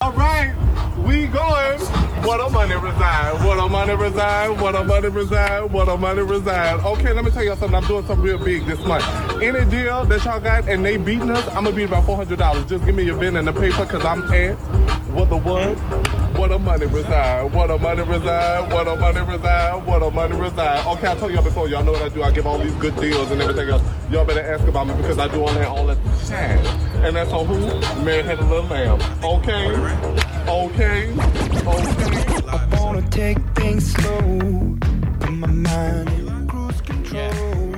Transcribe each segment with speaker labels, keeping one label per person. Speaker 1: All right, we going. What a money resign. What a money resign. What a money resign. What a money resign. Okay, let me tell y'all something. I'm doing something real big this month. Any deal that y'all got and they beating us, I'm gonna be about four hundred dollars. Just give me your bin and the paper, cause I'm ass. What the what? What a money resign. What a money resign. What a money resign. What a money resign. Okay, I told y'all before. Y'all know what I do. I give all these good deals and everything else. Y'all better ask about me because I do all that all the time. And that's on who? Mary had a little lamb. Okay. Okay. Okay.
Speaker 2: I wanna take things slow. Put my mind in cruise control.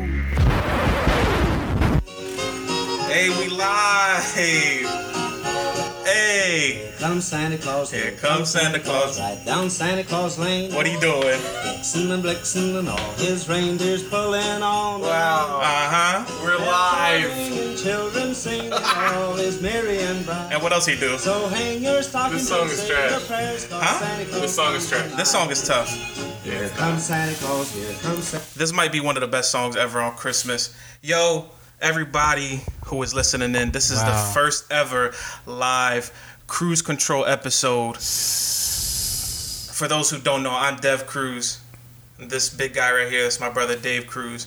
Speaker 3: Hey, we live. Hey.
Speaker 4: Come Santa Claus.
Speaker 3: Here comes Santa Claus.
Speaker 4: Right down Santa Claus Lane.
Speaker 3: What are you doing?
Speaker 4: Blitzen and Blixen and all his reindeers pulling on.
Speaker 3: Uh huh. We're live.
Speaker 4: Children singing all is merry and bright.
Speaker 3: And what else he do?
Speaker 4: So hang your
Speaker 1: This
Speaker 4: stockings
Speaker 1: song
Speaker 4: and
Speaker 1: is
Speaker 4: say
Speaker 1: trash.
Speaker 4: your prayers, 'cause
Speaker 3: Huh?
Speaker 4: Santa Claus
Speaker 1: This song is
Speaker 4: comes
Speaker 1: trash.
Speaker 4: tonight.
Speaker 3: This song is tough.
Speaker 4: Here comes Santa Claus. Here comes Santa
Speaker 3: This might be one of the best songs ever on Christmas. Yo, everybody who is listening in, this is the first ever live cruise control episode. For those who don't know, I'm Dev Cruz. This big guy right here is my brother Dave Cruz.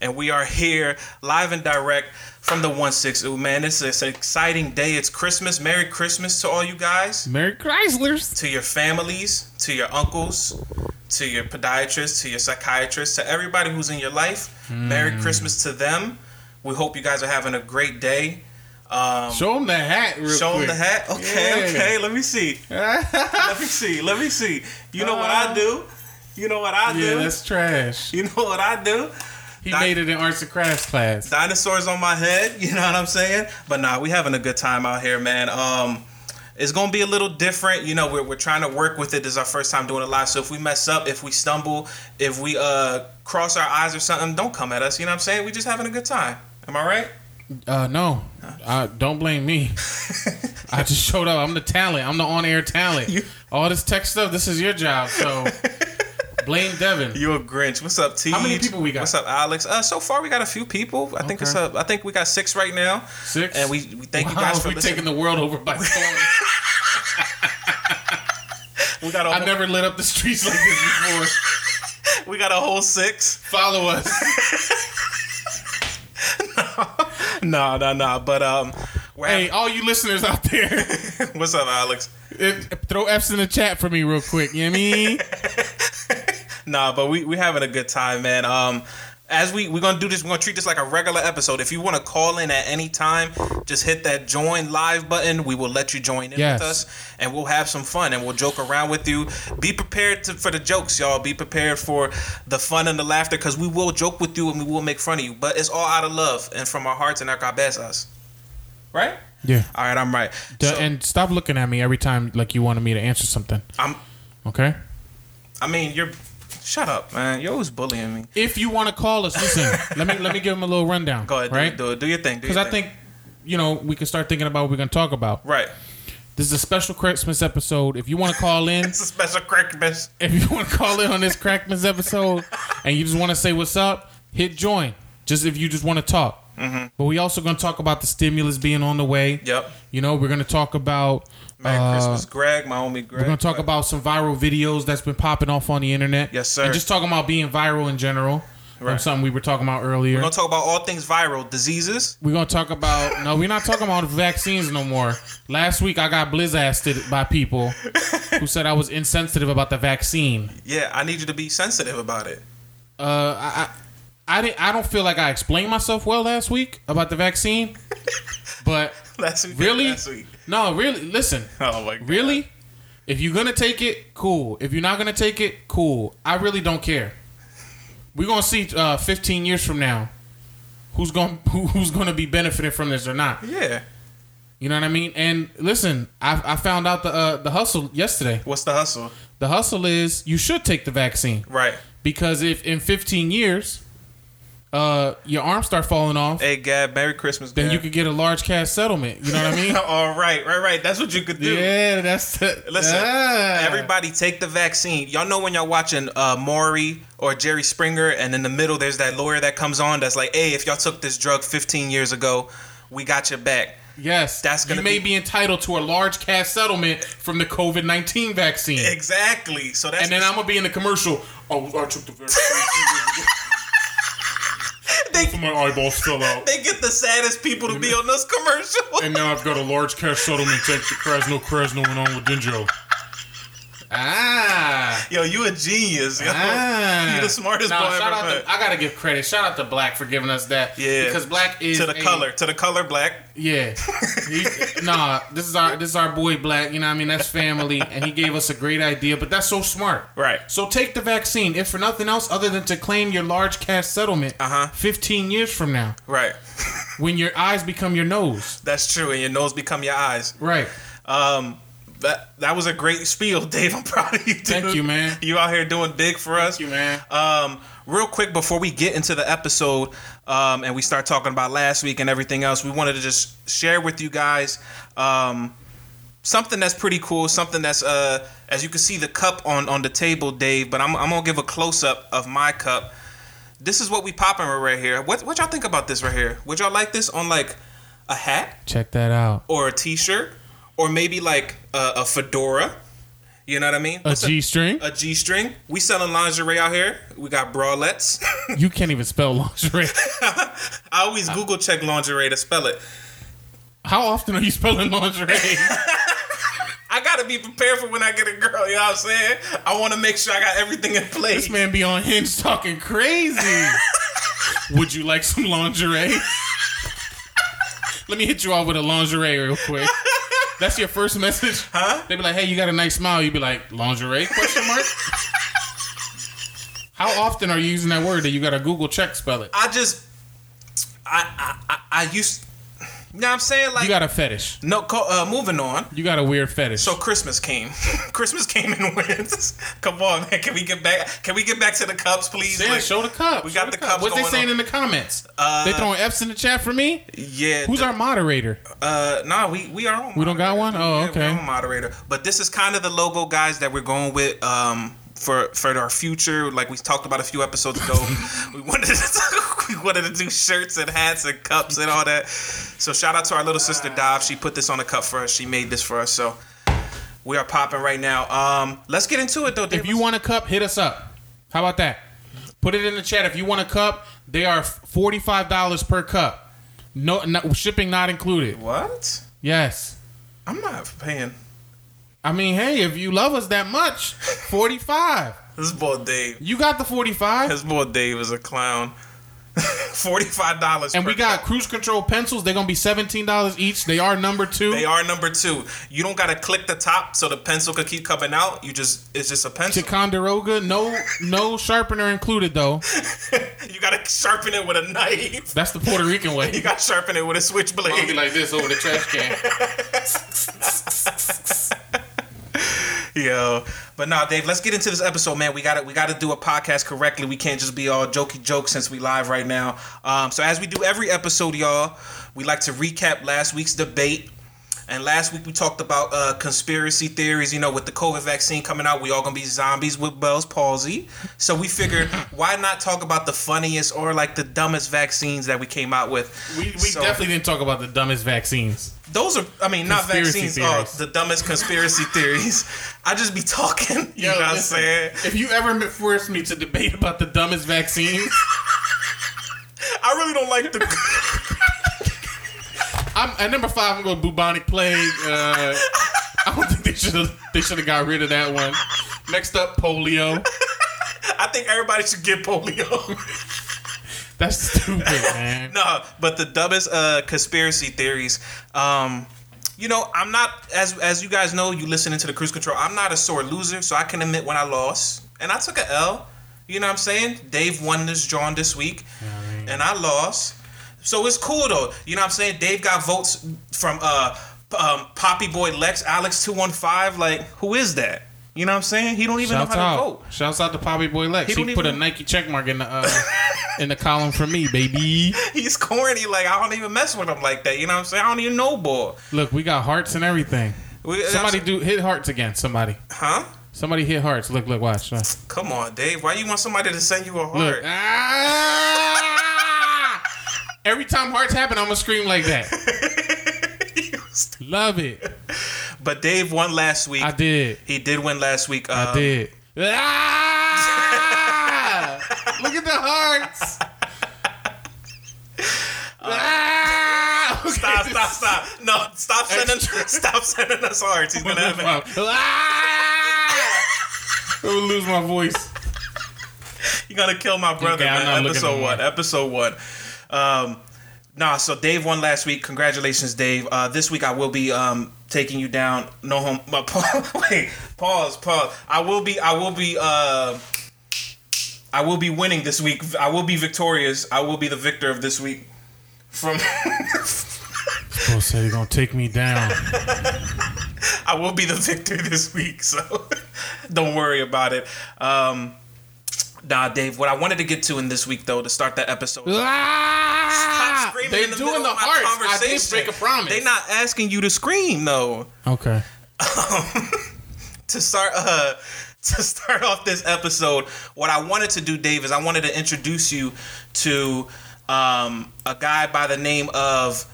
Speaker 3: And we are here live and direct from the 160. Ooh, man, this is an exciting day. It's Christmas. Merry Christmas to all you guys
Speaker 5: Merry Chryslers.
Speaker 3: to your families, to your uncles, to your podiatrists, to your psychiatrists, to everybody who's in your life.
Speaker 5: Hmm.
Speaker 3: Merry Christmas to them. We hope you guys are having a great day. Um,
Speaker 5: Show them the hat real
Speaker 3: show
Speaker 5: quick.
Speaker 3: them the hat. Okay,
Speaker 5: Yeah.
Speaker 3: okay. Let me see. let me see. Let me see. You know what I do. You know what I
Speaker 5: Uh-huh. Yeah,
Speaker 3: do.
Speaker 5: that's trash.
Speaker 3: You know what I do.
Speaker 5: He
Speaker 3: Doc-
Speaker 5: made it in arts and crafts class.
Speaker 3: dinosaurs on my head. You know what I'm saying? But nah, we having a good time out here, man. Um, it's gonna be a little different. You know, we're, we're trying to work with it. This is our first time doing it live. So if we mess up, if we stumble, if we uh cross our eyes or something, don't come at us. You know what I'm saying? We just having a good time. Am I right?
Speaker 5: Uh, no, uh, don't blame me. I just showed up. I'm the talent. I'm the on-air talent.
Speaker 3: You-
Speaker 5: All this tech stuff. This is your job. So blame Devin.
Speaker 3: You a Grinch. What's up, T?
Speaker 5: How many people we got?
Speaker 3: What's up, Alex? Uh, so far we got a few people. I think it's
Speaker 5: Okay.
Speaker 3: up. I think we got six right now.
Speaker 5: Six.
Speaker 3: And we, we thank
Speaker 5: wow,
Speaker 3: you guys for
Speaker 5: we're
Speaker 3: listening.
Speaker 5: taking the world over by storm.
Speaker 3: we got a
Speaker 5: I
Speaker 3: whole,
Speaker 5: never lit up the streets like this before.
Speaker 3: we got a whole six.
Speaker 5: Follow us.
Speaker 3: No, no, no. But um, we're
Speaker 5: Hey, all you listeners out there,
Speaker 3: having- what's up, Alex?
Speaker 5: it, throw F's in the chat for me real quick. You know what I mean?
Speaker 3: Nah, but we we having a good time, man. Um, as we we're gonna do this, we're gonna treat this like a regular episode. If you want to call in at any time, just hit that join live button. We will let you join in
Speaker 5: Yes.
Speaker 3: with us, and we'll have some fun and we'll joke around with you. Be prepared to, for the jokes, y'all. Be prepared for the fun and the laughter, because we will joke with you and we will make fun of you. But it's all out of love and from our hearts and our cabezas, right?
Speaker 5: Yeah.
Speaker 3: All right, I'm right.
Speaker 5: D-
Speaker 3: So,
Speaker 5: and stop looking at me every time like you wanted me to answer something.
Speaker 3: I'm.
Speaker 5: Okay.
Speaker 3: I mean, you're. Shut up, man. You're always bullying me.
Speaker 5: If you want to call us, listen. let me let me give him a little rundown.
Speaker 3: Go ahead, do-
Speaker 5: right?
Speaker 3: do, it. do your thing. do
Speaker 5: Because
Speaker 3: your
Speaker 5: I
Speaker 3: thing.
Speaker 5: think you know we can start thinking about what we're gonna talk about.
Speaker 3: right.
Speaker 5: This is a special Christmas episode. If you want to call in,
Speaker 3: It's a special Christmas.
Speaker 5: if you want to call in on this Crackmas episode, and you just want to say what's up, hit join. Just if you just want to talk. But we also gonna talk about the stimulus being on the way.
Speaker 3: Mm-hmm. Yep.
Speaker 5: You know we're gonna talk about.
Speaker 3: Merry
Speaker 5: uh,
Speaker 3: Christmas, Greg, my homie Greg.
Speaker 5: We're gonna talk about some viral videos that's been popping off on the internet.
Speaker 3: Yes, sir.
Speaker 5: And just talking about being viral in general. um,
Speaker 3: Right.
Speaker 5: something we were talking about earlier.
Speaker 3: We're gonna talk about all things viral, diseases.
Speaker 5: We're gonna talk about no, we're not talking about vaccines no more. Last week I got blizzasted by people who said I was insensitive about the vaccine.
Speaker 3: Yeah, I need you to be sensitive about it.
Speaker 5: Uh, I, I, I didn't. I don't feel like I explained myself well last week about the vaccine. But
Speaker 3: Last week,
Speaker 5: really,
Speaker 3: Last week.
Speaker 5: no, really. Listen,
Speaker 3: Oh my god.
Speaker 5: really, if you're gonna take it, cool. If you're not gonna take it, cool. I really don't care. We're gonna see uh, 15 years from now who's gonna who, who's gonna be benefiting from this or not.
Speaker 3: Yeah.
Speaker 5: You know what I mean? And listen, I, I found out the uh, the hustle yesterday.
Speaker 3: What's the hustle?
Speaker 5: The hustle is you should take the vaccine
Speaker 3: Right.
Speaker 5: because if in 15 years, uh, your arms start falling off,
Speaker 3: Hey Gab, Merry Christmas,
Speaker 5: then
Speaker 3: Gab.
Speaker 5: you could get a large cash settlement. You know what I mean?
Speaker 3: all right, right, right. That's what you could do.
Speaker 5: yeah, that's the,
Speaker 3: Listen,
Speaker 5: Ah.
Speaker 3: everybody take the vaccine. Y'all know when y'all watching uh, Maury or Jerry Springer, and in the middle there's that lawyer that comes on that's like, "Hey, if y'all took this drug 15 years ago, we got your back."
Speaker 5: Yes,
Speaker 3: That's gonna
Speaker 5: you may
Speaker 3: be-
Speaker 5: be entitled to a large cash settlement from the COVID nineteen vaccine,
Speaker 3: Exactly. So that's
Speaker 5: and then I'm gonna be in the commercial. Oh, I took the vaccine.
Speaker 3: They-
Speaker 5: my eyeballs fell out,
Speaker 3: they get the saddest people to be on those commercials.
Speaker 5: and now I've got a large cash settlement thanks to Krasno Krasno and on with Dinjo. Ah.
Speaker 3: Yo, you a genius. Yo.
Speaker 5: Ah.
Speaker 3: You the smartest
Speaker 5: Nah,
Speaker 3: boy
Speaker 5: shout
Speaker 3: ever.
Speaker 5: out
Speaker 3: but-
Speaker 5: to- I gotta give credit. Shout out to Black for giving us that.
Speaker 3: Yeah.
Speaker 5: because Black is
Speaker 3: to the
Speaker 5: a-
Speaker 3: color, to the color black.
Speaker 5: Yeah. He- nah, this is our this is our boy Black. You know, what I mean, that's family, and he gave us a great idea. But that's so smart.
Speaker 3: Right.
Speaker 5: So take the vaccine, if for nothing else, other than to claim your large cash settlement.
Speaker 3: Uh-huh.
Speaker 5: Fifteen years from now,
Speaker 3: Right.
Speaker 5: when your eyes become your nose.
Speaker 3: That's true. And your nose become your eyes.
Speaker 5: Right.
Speaker 3: Um, that that was a great spiel, Dave. I'm proud of you. Dude.
Speaker 5: Thank you, man.
Speaker 3: You out here doing big for us.
Speaker 5: you, man.
Speaker 3: Um, real quick before we get into the episode, um, and we start talking about last week and everything else, we wanted to just share with you guys, um, something that's pretty cool. Something that's uh, as you can see, the cup on on the table, Dave. But I'm I'm gonna give a close up of my cup. This is what we popping with right here. What what y'all think about this right here? Would y'all like this on like a hat?
Speaker 5: Check that out.
Speaker 3: or a t-shirt or maybe like a, a fedora you know what i mean
Speaker 5: A
Speaker 3: What's
Speaker 5: G string.
Speaker 3: a g-string we selling lingerie out here we got bralettes
Speaker 5: You can't even spell lingerie.
Speaker 3: i
Speaker 5: Uh.
Speaker 3: always google check lingerie to spell it
Speaker 5: How often are you spelling lingerie?
Speaker 3: i gotta be prepared for when i get a girl you know what i'm saying i want to make sure i got everything in place
Speaker 5: This man be on hinge talking crazy. Would you like some lingerie? Let me hit you off with a lingerie real quick. That's your first message, huh? They be like, "Hey, you got a nice smile." You be like, "Lingerie?" Question mark. How often are you using that word that you got to Google check spell it?
Speaker 3: i just i i i, I used you know what i'm saying like
Speaker 5: You got a fetish.
Speaker 3: no co- uh, moving on
Speaker 5: You got a weird fetish.
Speaker 3: So Christmas came. Christmas came and went. Come on, man. Can we get back? Can we get back to the cups, please?
Speaker 5: Damn,
Speaker 3: Like,
Speaker 5: show the cup.
Speaker 3: we
Speaker 5: Show
Speaker 3: got the cups
Speaker 5: What they
Speaker 3: going
Speaker 5: saying
Speaker 3: on. Uh,
Speaker 5: in the comments? they throwing F's in the chat for me.
Speaker 3: yeah.
Speaker 5: Who's our moderator?
Speaker 3: Uh, nah, we we are on.
Speaker 5: We don't got one. Oh,
Speaker 3: Yeah,
Speaker 5: okay.
Speaker 3: we're on moderator. But this is kind of the logo, guys, that we're going with. Um. For, for our future, like we talked about a few episodes ago, we wanted to we wanted to do shirts and hats and cups and all that. So shout out to our little sister Dov. She put this on a cup for us. She made this for us. So we are popping right now. Um, let's get into it though. Dave.
Speaker 5: If you want a cup, hit us up. How about that? Put it in the chat. If you want a cup, they are forty five dollars per cup. No, no shipping not included.
Speaker 3: what?
Speaker 5: Yes.
Speaker 3: I'm not paying.
Speaker 5: I mean, hey, if you love us that much, forty five.
Speaker 3: This boy Dave.
Speaker 5: You got the forty five,
Speaker 3: This boy Dave is a clown. Forty-five dollars.
Speaker 5: and we got cruise control pencils. They're gonna be seventeen dollars each. They are number two.
Speaker 3: They are number two. You don't gotta click the top so the pencil could keep coming out. You just it's just a pencil.
Speaker 5: Ticonderoga, no, no sharpener included though.
Speaker 3: You gotta sharpen it with a knife.
Speaker 5: That's the Puerto Rican
Speaker 3: You
Speaker 5: way.
Speaker 3: gotta sharpen it with a switchblade.
Speaker 5: like this over the trash can.
Speaker 3: Yo, but nah, Dave. Let's get into this episode, man. We got to We got to do a podcast correctly. We can't just be all jokey jokes since we live right now. Um, so as we do every episode, y'all, we like to recap last week's debate. And last week we talked about uh, conspiracy theories. You know, with the COVID vaccine coming out, we all gonna be zombies with Bell's palsy. So we figured, why not talk about the funniest or like the dumbest vaccines that we came out with?
Speaker 5: We, we
Speaker 3: So-
Speaker 5: definitely didn't talk about the dumbest vaccines.
Speaker 3: those are, I mean, not
Speaker 5: Conspiracy
Speaker 3: vaccines.
Speaker 5: theories.
Speaker 3: Oh, the dumbest conspiracy theories. I just be talking. You know what I'm
Speaker 5: listen,
Speaker 3: saying?
Speaker 5: If you ever force me to debate about the dumbest vaccines,
Speaker 3: I really don't like the.
Speaker 5: I'm at number five. I'm going bubonic plague. Uh, I don't think they should have. They should have got rid of that one. Next up, polio.
Speaker 3: I think everybody should get polio.
Speaker 5: That's stupid, man.
Speaker 3: no, but the dumbest uh, conspiracy theories. Um, you know, I'm not as as you guys know. You listening to the cruise control. I'm not a sore loser, so I can admit when I lost, and I took a L. You know what I'm saying? Dave won this John this week, and I lost. So it's cool though. You know what I'm saying? Dave got votes from uh p- um, Poppy Boy Lex, Alex two one five. Like, who is that? You know what I'm saying? He don't even
Speaker 5: Shouts
Speaker 3: know how
Speaker 5: out!
Speaker 3: to vote.
Speaker 5: Shouts out to Poppy Boy Lex. He,
Speaker 3: don't
Speaker 5: put a
Speaker 3: even-
Speaker 5: Nike check mark in the uh, in the column for me, baby.
Speaker 3: He's corny. Like I don't even mess with him like that. You know what I'm saying? I don't even know ball.
Speaker 5: Look, we got hearts and everything.
Speaker 3: We-
Speaker 5: Somebody
Speaker 3: that's-
Speaker 5: do hit hearts again. Somebody,
Speaker 3: huh?
Speaker 5: somebody hit hearts. Look, look, watch. Uh,
Speaker 3: Come on, Dave. Why you want somebody to send you a heart?
Speaker 5: Look. Ah! Every time hearts happen, I'm gonna scream like that. Love it.
Speaker 3: But Dave won last week.
Speaker 5: I did.
Speaker 3: He did win last week. Um,
Speaker 5: I did. Ah! Look at the hearts. Ah! Okay,
Speaker 3: Stop!
Speaker 5: this-
Speaker 3: Stop! Stop! No! Stop sending! Stop sending us hearts. He's gonna have it.
Speaker 5: Ah! I would lose my voice.
Speaker 3: You're gonna kill my brother.
Speaker 5: Okay,
Speaker 3: man.
Speaker 5: I'm not looking
Speaker 3: Episode
Speaker 5: no
Speaker 3: one.
Speaker 5: more.
Speaker 3: Episode one. Um, nah. So Dave won last week. Congratulations, Dave. Uh, this week I will be um taking you down. No home. My wait. Pause. Pause. I will be. I will be. Uh, I will be winning this week. I will be victorious. I will be the victor of this week. From
Speaker 5: Bro said he's gonna take me down.
Speaker 3: I will be the victor this week, so don't worry about it. Um, nah, Dave. What I wanted to get to in this week, though, to start that episode. Stop
Speaker 5: Ah!
Speaker 3: screaming
Speaker 5: They
Speaker 3: in the
Speaker 5: doing
Speaker 3: middle
Speaker 5: the
Speaker 3: of my
Speaker 5: hearts. I
Speaker 3: conversation.
Speaker 5: did break a promise.
Speaker 3: They not asking you to scream though.
Speaker 5: okay.
Speaker 3: To start uh to start off this episode, what I wanted to do, Dave, is I wanted to introduce you to um a guy by the name of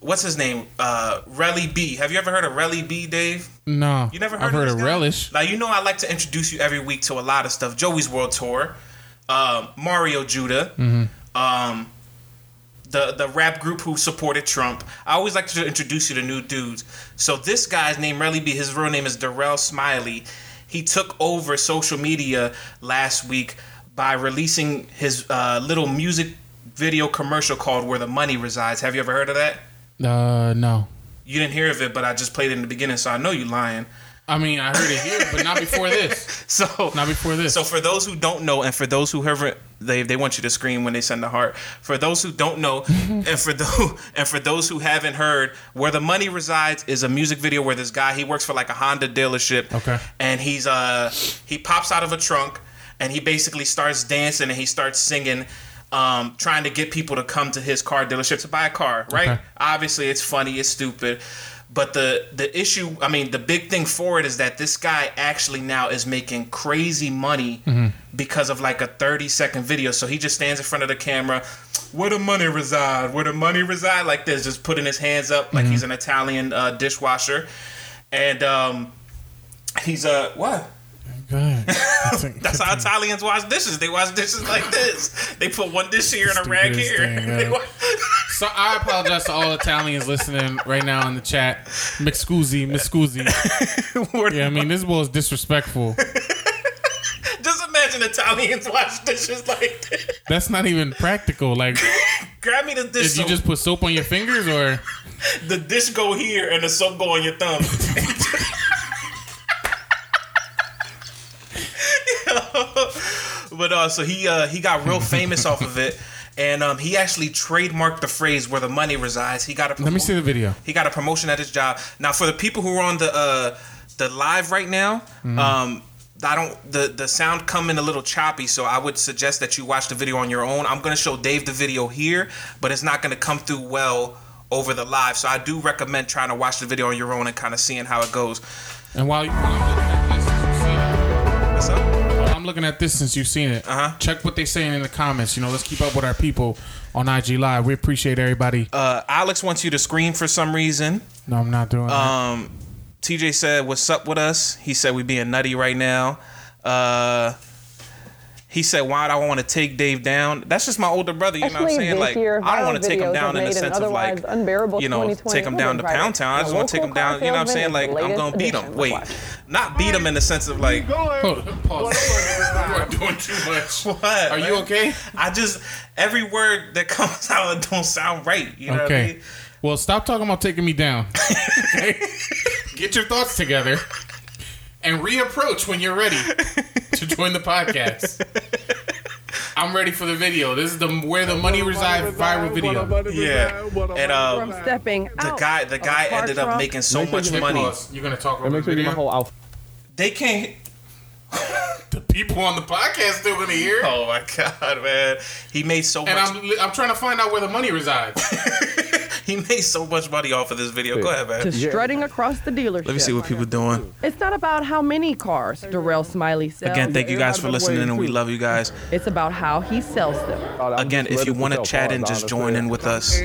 Speaker 3: what's his name? Uh Relly B. Have you ever heard of Relly B, Dave?
Speaker 5: No,
Speaker 3: You never heard
Speaker 5: I've
Speaker 3: of
Speaker 5: heard
Speaker 3: this
Speaker 5: of
Speaker 3: guy?
Speaker 5: relish.
Speaker 3: Now you know I like to introduce you every week to a lot of stuff. Joey's World Tour, um, Mario Judah,
Speaker 5: Mm-hmm.
Speaker 3: um, the the rap group who supported Trump. I always like to introduce you to new dudes. So this guy's name Relly B. His real name is Darrell Smiley. He took over social media last week by releasing his uh, little music video commercial called "Where the Money Resides." Have you ever heard of that?
Speaker 5: Uh, no.
Speaker 3: You didn't hear of it, but I just played it in the beginning, so I know you lying.
Speaker 5: I mean, I heard it here, but not before this.
Speaker 3: So
Speaker 5: Not before this.
Speaker 3: So for those who don't know, and for those who haven't, they they want you to scream when they send the heart. For those who don't know, and for those and for those who haven't heard, where the money resides is a music video where this guy he works for like a Honda dealership.
Speaker 5: Okay.
Speaker 3: And he's uh he pops out of a trunk and he basically starts dancing and he starts singing. Um, trying to get people to come to his car dealership to buy a car, right?
Speaker 5: Okay.
Speaker 3: Obviously, it's funny, it's stupid, but the the issue, I mean, the big thing for it is that this guy actually now is making crazy money because of like a thirty second video. So he just stands in front of the camera, where the money reside, where the money reside, like this, just putting his hands up like he's an Italian uh, dishwasher, and um, he's uh, what?
Speaker 5: God.
Speaker 3: That's how Italians wash dishes. They wash dishes like this. They put one dish here and a rag
Speaker 5: Stupidest
Speaker 3: here.
Speaker 5: thing ever.
Speaker 3: They wa-
Speaker 5: So I apologize to all Italians listening right now in the chat. Mixcusi, mixcusi.
Speaker 3: Where the
Speaker 5: Yeah, I mean this boy is disrespectful.
Speaker 3: Just imagine Italians wash dishes like this.
Speaker 5: That's not even practical. Like,
Speaker 3: Grab me the dish.
Speaker 5: did you
Speaker 3: soap.
Speaker 5: just put soap on your fingers, or
Speaker 3: the dish go here and the soap go on your thumb. but uh, so he uh, he got real famous off of it, and um, he actually trademarked the phrase "where the money resides." He got a
Speaker 5: let me
Speaker 3: promo-
Speaker 5: see the video.
Speaker 3: he got a promotion at his job. Now, for the people who are on the uh, the live right now, um, I don't the the sound coming a little choppy, so I would suggest that you watch the video on your own. I'm gonna show Dave the video here, but it's not gonna come through well over the live. So I do recommend trying to watch the video on your own and kind of seeing how it goes.
Speaker 5: And while, you, while I'm looking at this, since
Speaker 3: What's up?
Speaker 5: you've seen it- while I'm looking at this since you've seen it,
Speaker 3: Uh-huh.
Speaker 5: check what they saying in the comments. You know, let's keep up with our people on IG Live. We appreciate everybody.
Speaker 3: Uh, Alex wants you to scream for some reason.
Speaker 5: no, I'm not doing. that.
Speaker 3: Um, TJ said, "What's up with us?" He said, "We being nutty right now." Uh, he said, "Why do I want to take Dave down?" That's just my older brother. You know what I'm
Speaker 6: Especially
Speaker 3: saying?
Speaker 6: this
Speaker 3: Like,
Speaker 6: year,
Speaker 3: I don't
Speaker 6: viral
Speaker 3: want to take him
Speaker 6: videos
Speaker 3: down
Speaker 6: have
Speaker 3: in the
Speaker 6: made an
Speaker 3: sense of
Speaker 6: otherwise
Speaker 3: like,
Speaker 6: unbearable
Speaker 3: you know,
Speaker 6: 2020
Speaker 3: take him down to
Speaker 6: Urban
Speaker 3: Pound
Speaker 6: Pride.
Speaker 3: Town. I just
Speaker 6: Now,
Speaker 3: want to take
Speaker 6: local
Speaker 3: him down. You know what I'm
Speaker 6: cocktail
Speaker 3: saying?
Speaker 6: vendors,
Speaker 3: Like, I'm
Speaker 6: latest
Speaker 3: gonna beat him.
Speaker 6: edition.
Speaker 3: Wait,
Speaker 6: Let's
Speaker 3: not beat him in the sense of like,
Speaker 1: Going.
Speaker 5: Hold on, Oh, pause. you are doing too much.
Speaker 3: what?
Speaker 5: Are you okay?
Speaker 3: I just every word that comes out it don't sound right. You know what I
Speaker 5: Okay.
Speaker 3: mean?
Speaker 5: Well, stop talking about taking me down. Okay? Get your thoughts together and reapproach when you're ready to join the podcast. I'm ready for the video. This is the where the money resides viral video.
Speaker 3: Yeah. And, um,
Speaker 6: from stepping
Speaker 3: The
Speaker 6: out
Speaker 3: guy, the
Speaker 6: of a
Speaker 3: guy
Speaker 6: Oh, car
Speaker 3: ended up
Speaker 6: trunk.
Speaker 3: making so much
Speaker 5: Hey,
Speaker 3: money.
Speaker 5: pause. You're gonna talk
Speaker 7: And
Speaker 5: over
Speaker 7: make
Speaker 5: the
Speaker 7: sure you get my
Speaker 5: video.
Speaker 7: whole outfit.
Speaker 3: They can't.
Speaker 5: The people on the podcast still gonna hear.
Speaker 3: Oh my god, man! He made so
Speaker 5: And
Speaker 3: much.
Speaker 5: I'm li- I'm trying to find out where the money resides.
Speaker 3: He made so much money off of this video. Go ahead, man.
Speaker 6: to strutting across the dealership.
Speaker 3: Let me see what people doing.
Speaker 6: It's not about how many cars Darrell Smiley sells.
Speaker 3: Again, thank you guys for listening, and we love you guys.
Speaker 6: It's about how he sells them.
Speaker 7: Oh, I'm
Speaker 3: Again,
Speaker 7: just
Speaker 3: if you
Speaker 7: ready
Speaker 3: want to
Speaker 7: sell
Speaker 3: chat in,
Speaker 7: cars,
Speaker 3: just
Speaker 7: honestly.
Speaker 3: join in with us.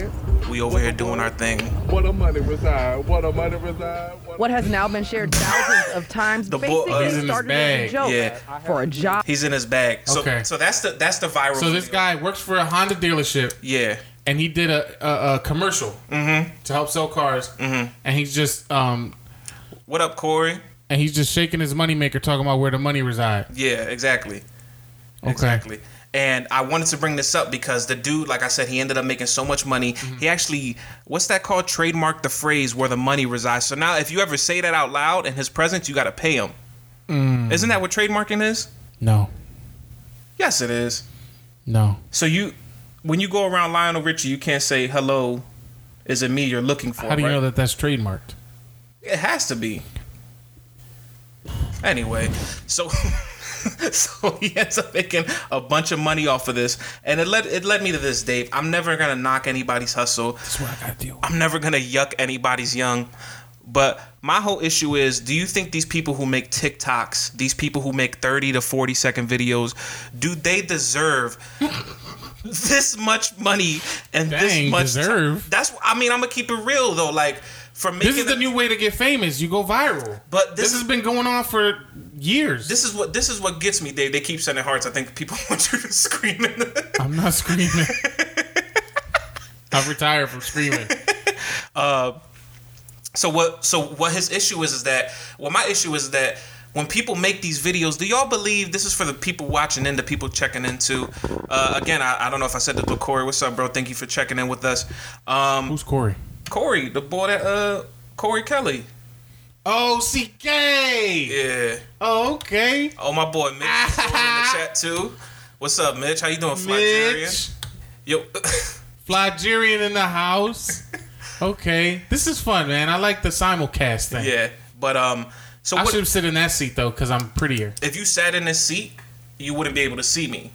Speaker 3: We over here doing our thing.
Speaker 1: What a money reside. What a money reside. What,
Speaker 6: What has now been shared thousands of times,
Speaker 3: The bull-
Speaker 6: basically
Speaker 3: uh, He's in
Speaker 5: his
Speaker 6: started as a
Speaker 5: bag.
Speaker 6: joke
Speaker 3: Yeah.
Speaker 6: for a job.
Speaker 3: He's in his bag. So,
Speaker 5: Okay.
Speaker 3: so that's the that's the viral.
Speaker 5: So this
Speaker 3: video.
Speaker 5: guy works for a Honda dealership,
Speaker 3: Yeah.
Speaker 5: and he did a a, a commercial to help sell cars, mm-hmm. and he's just um
Speaker 3: What up, Corey?
Speaker 5: and he's just shaking his moneymaker, talking about where the money reside.
Speaker 3: Yeah, exactly.
Speaker 5: Okay.
Speaker 3: Exactly. And I wanted to bring this up because the dude, like I said, he ended up making so much money.
Speaker 5: Mm-hmm.
Speaker 3: He actually, what's that called? Trademarked the phrase where the money resides. So now, if you ever say that out loud in his presence, you got to pay him.
Speaker 5: Mm.
Speaker 3: Isn't that what trademarking is?
Speaker 5: No,
Speaker 3: Yes, it is.
Speaker 5: no.
Speaker 3: So you, when you go around Lionel Richie, you can't say hello. Is it me you're looking for?
Speaker 5: How do you
Speaker 3: right?
Speaker 5: know that that's trademarked?
Speaker 3: It has to be. Anyway, so so he ends up making a bunch of money off of this, and it led it led me to this, Dave. I'm never gonna knock anybody's hustle.
Speaker 5: That's what I gotta deal.
Speaker 3: I'm never gonna yuck anybody's young. But my whole issue is, do you think these people who make TikToks, these people who make 30 to 40 second videos, do they deserve this much money and
Speaker 5: Dang,
Speaker 3: this much
Speaker 5: deserve.
Speaker 3: That's I mean, I'm gonna keep it real though. Like for making
Speaker 5: This is the new way to get famous. You go viral.
Speaker 3: But this
Speaker 5: this,
Speaker 3: is-
Speaker 5: has been going on for years.
Speaker 3: This is what this is what gets me, Dave. They keep sending hearts. I think people want you to scream. In the-
Speaker 5: I'm not screaming. I've retired from screaming.
Speaker 3: so what? So what? His issue is is that. Well, my issue is that when people make these videos, do y'all believe this is for the people watching and the people checking into? Uh, again, I, I don't know if I said this, but Corey, what's up, bro? Thank you for checking in with us. Um,
Speaker 5: Who's Corey?
Speaker 3: Corey, the boy that uh, Corey Kelly.
Speaker 5: OCK.
Speaker 3: Yeah.
Speaker 5: Oh, okay.
Speaker 3: Oh, my boy Mitch is in the chat too. What's up, Mitch? How you doing, Flygeria?
Speaker 5: Mitch.
Speaker 3: Yo.
Speaker 5: Flygerian in the house. Okay. This is fun, man. I like the simulcast thing.
Speaker 3: yeah. But um. So
Speaker 5: I
Speaker 3: what,
Speaker 5: should have sit in that seat though, because I'm prettier.
Speaker 3: if you sat in this seat, you wouldn't be able to see me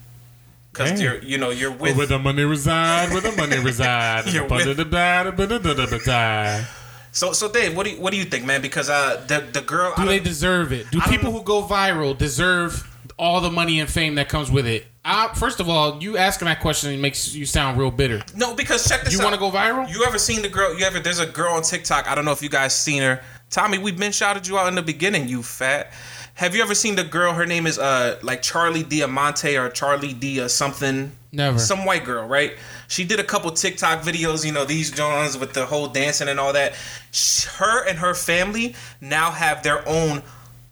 Speaker 5: Dang.
Speaker 3: because you're you know you're with.
Speaker 5: Oh, the money reside, where the money reside.
Speaker 3: You're with-
Speaker 5: Do
Speaker 3: so so Dave, what do you, what do you think, man? Because uh the the girl I
Speaker 5: they
Speaker 3: don't-
Speaker 5: deserve it? Do
Speaker 3: don't
Speaker 5: people
Speaker 3: know.
Speaker 5: who go viral deserve all the money and fame that comes with it? I, first of all, you asking that question makes you sound real bitter.
Speaker 3: no because check this
Speaker 5: You
Speaker 3: out.
Speaker 5: want to go viral?
Speaker 3: You ever seen the girl? You ever? There's a girl on TikTok. I don't know if you guys seen her. Tommy, we've been shouted you out in the beginning. You fat. Have you ever seen the girl? Her name is uh like Charlie Diamante or Charlie D or something.
Speaker 5: Never.
Speaker 3: Some white girl, right? She did a couple TikTok videos. You know these Johns with the whole dancing and all that. Sh- Her and her family now have their own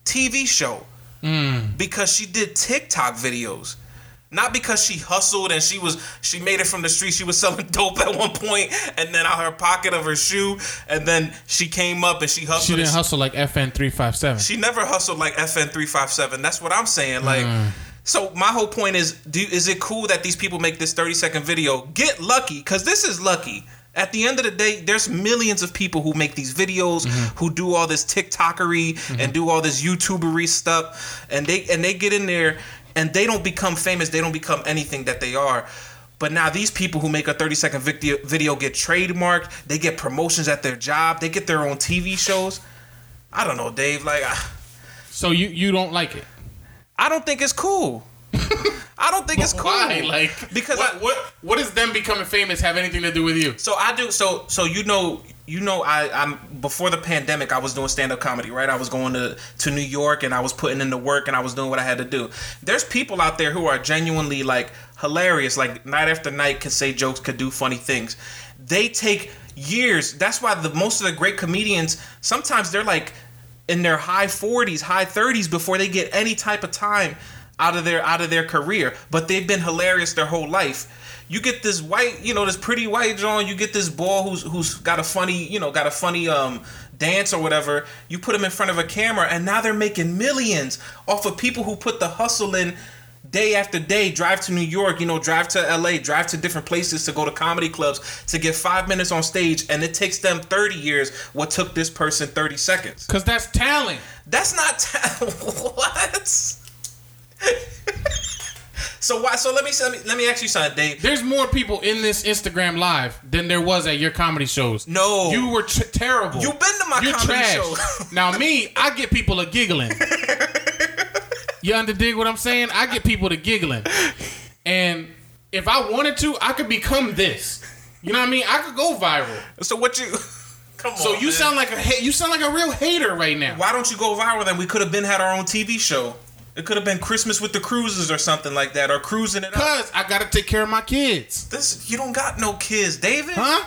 Speaker 3: TV show because she did TikTok videos. Not because she hustled and she was she made it from the street. She was selling dope at one point, and then out her pocket of her shoe, and then she came up and she hustled.
Speaker 5: she didn't
Speaker 3: and
Speaker 5: hustle like FN three five seven.
Speaker 3: she never hustled like FN three five seven. That's what I'm saying. Like, so my whole point is, do is it cool that these people make this 30 second video? Get lucky, cause this is lucky. At the end of the day, there's millions of people who make these videos, who do all this TikTokery and do all this YouTubery stuff, and they and they get in there and they don't become famous. They don't become anything that they are. But now these people who make a 30 second video, video get trademarked. They get promotions at their job. They get their own TV shows. I don't know, Dave. Like, I,
Speaker 5: So you you don't like it?
Speaker 3: I don't think it's cool. I don't think it's cool.
Speaker 5: Why? Like
Speaker 3: because
Speaker 5: what,
Speaker 3: I,
Speaker 5: what what does them becoming famous have anything to do with you?
Speaker 3: so I do so so you know you know I I'm before the pandemic I was doing stand up comedy right I was going to to New York and I was putting in the work and I was doing what I had to do. There's people out there who are genuinely like hilarious like night after night can say jokes could do funny things. They take years. That's why the most of the great comedians sometimes they're like in their high 40s, high 30s before they get any type of time out of their out of their career, but they've been hilarious their whole life. You get this white, you know, this pretty white John. You get this boy who's who's got a funny, you know, got a funny um dance or whatever. You put him in front of a camera, and now they're making millions off of people who put the hustle in day after day. Drive to New York, you know, drive to L.A., drive to different places to go to comedy clubs to get five minutes on stage, and it takes them thirty years what took this person thirty seconds.
Speaker 5: Because that's talent.
Speaker 3: That's not ta- what. so why? So let me let me let me ask you something, Dave.
Speaker 5: There's more people in this Instagram live than there was at your comedy shows.
Speaker 3: No.
Speaker 5: you were t- terrible.
Speaker 3: You've Oh. been to my comedy shows.
Speaker 5: now me, I get people to giggling. you underdig what I'm saying? I get people to giggling, and if I wanted to, I could become this. You know what I mean? I could go viral.
Speaker 3: So what you? Come on.
Speaker 5: So you
Speaker 3: Oh, man.
Speaker 5: sound like a ha- you sound like a real hater right now.
Speaker 3: Why don't you go viral? Then we could have been had our own TV show. It could have been Christmas with the Cruises or something like that, or cruising it up.
Speaker 5: Cause I gotta take care of my kids,
Speaker 3: This you don't got no kids, David.
Speaker 5: huh?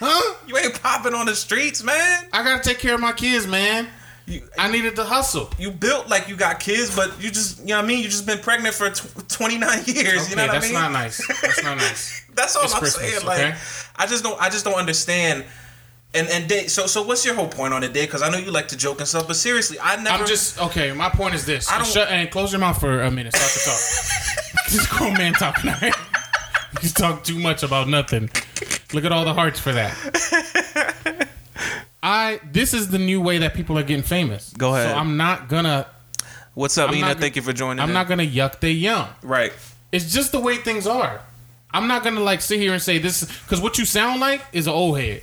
Speaker 5: huh?
Speaker 3: You ain't popping on the streets, man.
Speaker 5: I gotta take care of my kids, man.
Speaker 3: You,
Speaker 5: I needed to hustle.
Speaker 3: you built like you got kids, but you just you know what I mean. You just been pregnant for tw- twenty nine years.
Speaker 5: Okay,
Speaker 3: you know what
Speaker 5: that's
Speaker 3: I mean?
Speaker 5: not nice. That's not nice.
Speaker 3: That's all
Speaker 5: It's
Speaker 3: I'm
Speaker 5: Christmas,
Speaker 3: saying. Like,
Speaker 5: okay?
Speaker 3: I just don't. I just don't understand. And and day. So so what's your whole point on it, day? Because I know you like to joke and stuff, but seriously, I never.
Speaker 5: I'm just okay. My point is this:
Speaker 3: I don't-
Speaker 5: shut and close your mouth for a minute. So I can talk. Just grown man talking. All right? You talk too much about nothing. Look at all the hearts for that. I this is the new way that people are getting famous.
Speaker 3: Go ahead.
Speaker 5: So I'm not gonna.
Speaker 3: What's up,
Speaker 5: I'm
Speaker 3: Ina?
Speaker 5: not-
Speaker 3: Thank you for joining.
Speaker 5: I'm
Speaker 3: in.
Speaker 5: not gonna yuck they yum.
Speaker 3: Right.
Speaker 5: It's just the way things are. I'm not gonna like sit here and say this because what you sound like is an old head.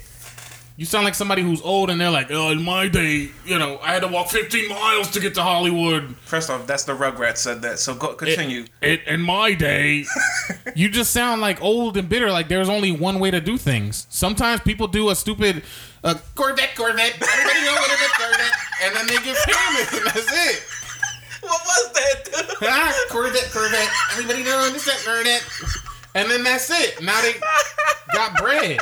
Speaker 5: You sound like somebody who's old and they're like, oh, in my day, you know, I had to walk 15 miles to get to Hollywood.
Speaker 3: First off, that's the Rugrats said that. So go continue.
Speaker 5: It, in my day, you just sound like old and bitter. Like there's only one way to do things. Sometimes people do a stupid uh, Corvette, Corvette. Everybody know what it is, Corvette, and then they get famous, and that's it.
Speaker 3: what was that, dude?
Speaker 5: Ah, Corvette, Corvette. Everybody know this, that, Corvette. And then that's it. Now they got bread.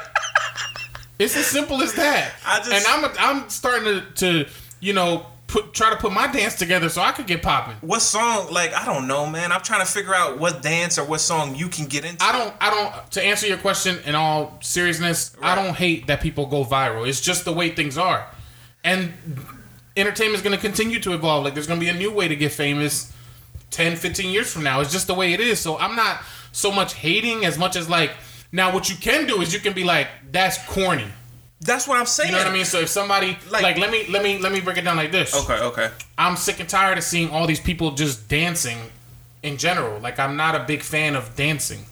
Speaker 5: It's as simple as that.
Speaker 3: I just-
Speaker 5: and I'm a, I'm starting to, to you know put try to put my dance together so I could get popping.
Speaker 3: What song? Like I don't know, man. I'm trying to figure out what dance or what song you can get into.
Speaker 5: I don't I don't to answer your question in all seriousness, I don't hate that people go viral. It's just the way things are. And entertainment is going to continue to evolve. Like there's going to be a new way to get famous 10, 15 years from now. It's just the way it is. So I'm not so much hating as much as like now what you can do is you can be like that's corny.
Speaker 3: That's what I'm saying.
Speaker 5: You know what I mean? So if somebody
Speaker 3: Like-
Speaker 5: like, let me let me let me break it down like this.
Speaker 3: Okay. Okay.
Speaker 5: I'm sick and tired of seeing all these people just dancing in general. Like I'm not a big fan of dancing.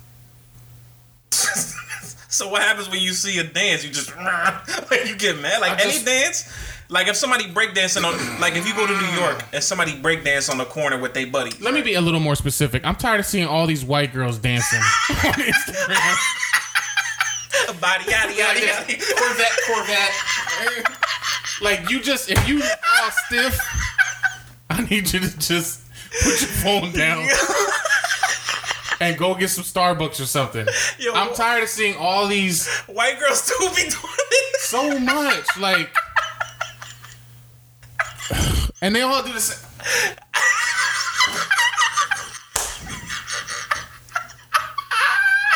Speaker 3: So what happens when you see a dance? You just like you get mad. Like
Speaker 5: I
Speaker 3: any
Speaker 5: just-
Speaker 3: dance. Like if somebody breakdancing on, like if you go to New York and somebody breakdance on the corner with their buddy,
Speaker 5: Let me be a little more specific. I'm tired of seeing all these white girls dancing on Instagram.
Speaker 3: body yada yada yada.
Speaker 5: Corvette, Corvette. Like you just if you all stiff, I need you to just put your phone down and go get some Starbucks or something.
Speaker 3: Yo.
Speaker 5: I'm tired of seeing all these
Speaker 3: White girls too be doing this.
Speaker 5: so much like, and they all do the same.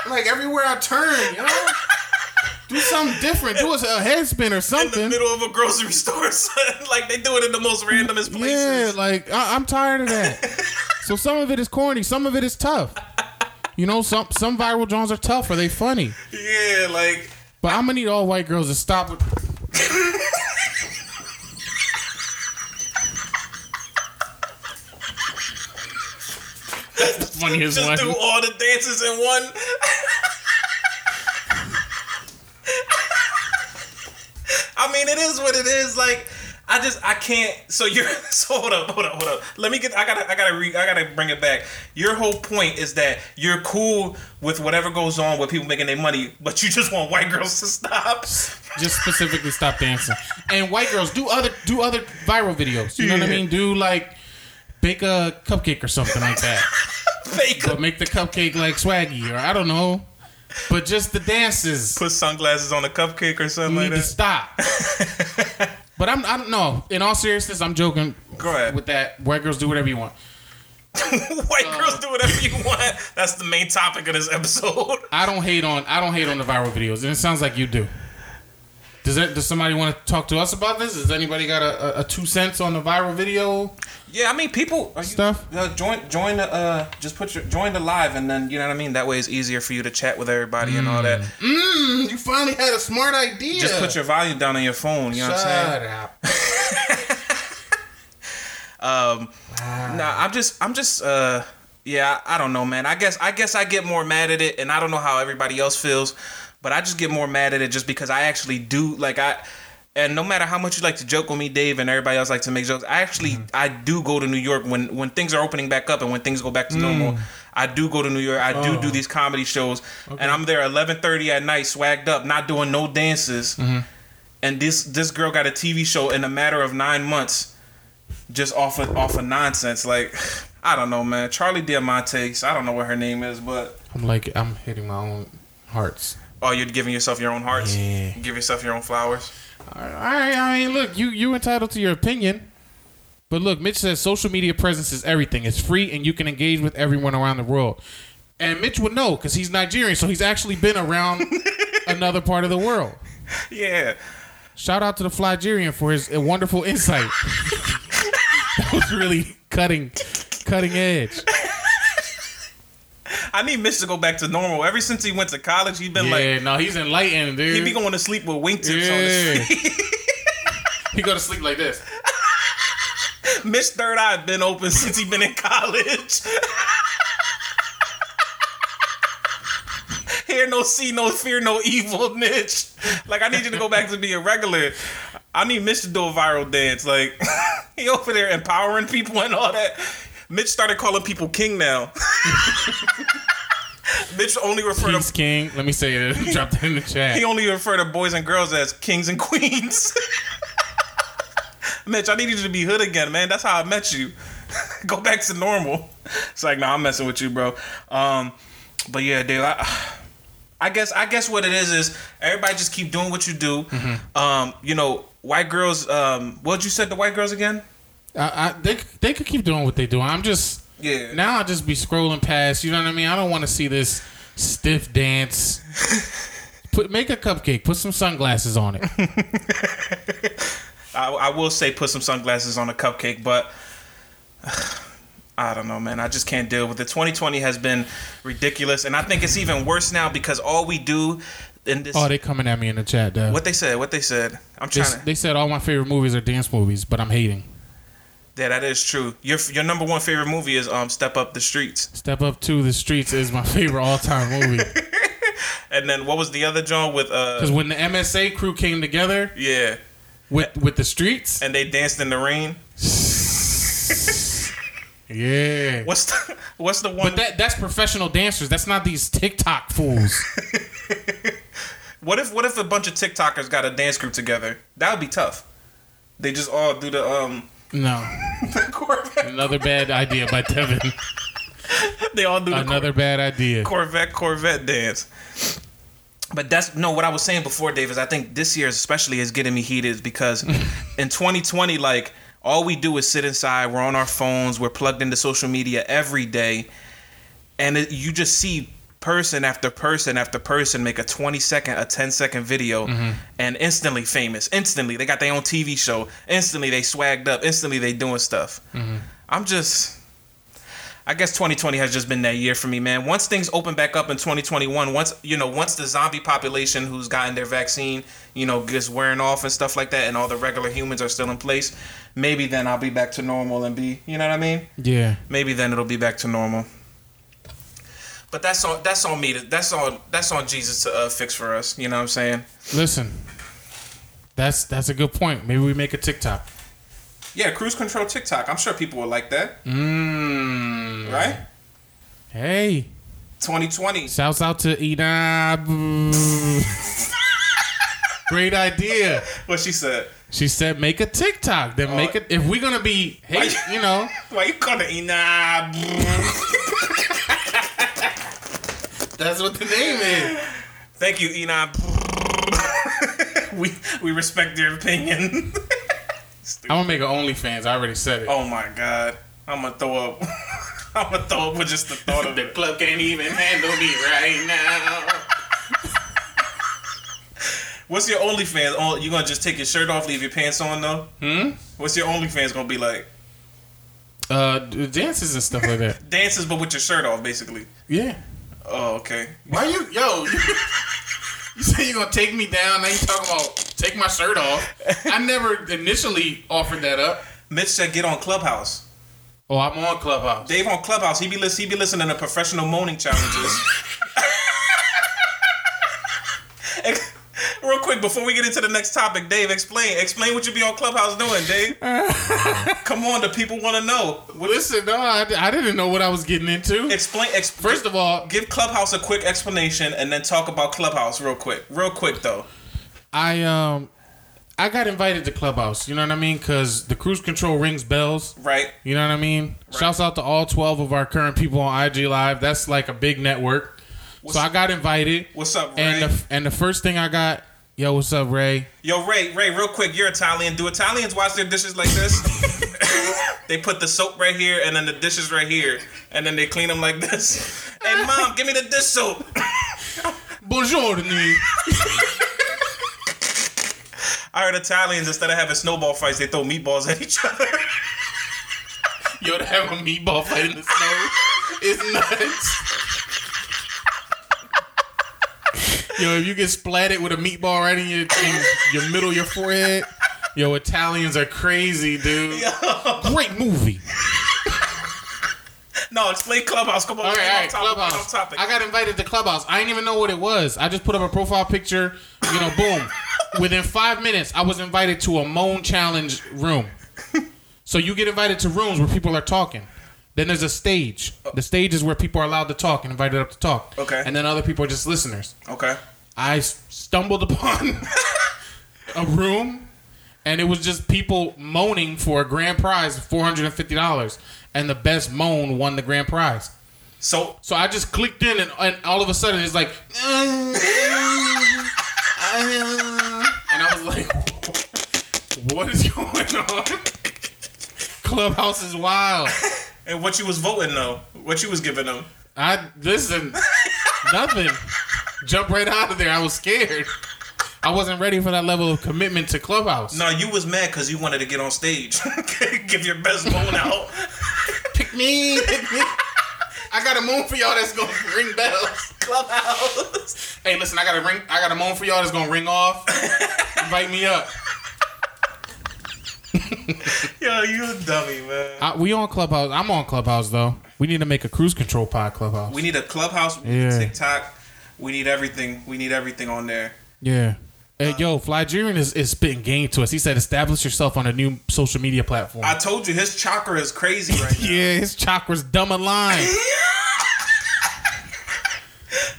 Speaker 5: Like everywhere I turn, yo, do something different. Do a head spin
Speaker 3: In
Speaker 5: or
Speaker 3: the
Speaker 5: something.
Speaker 3: middle of a grocery store, son. like they do it in the most randomest
Speaker 5: Yeah,
Speaker 3: places.
Speaker 5: like I, I'm tired of that. so some of it is corny, some of it is tough. You know, some some viral Johns are tough. Are they funny?
Speaker 3: Yeah, like
Speaker 5: But I'm gonna need all white girls to stop with. That's the funniest
Speaker 3: just
Speaker 5: one.
Speaker 3: do all the dances in one. I mean, it is what it is. Like, I just I can't. So you're so hold up, hold up, hold up. Let me get. I gotta, I gotta, re, I gotta bring it back. Your whole point is that you're cool with whatever goes on with people making their money, but you just want white girls to stop.
Speaker 5: Just specifically stop dancing. And white girls do other do other viral videos. You know what I
Speaker 3: Yeah.
Speaker 5: mean? Do like bake a cupcake or something like that.
Speaker 3: Fake.
Speaker 5: but make the cupcake like swaggy or I don't know. But just the dances.
Speaker 3: Put sunglasses on a cupcake or something
Speaker 5: You
Speaker 3: like
Speaker 5: need to
Speaker 3: that.
Speaker 5: stop. but I'm I don't know. In all seriousness, I'm joking
Speaker 3: Go ahead.
Speaker 5: with that. White girls do whatever you want.
Speaker 3: White girls do whatever you want. That's the main topic of this episode.
Speaker 5: I don't hate on I don't hate on the viral videos, and it sounds like you do. Does that, does somebody want to talk to us about this? Does anybody got a, a, a two cents on the viral video?
Speaker 3: Yeah, I mean, people are you,
Speaker 5: Stuff.
Speaker 3: Uh, join, join the, uh, just put your join the live, and then you know what I mean. That way, it's easier for you to chat with everybody and all that.
Speaker 5: Mm, you finally had a smart idea.
Speaker 3: Just put your volume down on your phone. You know what I'm saying?
Speaker 5: shut up.
Speaker 3: Um, Nah, I'm just, I'm just, uh, yeah, I I don't know, man. I guess, I guess I get more mad at it, and I don't know how everybody else feels, but I just get more mad at it just because I actually do like I. And no matter how much you like to joke with me, Dave, and everybody else like to make jokes, I actually I do go to New York when when things are opening back up and when things go back to normal. I do go to New York. I do
Speaker 5: Oh.
Speaker 3: do these comedy shows, and I'm there 11:30 at night, swagged up, not doing no dances. And this this girl got a TV show in a matter of nine months, just off of off of nonsense. Like I don't know, man. Charlie Diamantes. I don't know what her name is, but
Speaker 5: I'm like, I'm hitting my own hearts.
Speaker 3: oh, you're giving yourself your own hearts.
Speaker 5: Yeah.
Speaker 3: Give yourself your own flowers.
Speaker 5: All right, I mean, look, you you entitled to your opinion, but look, Mitch says social media presence is everything. It's free, and you can engage with everyone around the world. And Mitch would know because he's Nigerian, so he's actually been around another part of the world.
Speaker 3: Yeah.
Speaker 5: Shout out to the Flygerian for his uh, wonderful insight. that was really cutting, cutting edge.
Speaker 3: I need Mitch to go back to normal. Ever since he went to college, he's been
Speaker 5: yeah,
Speaker 3: like
Speaker 5: no, he's enlightened, dude.
Speaker 3: he be going to sleep with wingtips on
Speaker 5: Yeah.
Speaker 3: his feet.
Speaker 5: He go to sleep like this.
Speaker 3: Mitch third eye been open since he been in college. Hear no see no fear no evil, Mitch. Like I need you to go back to being regular. I need Mitch to do a viral dance. Like he over there empowering people and all that. Mitch started calling people king now. Mitch only refer to
Speaker 5: He's king. Let me say it. Drop that in the chat.
Speaker 3: He only refer to boys and girls as kings and queens. Mitch, I need you to be hood again, man. That's how I met you. Go back to normal. It's like, nah, I'm messing with you, bro. Um, but yeah, dude, I, I guess I guess what it is is everybody just keep doing what you do. Um, you know, white girls. Um, what you said to white girls again?
Speaker 5: I, I, they they could keep doing what they doing. I'm just
Speaker 3: Yeah.
Speaker 5: now. I just be scrolling past. You know what I mean? I don't want to see this stiff dance. Put make a cupcake. Put some sunglasses on it.
Speaker 3: I, I will say put some sunglasses on a cupcake, but I don't know, man. I just can't deal with it. 2020 has been ridiculous, and I think it's even worse now because all we do in this.
Speaker 5: Oh, they coming at me in the chat. Though.
Speaker 3: what they said, what they said. I'm
Speaker 5: They,
Speaker 3: trying to.
Speaker 5: they said all my favorite movies are dance movies, but I'm hating.
Speaker 3: Yeah, that is true. Your your number one favorite movie is um Step Up the Streets,
Speaker 5: Step up to the streets is my favorite all time movie.
Speaker 3: and then what was the other John with uh
Speaker 5: Because when the MSA crew came together
Speaker 3: yeah,
Speaker 5: with with the streets,
Speaker 3: and they danced in the rain.
Speaker 5: yeah.
Speaker 3: What's the what's the one?
Speaker 5: But that that's professional dancers. That's not these TikTok fools.
Speaker 3: What if what if a bunch of TikTokers got a dance group together? That would be tough. They just all do the um
Speaker 5: No,
Speaker 3: the Corvette.
Speaker 5: another bad idea by Devin.
Speaker 3: They all do the
Speaker 5: Another bad idea.
Speaker 3: Corvette Corvette dance. But that's no what I was saying before, Dave, is I think this year especially is getting me heated because in 2020, like all we do is sit inside, we're on our phones, we're plugged into social media every day, and it, you just see person after person after person make a 20 second a 10 second video and instantly famous instantly they got their own tv show instantly they swagged up instantly they doing stuff i'm just I guess 2020 has just been that year for me, man. Once things open back up in 2021, once you know, once the zombie population who's gotten their vaccine, you know, gets wearing off and stuff like that, and all the regular humans are still in place, maybe then I'll be back to normal and be, you know what I mean?
Speaker 5: Yeah.
Speaker 3: Maybe then it'll be back to normal. But that's on that's on me. To, that's on that's on Jesus to uh, fix for us. You know what I'm saying?
Speaker 5: Listen, that's that's a good point. Maybe we make a TikTok.
Speaker 3: Yeah, cruise control TikTok. I'm sure people would like that,
Speaker 5: Mm.
Speaker 3: right?
Speaker 5: Hey,
Speaker 3: 2020.
Speaker 5: shouts out to Edab. Great idea.
Speaker 3: What she said.
Speaker 5: She said, make a TikTok. Then make it. If we're gonna be, hey, you know,
Speaker 3: Why you calling it Ina?
Speaker 5: that's what the name is.
Speaker 3: Thank you, Enon. we we respect your opinion.
Speaker 5: I'm gonna make an OnlyFans. I already said it.
Speaker 3: oh my god, I'm gonna throw up. I'm gonna throw up with just the thought of it.
Speaker 5: oh, club can't even handle me right now.
Speaker 3: What's your OnlyFans? Oh, you gonna just take your shirt off, leave your pants on though?
Speaker 5: Hmm.
Speaker 3: What's your OnlyFans gonna be like?
Speaker 5: Uh, d- dances and stuff like that.
Speaker 3: Dances, but with your shirt off, basically.
Speaker 5: Yeah.
Speaker 3: Oh, okay.
Speaker 5: Why you yo? You, you say you're gonna take me down? Now you talking about take my shirt off? I never initially offered that up.
Speaker 3: Mitch said, "Get on Clubhouse."
Speaker 5: Oh, I'm on Clubhouse.
Speaker 3: Dave on Clubhouse. He be lis- he be listening to professional moaning challenges. real quick before we get into the next topic, Dave, explain explain what you be on Clubhouse doing, Dave. Come on, the people want to know. What-
Speaker 5: Listen, no, I, I didn't know what I was getting into.
Speaker 3: Explain. Ex-
Speaker 5: First of all,
Speaker 3: give Clubhouse a quick explanation and then talk about Clubhouse real quick. Real quick though.
Speaker 5: I um, I got invited to Clubhouse. You know what I mean? Because the cruise control rings bells.
Speaker 3: Right.
Speaker 5: You know what I mean? Shouts out to all 12 of our current people on IG Live. That's like a big network. so I got invited.
Speaker 3: What's up, Ray?
Speaker 5: and the, f- and the first thing I got, yo, what's up, Ray?
Speaker 3: Yo, Ray, Ray, real quick, you're Italian. Do Italians wash their dishes like this? they put the soap right here and then the dishes right here, and then they clean them like this. Hey, mom, give me the dish soap.
Speaker 5: Buongiorno.
Speaker 3: I heard Italians instead of having snowball fights, they throw meatballs at each other.
Speaker 5: yo, to have a meatball fight in the snow is nuts. yo, if you get splatted with a meatball right in your, in your middle of your forehead, yo, Italians are crazy, dude. Great movie.
Speaker 3: no, explain clubhouse. Come on,
Speaker 5: All right,
Speaker 3: get
Speaker 5: all
Speaker 3: on topic, get
Speaker 5: right, clubhouse.
Speaker 3: on topic.
Speaker 5: I got invited to clubhouse. I didn't even know what it was. I just put up a profile picture. You know, boom. Within five minutes, I was invited to a moan challenge room. So you get invited to rooms where people are talking. Then there's a stage. The stage is where people are allowed to talk and invited up to talk.
Speaker 3: Okay.
Speaker 5: And then other people are just listeners.
Speaker 3: okay.
Speaker 5: I s- stumbled upon a room, and it was just people moaning for a grand prize of four hundred and fifty dollars, and the best moan won the grand prize.
Speaker 3: So
Speaker 5: So I just clicked in, and, and all of a sudden it's like, and I was like, what is going on? Clubhouse is wild.
Speaker 3: and what you was voting though? What you was giving them?
Speaker 5: I listen, nothing. Jump right out of there. I was scared. I wasn't ready for that level of commitment to Clubhouse.
Speaker 3: No, you was mad because you wanted to get on stage, give your best moan out.
Speaker 5: pick me. Pick me. I got a moon for y'all that's gonna ring bells. Clubhouse. Hey, listen, I got a ring. I got a moon for y'all that's gonna ring off. Invite me up.
Speaker 3: Yo, you a dummy, man.
Speaker 5: I, we on Clubhouse. I'm on Clubhouse though. We need to make a cruise control pod Clubhouse.
Speaker 3: We need a clubhouse. We need
Speaker 5: Yeah.
Speaker 3: TikTok. We need everything. We need everything on there.
Speaker 5: yeah. Hey, yo, Flygerian is, is spitting game to us. He said, establish yourself on a new social media platform.
Speaker 3: I told you his chakra is crazy right now.
Speaker 5: yeah, his chakra's dumb aligned.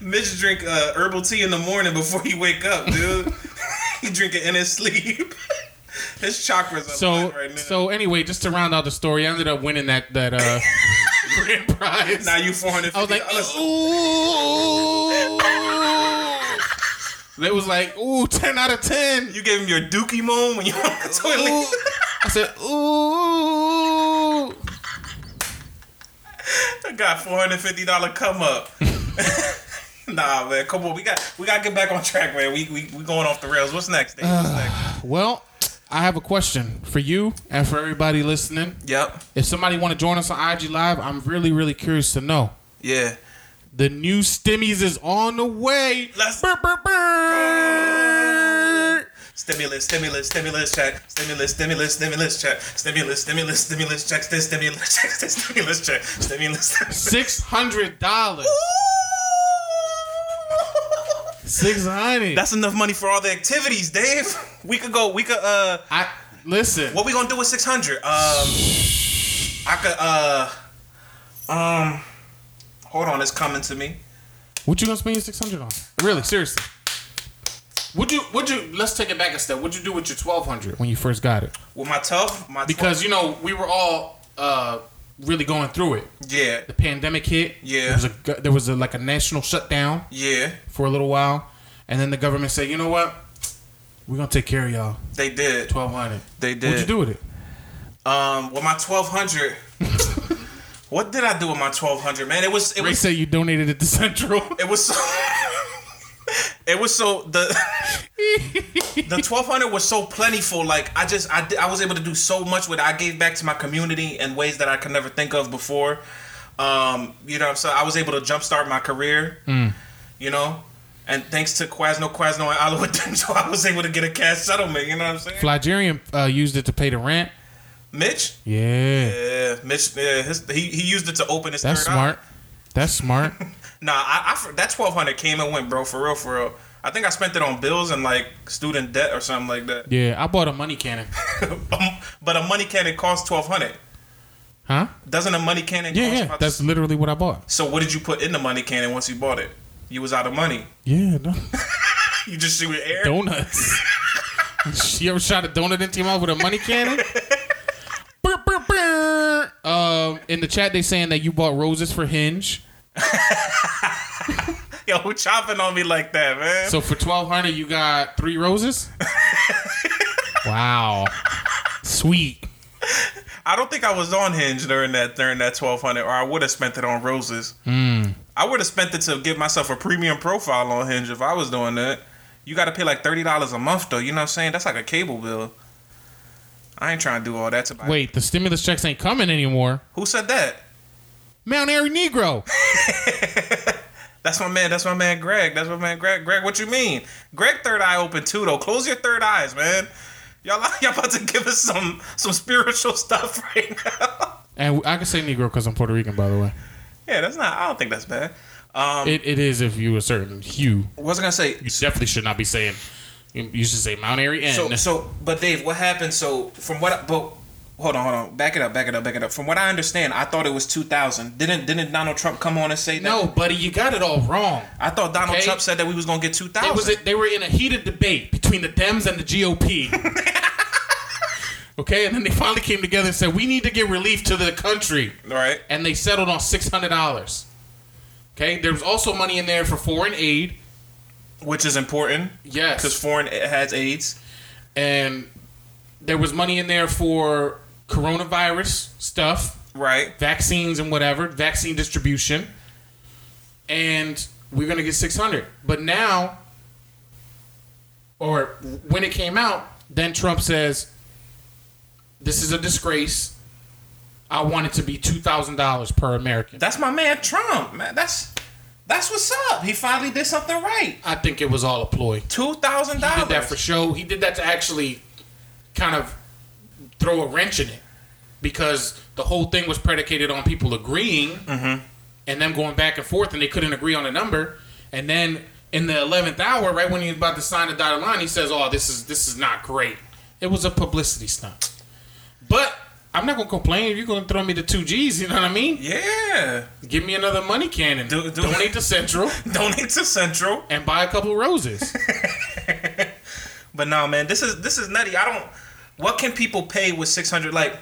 Speaker 3: Mitch drink uh, herbal tea in the morning before he wake up, dude. he drink it in his sleep. his chakras are
Speaker 5: so,
Speaker 3: lit right now.
Speaker 5: so anyway, just to round out the story, I ended up winning that that uh, grand prize.
Speaker 3: now you four hundred.
Speaker 5: I was like, ooh. They was like, ooh, 10 out of 10.
Speaker 3: you gave him your dookie moan when you were on the
Speaker 5: Ooh.
Speaker 3: toilet.
Speaker 5: I said, ooh.
Speaker 3: I got four hundred fifty dollar come up. nah, man, come on, we got we got to get back on track, man. We we, we going off the rails. What's next? Dave? What's next?
Speaker 5: Well, I have a question for you and for everybody listening.
Speaker 3: Yep.
Speaker 5: If somebody want to join us on IG Live, I'm really, really curious to know.
Speaker 3: Yeah.
Speaker 5: The new Stimmies is on the way.
Speaker 3: Let's-
Speaker 5: Brr, brr, brr.
Speaker 3: Stimulus, stimulus, stimulus check. Stimulus, stimulus, stimulus check. Stimulus, stimulus, stimulus checks. This stimulus checks. This stimulus check. Stimulus. stimulus.
Speaker 5: $600. 600
Speaker 3: That's enough money for all the activities, Dave. We could go. We could. Uh,
Speaker 5: I listen.
Speaker 3: what we gonna do with six hundred? Um, I could. Uh, um, hold on, it's coming to me.
Speaker 5: What you gonna spend your six hundred on? Really, seriously. Would you? Would you? Let's take it back a step. What'd you do with your twelve hundred when you first got it?
Speaker 3: With my tough, my
Speaker 5: Because you know we were all uh, really going through it.
Speaker 3: yeah,
Speaker 5: The pandemic hit.
Speaker 3: Yeah.
Speaker 5: There was a gu- there was a, like a national shutdown
Speaker 3: yeah,
Speaker 5: for a little while, and then the government said, you know what? We're gonna take care of y'all.
Speaker 3: they did.
Speaker 5: Twelve hundred.
Speaker 3: They did.
Speaker 5: What'd you do with it?
Speaker 3: Um, with my twelve hundred. what did I do with my twelve hundred? Man, it was it
Speaker 5: Ray
Speaker 3: was
Speaker 5: said you donated it to Central.
Speaker 3: It was so. it was so the. the twelve hundred was so plentiful. Like I just I did- I was able to do so much with. It. I gave back to my community in ways that I could never think of before. Um, you know, so I was able to jumpstart my career. You know. And thanks to Quasno, Quasno, and Oliver Denjo, I was able to get a cash settlement. You know what I'm saying?
Speaker 5: Flygerian uh, used it to pay the rent.
Speaker 3: Mitch,
Speaker 5: Yeah.
Speaker 3: yeah, Mitch, yeah, his, he, he used it to open his.
Speaker 5: That's
Speaker 3: third eye.
Speaker 5: smart. That's smart.
Speaker 3: Nah, I, I that twelve hundred came and went, bro. For real, for real. I think I spent it on bills and like student debt or something like that. Um,
Speaker 5: Yeah, I bought a money cannon.
Speaker 3: but a money cannon costs twelve hundred.
Speaker 5: Huh?
Speaker 3: Doesn't a money cannon
Speaker 5: Yeah,
Speaker 3: cost
Speaker 5: yeah.
Speaker 3: about
Speaker 5: That's literally what I bought.
Speaker 3: So what did you put in the money cannon once you bought it? You was out of money.
Speaker 5: Yeah, no.
Speaker 3: You just shoot air.
Speaker 5: donuts. you ever shot a donut into your mouth with a money cannon? Brr, brr, brr. Um, in the chat, they saying that you bought roses for Hinge.
Speaker 3: Yo, who chopping on me like that, man?
Speaker 5: So for twelve hundred, you got three roses. wow, sweet.
Speaker 3: I don't think I was on Hinge during that during that twelve hundred, or I would have spent it on roses. I would have spent it to give myself a premium profile on Hinge if I was doing that. You got to pay like thirty dollars a month though. You know what I'm saying? That's like a cable bill. I ain't trying to do all that to my.
Speaker 5: Wait, the stimulus checks ain't coming anymore.
Speaker 3: who said that?
Speaker 5: Mount Airy Negro.
Speaker 3: That's my man. That's my man, Greg. That's my man, Greg. Greg, what you mean? Greg, third eye open too though. Close your third eyes, man. Y'all, y'all about to give us some some spiritual stuff right now.
Speaker 5: And I can say Negro because I'm Puerto Rican, by the way.
Speaker 3: yeah, that's not. I don't think that's bad. Um,
Speaker 5: It, it is if you a certain hue.
Speaker 3: what was I gonna say?
Speaker 5: You definitely should not be saying. You you should say Mount Airy N.
Speaker 3: So, so, but Dave, what happened? So, from what, I, but hold on, hold on, back it up, back it up, back it up. From what I understand, I thought it was 2000. Didn't didn't Donald Trump come on and say that?
Speaker 5: no, buddy, you got it all wrong.
Speaker 3: I thought Donald
Speaker 5: Okay.
Speaker 3: Trump said that we was gonna get 2000.
Speaker 5: They was they were in a heated debate between the Dems and the GOP. okay, and then they finally came together and said we need to get relief to the country,
Speaker 3: right?
Speaker 5: and they settled on six hundred dollars. Okay, there was also money in there for foreign aid.
Speaker 3: Which is important because
Speaker 5: Yes,
Speaker 3: foreign has AIDS.
Speaker 5: and there was money in there for coronavirus stuff.
Speaker 3: Right.
Speaker 5: vaccines and whatever, vaccine distribution, and we're gonna get 600. But now, or when it came out, then Trump says, "This is a disgrace. I want it to be two thousand dollars per American."
Speaker 3: That's my man Trump, man. That's that's what's up. He finally did something right.
Speaker 5: I think it was all a ploy.
Speaker 3: Two thousand
Speaker 5: He did that for
Speaker 3: dollars.
Speaker 5: show. He did that to actually kind of throw a wrench in it because the whole thing was predicated on people agreeing
Speaker 3: Mm-hmm.
Speaker 5: and them going back and forth, and they couldn't agree on a number. And then in the eleventh hour, right when he's about to sign the dotted line, he says, "Oh, this is this is not great." It was a publicity stunt, but. I'm not gonna complain if you're gonna throw me the two G's. You know what I mean?
Speaker 3: Yeah.
Speaker 5: Give me another money cannon.
Speaker 3: Do- do-
Speaker 5: Donate to Central
Speaker 3: Donate to Central.
Speaker 5: and buy a couple roses.
Speaker 3: But no, man, this is this is nutty. I don't. What can people pay with six hundred? Like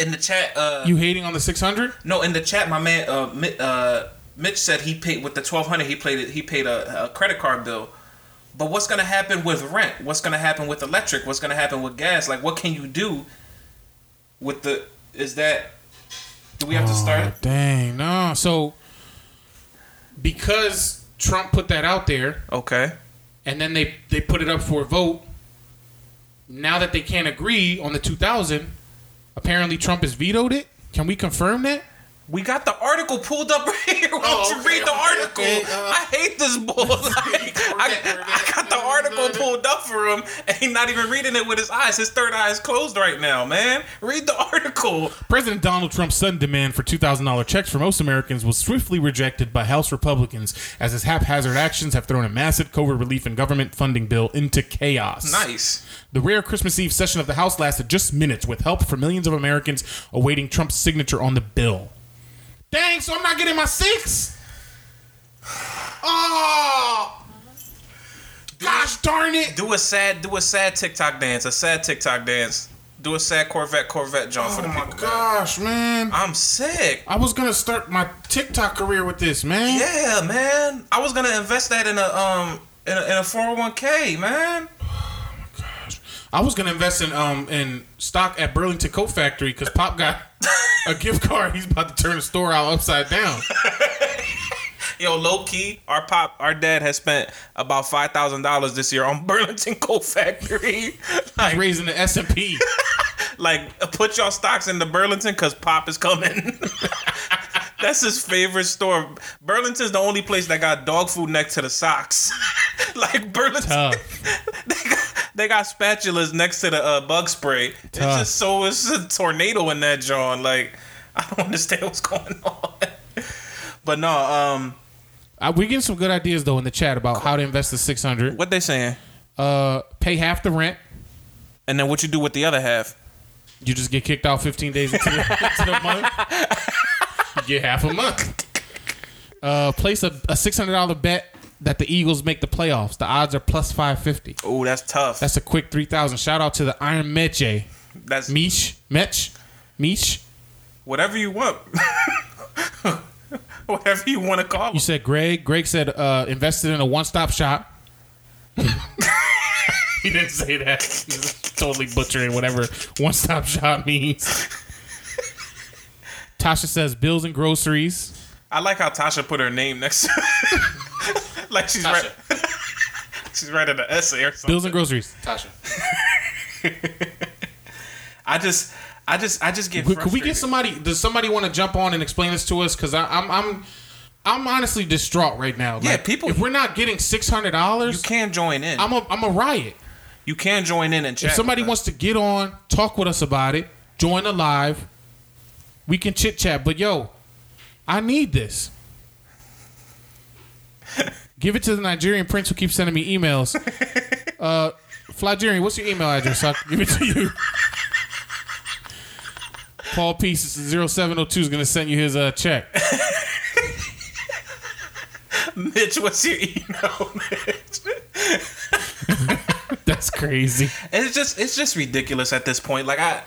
Speaker 3: in the chat, uh,
Speaker 5: you hating on the 600?
Speaker 3: no, in the chat, my man, uh, Mi- uh, Mitch said he paid with the twelve hundred. He played it. He paid a, a credit card bill. But what's gonna happen with rent? What's gonna happen with electric? What's gonna happen with gas? Like, what can you do with the? Is that? Do we have
Speaker 5: Oh,
Speaker 3: to start?
Speaker 5: Dang, no. So because Trump put that out there
Speaker 3: Okay.
Speaker 5: and then they they put it up for a vote, now that they can't agree on the 2000, apparently Trump has vetoed it. Can we confirm that?
Speaker 3: We got the article pulled up right here. Why
Speaker 5: Oh,
Speaker 3: don't you
Speaker 5: okay,
Speaker 3: read the
Speaker 5: okay,
Speaker 3: article?
Speaker 5: okay, uh,
Speaker 3: I hate this bull. Like, I, I got the article pulled up for him, and he's not even reading it with his eyes. His third eye is closed right now, man. Read the article.
Speaker 5: President Donald Trump's sudden demand for $2,000 checks for most Americans was swiftly rejected by House Republicans as his haphazard actions have thrown a massive COVID relief and government funding bill into chaos.
Speaker 3: Nice.
Speaker 5: The rare Christmas Eve session of the House lasted just minutes with help for millions of Americans awaiting Trump's signature on the bill. Dang, so I'm not getting my six? Oh! Gosh darn it!
Speaker 3: Do a sad, do a sad TikTok dance. A sad TikTok dance. Do a sad Corvette, Corvette, John, for
Speaker 5: Oh
Speaker 3: the
Speaker 5: my
Speaker 3: people. man.
Speaker 5: gosh, man.
Speaker 3: I'm sick.
Speaker 5: I was gonna start my TikTok career with this, man.
Speaker 3: Yeah, man. I was gonna invest that in a um in a, in a 401k, man.
Speaker 5: I was gonna invest in um in stock at Burlington Coat Factory because Pop got a gift card. He's about to turn the store out upside down.
Speaker 3: Yo, low key, our pop, our dad has spent about five thousand dollars this year on Burlington Coat Factory. like,
Speaker 5: Raising the S and P.
Speaker 3: like, put your stocks into Burlington because pop is coming. That's his favorite store. Burlington's the only place that got dog food next to the socks. like Burlington, they, got, they got spatulas next to the uh, bug spray. It's
Speaker 5: Tough.
Speaker 3: just so it's a tornado in that John. Like, I don't understand what's going on. but no, um.
Speaker 5: Uh, we're getting some good ideas though in the chat about how to invest the six hundred.
Speaker 3: What they saying?
Speaker 5: Uh, pay half the rent.
Speaker 3: And then what you do with the other half?
Speaker 5: You just get kicked out fifteen days into the, into the month. You get half a month. Uh, place a, a six hundred dollar bet that the Eagles make the playoffs. The odds are plus five fifty.
Speaker 3: Oh, that's tough.
Speaker 5: That's a quick three thousand. Shout out to the Iron Meche,
Speaker 3: That's me.
Speaker 5: Meech, Mech, Meech.
Speaker 3: Whatever you want. Whatever you want to call
Speaker 5: You
Speaker 3: it.
Speaker 5: said Greg. Greg said uh, invested in a one stop shop. he didn't say that. He's totally butchering whatever one stop shop means. Tasha says bills and groceries.
Speaker 3: I like how Tasha put her name next to Like she's right. she's writing an essay or something.
Speaker 5: Bills and groceries. Tasha,
Speaker 3: I just I just I just get
Speaker 5: could,
Speaker 3: frustrated.
Speaker 5: we get somebody? Does somebody want to jump on and explain this to us? Because I'm I'm I'm honestly distraught right now.
Speaker 3: Yeah, people-
Speaker 5: If we're not getting six hundred
Speaker 3: You
Speaker 5: dollars,
Speaker 3: can join in.
Speaker 5: I'm a I'm a riot.
Speaker 3: you can join in and chat.
Speaker 5: If somebody
Speaker 3: with us.
Speaker 5: wants to get on, talk with us about it, join the live, we can chit chat. But yo, I need this. Give it to the Nigerian prince who keeps sending me emails. Uh, Flygerian, what's your email address? I'll give it to you. Paul Peace 0702 is going to send you his uh, check.
Speaker 3: Mitch, what's your email?
Speaker 5: That's crazy.
Speaker 3: it's just it's just ridiculous at this point. Like I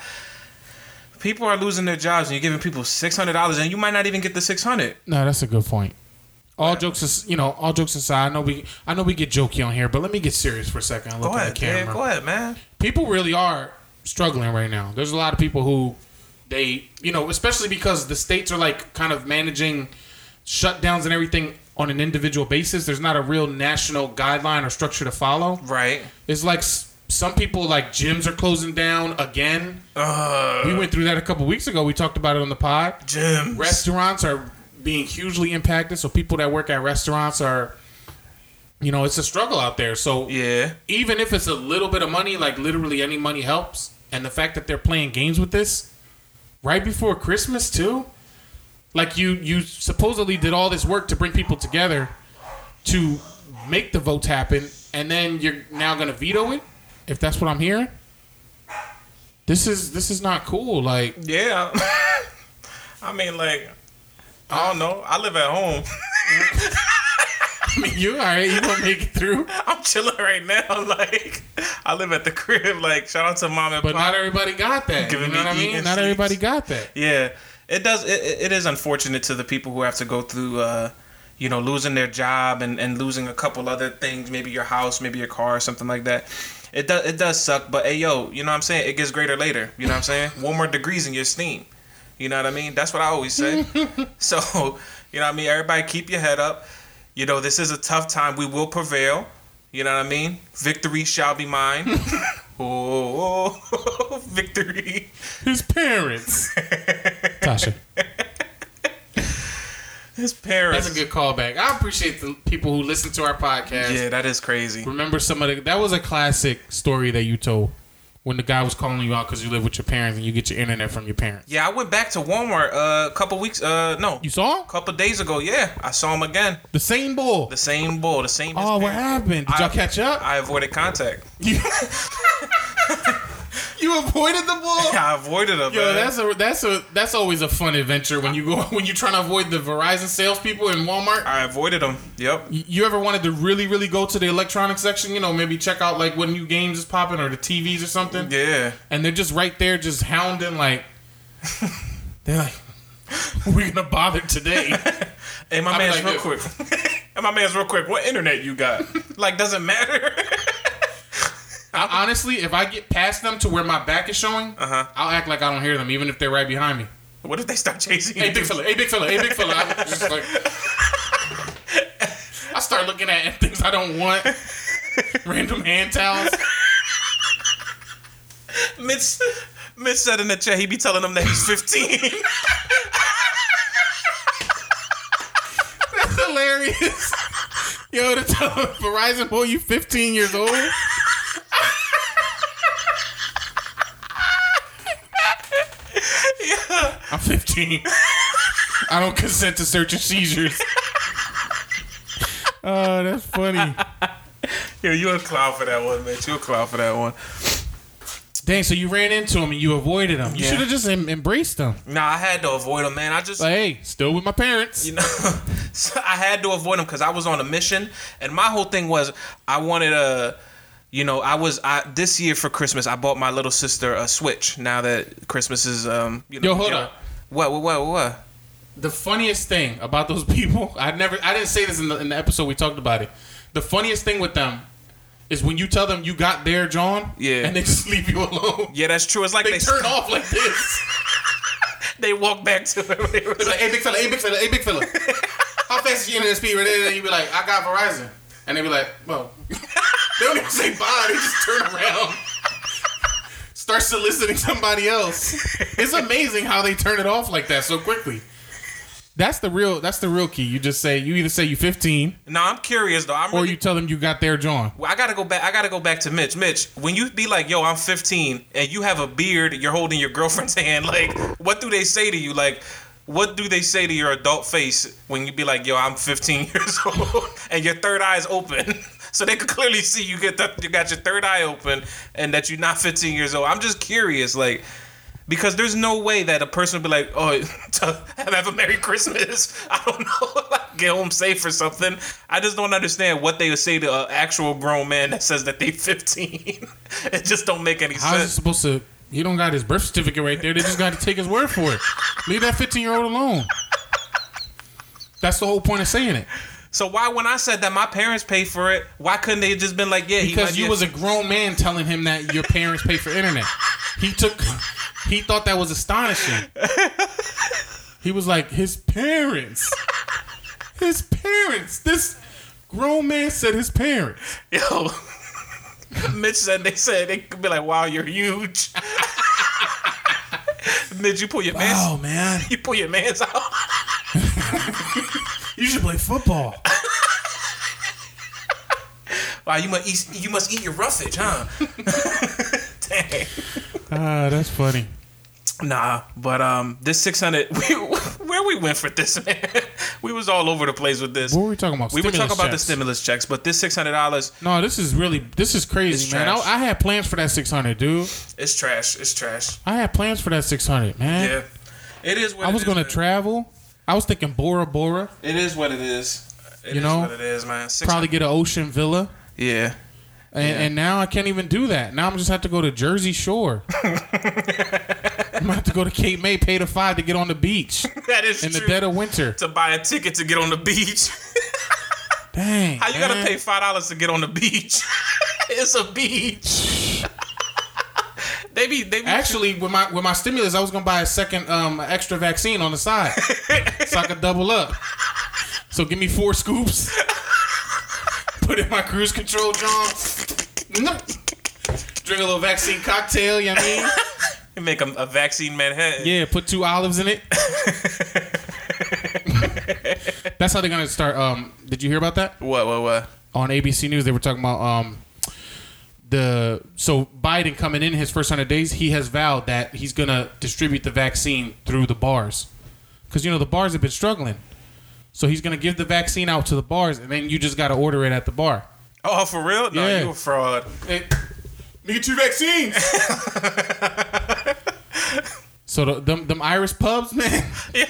Speaker 3: people are losing their jobs and you're giving people six hundred dollars and you might not even get the six hundred.
Speaker 5: No, that's a good point. All jokes, is, you know, all jokes aside, I know we, I know we get jokey on here, but let me get serious for a second. and
Speaker 3: Go
Speaker 5: Look at
Speaker 3: ahead,
Speaker 5: the camera.
Speaker 3: man. Go ahead, man.
Speaker 5: people really are struggling right now. There's a lot of people who they, you know, especially because the states are like kind of managing shutdowns and everything on an individual basis. There's not a real national guideline or structure to follow.
Speaker 3: Right.
Speaker 5: It's like s- some people like gyms are closing down again.
Speaker 3: Uh
Speaker 5: We went through that a couple weeks ago. We talked about it on the pod.
Speaker 3: Jim.
Speaker 5: Restaurants are being hugely impacted, so people that work at restaurants are you know, it's a struggle out there. So
Speaker 3: Yeah.
Speaker 5: even if it's a little bit of money, like literally any money helps. And the fact that they're playing games with this right before Christmas too, like you you supposedly did all this work to bring people together to make the votes happen, and then you're now going to veto it. If that's what I'm hearing, this is this is not cool. Like
Speaker 3: Yeah. I mean like I don't know. I live at home.
Speaker 5: I mean, you all right? You gonna make it through?
Speaker 3: I'm chilling right now. Like I live at the crib. Like shout out to mom and
Speaker 5: But
Speaker 3: pop.
Speaker 5: not everybody got that. You
Speaker 3: Giving
Speaker 5: know
Speaker 3: me
Speaker 5: what I mean?
Speaker 3: eating
Speaker 5: Not
Speaker 3: sleeps.
Speaker 5: everybody got that.
Speaker 3: Yeah, it does. It, it- it is unfortunate to the people who have to go through, uh, you know, losing their job and, and losing a couple other things, maybe your house, maybe your car, something like that. It does it does suck, but hey yo, you know what I'm saying? It gets greater later. You know what I'm saying? One more degrees in your steam. You know what I mean? That's what I always say. so, you know what I mean? Everybody keep your head up. You know, this is a tough time. We will prevail. You know what I mean? Victory shall be mine. oh, victory.
Speaker 5: His parents, Tasha.
Speaker 3: His parents.
Speaker 5: That's a good callback. I appreciate the people who listen to our podcast.
Speaker 3: Yeah, that is crazy.
Speaker 5: Remember some of the, that was a classic story that you told when the guy was calling you out because you live with your parents and you get your internet from your parents.
Speaker 3: Yeah, I went back to Walmart uh, a couple weeks. Uh, no,
Speaker 5: You saw him?
Speaker 3: a couple days ago. Yeah, I saw him again.
Speaker 5: the same bull.
Speaker 3: The same bull, the same.
Speaker 5: oh, what
Speaker 3: parents.
Speaker 5: happened? Did y'all catch up?
Speaker 3: I avoided contact.
Speaker 5: you avoided the bull.
Speaker 3: I avoided him.
Speaker 5: Yo,
Speaker 3: man.
Speaker 5: that's a that's a that's always a fun adventure when you go when you're trying to avoid the Verizon salespeople in Walmart.
Speaker 3: I avoided him. Yep.
Speaker 5: Y- You ever wanted to really really go to the electronics section? You know, maybe check out like what new games is popping or the TVs or something.
Speaker 3: Yeah.
Speaker 5: and they're just right there, just hounding like they're like, we're gonna bother today.
Speaker 3: Hey, my
Speaker 5: I mean,
Speaker 3: man's
Speaker 5: like,
Speaker 3: real quick. hey, my man's real quick. What internet you got? like, doesn't matter.
Speaker 5: I, honestly, if I get past them to where my back is showing,
Speaker 3: Uh-huh.
Speaker 5: I'll act like I don't hear them, even if they're right behind me.
Speaker 3: what if they start chasing
Speaker 5: Hey,
Speaker 3: you?
Speaker 5: big fella! Hey, big fella! Hey, big fella! I'm just like, I start looking at things I don't want. Random hand towels.
Speaker 3: Mitch, Mitch said in the chat he be telling them that he's 15.
Speaker 5: That's hilarious. Yo, to tell a Verizon boy you 15 years old. I'm 15. I don't consent to search and seizures. Oh, that's funny.
Speaker 3: Yo, you a clown for that one, man. You a clown for that one.
Speaker 5: Dang, so you ran into him and you avoided him. You
Speaker 3: Yeah.
Speaker 5: should have just em- embraced him.
Speaker 3: Nah, I had to avoid him, man. I just
Speaker 5: Like, hey, still with my parents.
Speaker 3: you know so i had to avoid him because i was on a mission and my whole thing was i wanted a you know i was i this year for christmas i bought my little sister a switch now that christmas is um you know
Speaker 5: Yo, hold
Speaker 3: you know-
Speaker 5: up.
Speaker 3: what what what what
Speaker 5: The funniest thing about those people, I never, I didn't say this in the, in the episode we talked about it. The funniest thing with them is when you tell them you got there, John.
Speaker 3: Yeah.
Speaker 5: and they just leave you alone.
Speaker 3: yeah that's true it's like
Speaker 5: They,
Speaker 3: they,
Speaker 5: turn off like this.
Speaker 3: they walk back to it
Speaker 5: It's like, hey, big fella, hey, big fella, hey, big fella. How fast is your internet speed? And you be like, I got Verizon. And they be like, well, they don't even say bye. They just turn around, start soliciting somebody else. It's amazing how they turn it off like that so quickly. That's the real. That's the real key. You just say you either say you 15
Speaker 3: no i'm curious though i'm
Speaker 5: or
Speaker 3: really
Speaker 5: you tell them you got there, John.
Speaker 3: Well, I gotta go back. I gotta go back to Mitch. Mitch, when you be like, "Yo, I'm 15," and you have a beard, you're holding your girlfriend's hand. Like, what do they say to you? Like, what do they say to your adult face when you be like, "Yo, I'm 15 years old," and your third eye is open, so they could clearly see you get the, you got your third eye open, and that you're not 15 years old. I'm just curious, like. Because there's no way that a person would be like, oh, have a Merry Christmas. I don't know, like, get home safe or something. I just don't understand what they would say to an actual grown man that says that they 15. it just don't make any
Speaker 5: How's it
Speaker 3: sense.
Speaker 5: supposed to? He don't got his birth certificate right there. They just got to take his word for it. Leave that 15 year old alone. That's the whole point of saying it.
Speaker 3: So why, when I said that my parents paid for it, why couldn't they just been like, yeah, he
Speaker 5: because
Speaker 3: might
Speaker 5: you
Speaker 3: be
Speaker 5: was a grown man telling him that your parents pay for internet. He took, he thought that was astonishing. He was like, his parents, his parents. This grown man said his parents.
Speaker 3: yo. Mitch said they said they could be like, wow, you're huge. Mitch, you pull your man's,
Speaker 5: Oh man,
Speaker 3: you pull your man's out.
Speaker 5: you should play football.
Speaker 3: Wow, you must eat, you must eat your roughage, huh? Dang.
Speaker 5: Ah, that's funny.
Speaker 3: Nah, but um, this six hundred, we, where we went for this, man, we was all over the place with this.
Speaker 5: What were we talking about?
Speaker 3: We were
Speaker 5: Stimulus
Speaker 3: talking about the
Speaker 5: checks.
Speaker 3: stimulus checks, but this six hundred dollars,
Speaker 5: No, this is really this is crazy,
Speaker 3: It's
Speaker 5: man. I,
Speaker 3: trash.
Speaker 5: I had plans for that six hundred, dude.
Speaker 3: it's trash. It's trash.
Speaker 5: I had plans for that six hundred, man.
Speaker 3: Yeah, it is. What
Speaker 5: I
Speaker 3: it
Speaker 5: was
Speaker 3: is,
Speaker 5: gonna
Speaker 3: man.
Speaker 5: travel. I was thinking Bora Bora,
Speaker 3: It is what it is. It is
Speaker 5: You know?
Speaker 3: what it is, man. Six
Speaker 5: probably
Speaker 3: hundred.
Speaker 5: get an ocean villa.
Speaker 3: Yeah.
Speaker 5: And, and now I can't even do that. Now I'm just have to go to Jersey Shore. I'm gonna have to go to Cape May, pay the five to get on the beach
Speaker 3: That is
Speaker 5: in the
Speaker 3: true.
Speaker 5: dead of winter.
Speaker 3: to buy a ticket to get on the beach.
Speaker 5: Dang,
Speaker 3: How you gotta
Speaker 5: man.
Speaker 3: pay five dollars to get on the beach? it's a beach. they be they be
Speaker 5: Actually, with my with my stimulus, I was gonna buy a second um extra vaccine on the side so I could double up. So give me four scoops. Put in my cruise control, John. No. Drink a little vaccine cocktail. You know what I mean?
Speaker 3: You make a, a vaccine Manhattan.
Speaker 5: Yeah, put two olives in it. That's how they're gonna start. Um, did you hear about that
Speaker 3: What? What? What?
Speaker 5: on ABC News? They were talking about um, the so Biden coming in his first hundred days, he has vowed that he's gonna distribute the vaccine through the bars, because you know the bars have been struggling. So he's gonna give the vaccine out to the bars, and then you just gotta order it at the bar.
Speaker 3: Oh, for real? No,
Speaker 5: Yeah.
Speaker 3: you a fraud.
Speaker 5: Hey, me get two vaccines. so the, them them Irish pubs, man.
Speaker 3: Yo,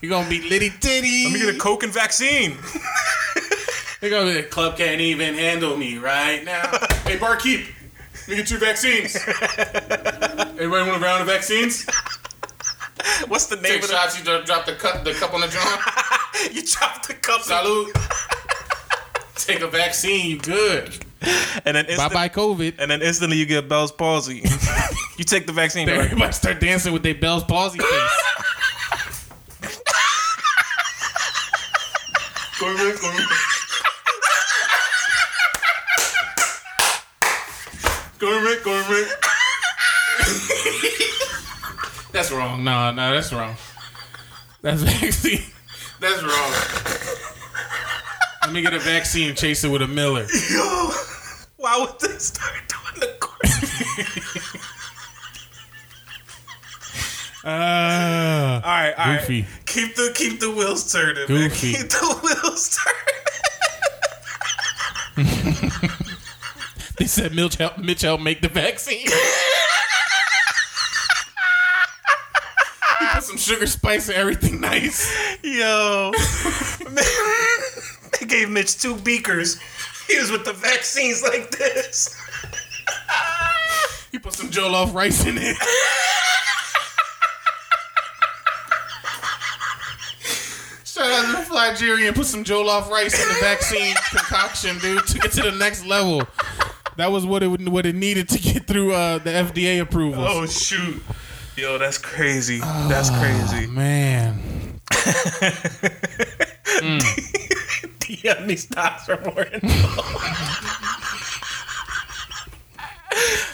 Speaker 5: You're gonna be litty titty.
Speaker 3: let me get a Coke and vaccine.
Speaker 5: They're gonna be like, club can't even handle me right now. hey, barkeep, let me get two vaccines. Everybody want a round of vaccines?
Speaker 3: What's the name
Speaker 5: Take
Speaker 3: of the?
Speaker 5: shots. You dro- drop the cup, the cup on the drum.
Speaker 3: You chopped the cup
Speaker 5: Salute. Take a vaccine. You good?
Speaker 3: and then
Speaker 5: Bye
Speaker 3: instant-
Speaker 5: bye COVID.
Speaker 3: and then instantly you get Bell's palsy. you take the vaccine. you're like,
Speaker 5: Everybody start dancing with their Bell's palsy face.
Speaker 1: Government, government.
Speaker 5: That's wrong. No, no, that's wrong. That's vaccine. That's wrong. Let me get a vaccine and chase it with a Miller.
Speaker 3: Yo, why would they start doing the course?
Speaker 5: Ah.
Speaker 3: All right, all right.
Speaker 5: Goofy.
Speaker 3: Keep the keep the wheels turning. man.
Speaker 5: Goofy.
Speaker 3: Keep the wheels turning.
Speaker 5: They said Mitch help Mitch helped make the vaccine. He put Some sugar, spice, and everything nice.
Speaker 3: Yo, they gave Mitch two beakers. He was with the vaccines like this.
Speaker 5: He put some jollof rice in it. Shout out to the Nigerian. Put some jollof rice in the vaccine concoction, dude. Took it to the next level. That was what it would- what it needed to get through uh, the FDA approval.
Speaker 3: Oh shoot. Yo, that's crazy. That's
Speaker 5: Ah,
Speaker 3: crazy.
Speaker 5: man,
Speaker 3: DM me stocks for more info.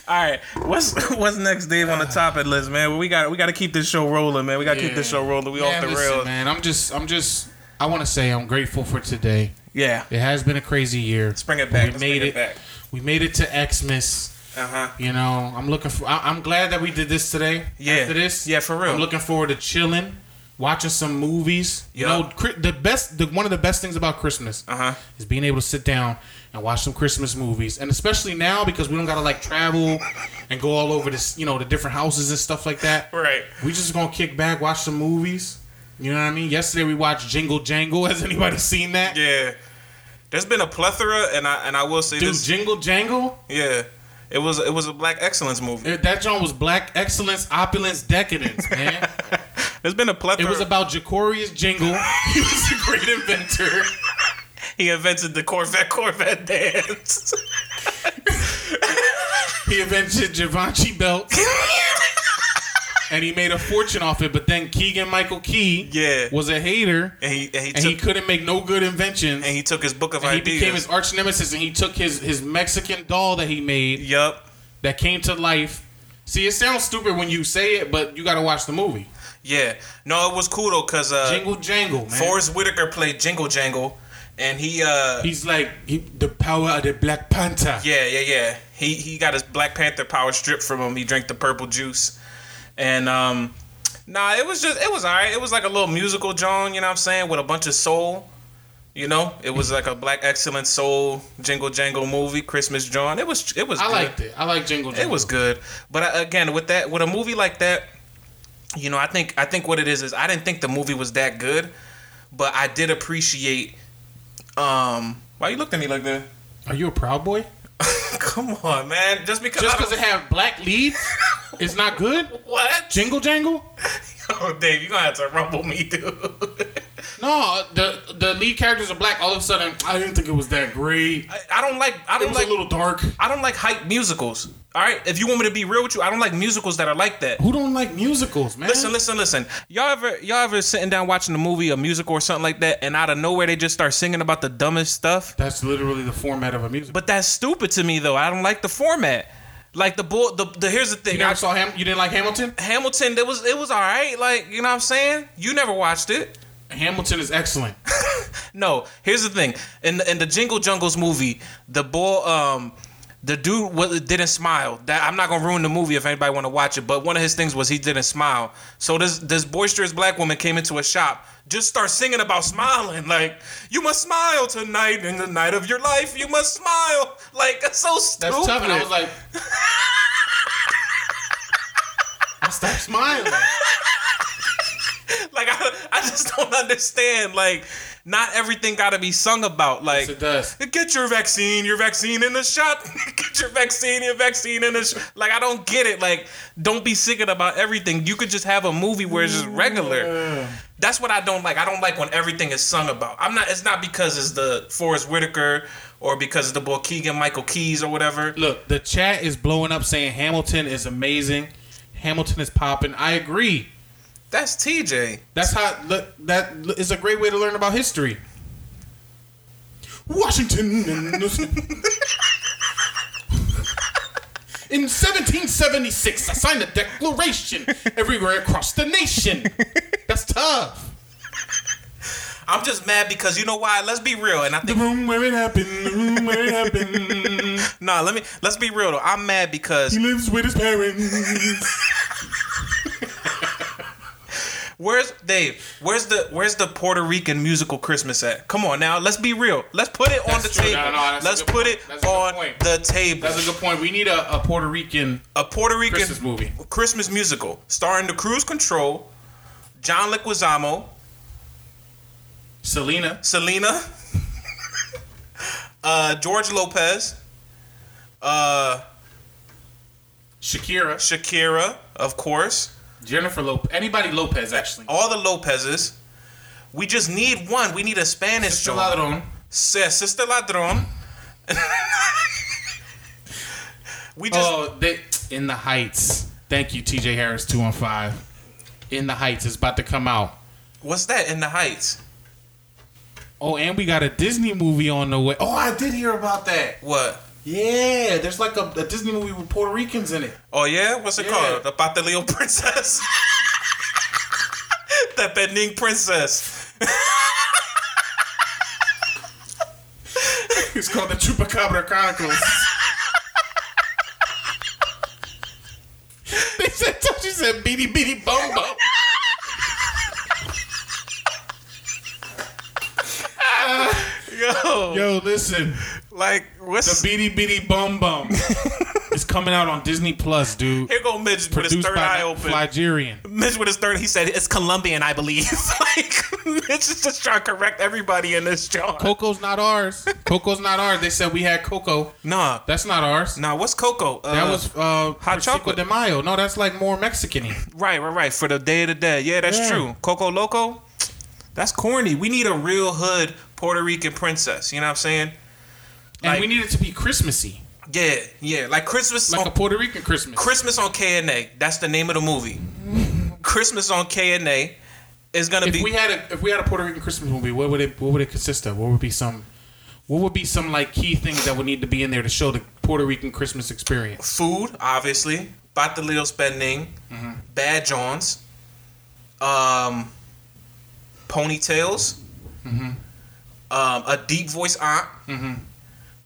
Speaker 3: All right, what's what's next, Dave, on the topic list, man? We got we got to keep this show rolling, man. We got to keep this
Speaker 5: Yeah.
Speaker 3: show rolling. We
Speaker 5: man,
Speaker 3: off the
Speaker 5: listen,
Speaker 3: rails,
Speaker 5: man. I'm just I'm just I want to say I'm grateful for today.
Speaker 3: yeah.
Speaker 5: It has been a crazy year.
Speaker 3: Let's bring it back.
Speaker 5: We
Speaker 3: Let's
Speaker 5: made
Speaker 3: bring it,
Speaker 5: it.
Speaker 3: back.
Speaker 5: We made it to Xmas.
Speaker 3: Uh huh.
Speaker 5: You know, I'm looking for. I, I'm glad that we did this today.
Speaker 3: Yeah.
Speaker 5: After this,
Speaker 3: Yeah, for real.
Speaker 5: I'm looking forward to chilling, watching some movies. You
Speaker 3: Yeah.
Speaker 5: know, cri- the best, the one of the best things about Christmas
Speaker 3: Uh-huh.
Speaker 5: is being able to sit down and watch some Christmas movies, and especially now because we don't gotta like travel and go all over this, you know, the different houses and stuff like that.
Speaker 3: Right.
Speaker 5: We just gonna kick back, watch some movies. You know what I mean? Yesterday we watched Jingle Jangle. Has anybody seen that?
Speaker 3: Yeah. There's been a plethora, and I and I will say
Speaker 5: Dude,
Speaker 3: this.
Speaker 5: Jingle Jangle.
Speaker 3: yeah. It was it was a black excellence movie.
Speaker 5: It- That joint was black excellence, opulence, decadence, man.
Speaker 3: There's been a plethora.
Speaker 5: It was about Jacorius Jingle. he was a great inventor.
Speaker 3: he invented the Corvette Corvette dance.
Speaker 5: He invented Givenchy belts. and he made a fortune off it. But then Keegan Michael Key
Speaker 3: Yeah.
Speaker 5: was a hater
Speaker 3: and he and he
Speaker 5: and
Speaker 3: took
Speaker 5: he couldn't make no good inventions.
Speaker 3: and he took his book of
Speaker 5: And he
Speaker 3: ideas.
Speaker 5: became his arch nemesis and he took his, his Mexican doll that he made
Speaker 3: Yup.
Speaker 5: that came to life. See, it sounds stupid when you say it, but you gotta watch the movie.
Speaker 3: Yeah. No, it was cool though, cause uh,
Speaker 5: Jingle Jangle, man.
Speaker 3: Forrest Whitaker played Jingle Jangle, and he uh,
Speaker 5: He's like he, the power of the Black Panther.
Speaker 3: yeah, yeah, yeah. He he got his Black Panther power stripped from him. He drank the purple juice, and um, nah, it was just it was alright. It was like a little musical John, you know what I'm saying, with a bunch of soul. You know, it was like a black excellent soul jingle jangle movie, Christmas John. It was it was
Speaker 5: I
Speaker 3: good.
Speaker 5: liked it. I like Jingle Jangle.
Speaker 3: It was good, but I, again, with that, with a movie like that, you know, I think I think what it is is I didn't think the movie was that good, but I did appreciate. Um, why you looked at me like that?
Speaker 5: Are you a proud boy?
Speaker 3: Come on, man! Just because
Speaker 5: Just
Speaker 3: I
Speaker 5: because
Speaker 3: don't-
Speaker 5: it have black leads, it's not good.
Speaker 3: what?
Speaker 5: Jingle jangle?
Speaker 3: Oh, Dave, you gonna have to rumble me, dude.
Speaker 5: No, the the lead characters are black. All of a sudden, I didn't think it was that great.
Speaker 3: I, I don't like. I
Speaker 5: It
Speaker 3: don't
Speaker 5: was
Speaker 3: like.
Speaker 5: a little dark.
Speaker 3: I don't like hype musicals. All right, if you want me to be real with you, I don't like musicals that are like that.
Speaker 5: Who don't like musicals, man?
Speaker 3: Listen, listen, listen. Y'all ever y'all ever sitting down watching a movie, a musical or something like that, and out of nowhere they just start singing about the dumbest stuff?
Speaker 5: That's literally the format of a musical.
Speaker 3: But that's stupid to me though. I don't like the format. Like the bull the, the here's the
Speaker 5: you
Speaker 3: thing.
Speaker 5: never
Speaker 3: I-
Speaker 5: saw Ham. You didn't like Hamilton?
Speaker 3: Hamilton, that was it was alright. Like, you know what I'm saying? You never watched it.
Speaker 5: Hamilton is excellent.
Speaker 3: No, here's the thing. In the, in the Jingle Jungles movie, the boy, um, the dude was, didn't smile. That I'm not gonna ruin the movie if anybody want to watch it. But one of his things was he didn't smile. So this this boisterous black woman came into a shop, just start singing about smiling. Like you must smile tonight in the night of your life. You must smile. Like that's so stupid.
Speaker 5: That's tough. And I was like, I stopped smiling.
Speaker 3: like I, I just don't understand. Like, not everything got to be sung about. Like,
Speaker 5: it does.
Speaker 3: get your vaccine, your vaccine in the shot. get your vaccine, your vaccine in the shot. Like, I don't get it. Like, don't be singing about everything. You could just have a movie where it's just regular. That's what I don't like. I don't like when everything is sung about. I'm not. It's not because it's the Forrest Whitaker or because it's the boy Keegan Michael Keys or whatever.
Speaker 5: Look, the chat is blowing up saying Hamilton is amazing. Hamilton is popping. I agree.
Speaker 3: That's TJ.
Speaker 5: That's how look, that is a great way to learn about history. Washington in 1776 I signed a declaration everywhere across the nation. That's tough.
Speaker 3: I'm just mad because you know why? Let's be real, and I think.
Speaker 5: room where it happened, the room where it happened.
Speaker 3: Nah, let me let's be real though. I'm mad because
Speaker 5: lives with his parents.
Speaker 3: Where's Dave? Where's the Where's the Puerto Rican musical Christmas at? Come on now, let's be real. Let's put it on the
Speaker 5: That's true.
Speaker 3: table.
Speaker 5: No, no, that's a
Speaker 3: let's
Speaker 5: good
Speaker 3: put
Speaker 5: point.
Speaker 3: it
Speaker 5: That's a good
Speaker 3: on
Speaker 5: point.
Speaker 3: the table.
Speaker 5: That's a good point. We need a, a Puerto Rican
Speaker 3: a Puerto Rican
Speaker 5: Christmas movie.
Speaker 3: Christmas musical starring the Cruise Control, John Leguizamo,
Speaker 5: Selena.
Speaker 3: Selena, uh, George Lopez, uh,
Speaker 5: Shakira.
Speaker 3: Shakira, of course,
Speaker 5: Jennifer Lopez. Anybody Lopez, actually.
Speaker 3: all the Lopezes. We just need one. We need a Spanish
Speaker 5: Sister
Speaker 3: joint.
Speaker 5: Ladron.
Speaker 3: Sis- Sister Ladron. we just
Speaker 5: Oh, they, In the Heights. Thank you, TJ Harris, 215. In the Heights is about to come out.
Speaker 3: what's that in the Heights?
Speaker 5: Oh, and we got a Disney movie on the way. Oh, I did hear about that.
Speaker 3: What?
Speaker 5: Yeah, there's like a, a Disney movie with Puerto Ricans in it.
Speaker 3: Oh yeah, what's it
Speaker 5: Yeah.
Speaker 3: called? The Pataleo Princess. the Benin Princess.
Speaker 5: It's called the Chupacabra Chronicles. they said, she said, beady beady bum bum.
Speaker 3: Yo,
Speaker 5: Yo, listen,
Speaker 3: like
Speaker 5: the
Speaker 3: what's
Speaker 5: beady beady bum bum is coming out on Disney Plus, dude.
Speaker 3: here go Midge with his
Speaker 5: Produced
Speaker 3: third
Speaker 5: by
Speaker 3: eye open.
Speaker 5: Nigerian.
Speaker 3: Mitch with his third, he said it's Colombian, I believe. like Mitch is just trying to correct everybody in this jar.
Speaker 5: Coco's not ours. Coco's not ours. They said we had Coco.
Speaker 3: nah,
Speaker 5: That's not ours.
Speaker 3: nah. What's cocoa? Uh,
Speaker 5: That was uh,
Speaker 3: hot
Speaker 5: for Cinco
Speaker 3: chocolate.
Speaker 5: de Mayo. No, that's like more Mexican.
Speaker 3: right, right, right. For the day of the dead. Yeah, that's
Speaker 5: Yeah.
Speaker 3: true. Coco loco. That's corny. We need a real hood Puerto Rican princess. You know what I'm saying?
Speaker 5: And
Speaker 3: Like-
Speaker 5: we need it to be Christmassy,
Speaker 3: Yeah, yeah. Like Christmas
Speaker 5: like
Speaker 3: on
Speaker 5: a Puerto Rican Christmas.
Speaker 3: Christmas on KNA. That's the name of the movie. Christmas on KNA is gonna
Speaker 5: if
Speaker 3: be
Speaker 5: we had a if we had a Puerto Rican Christmas movie, what would it what would it consist of? What would be some what would be some like key things that would need to be in there to show the Puerto Rican Christmas experience?
Speaker 3: food, obviously. Batalillo spending,
Speaker 5: Mm-hmm.
Speaker 3: bad Johns, um, ponytails,
Speaker 5: Mm-hmm.
Speaker 3: um, a deep voice aunt.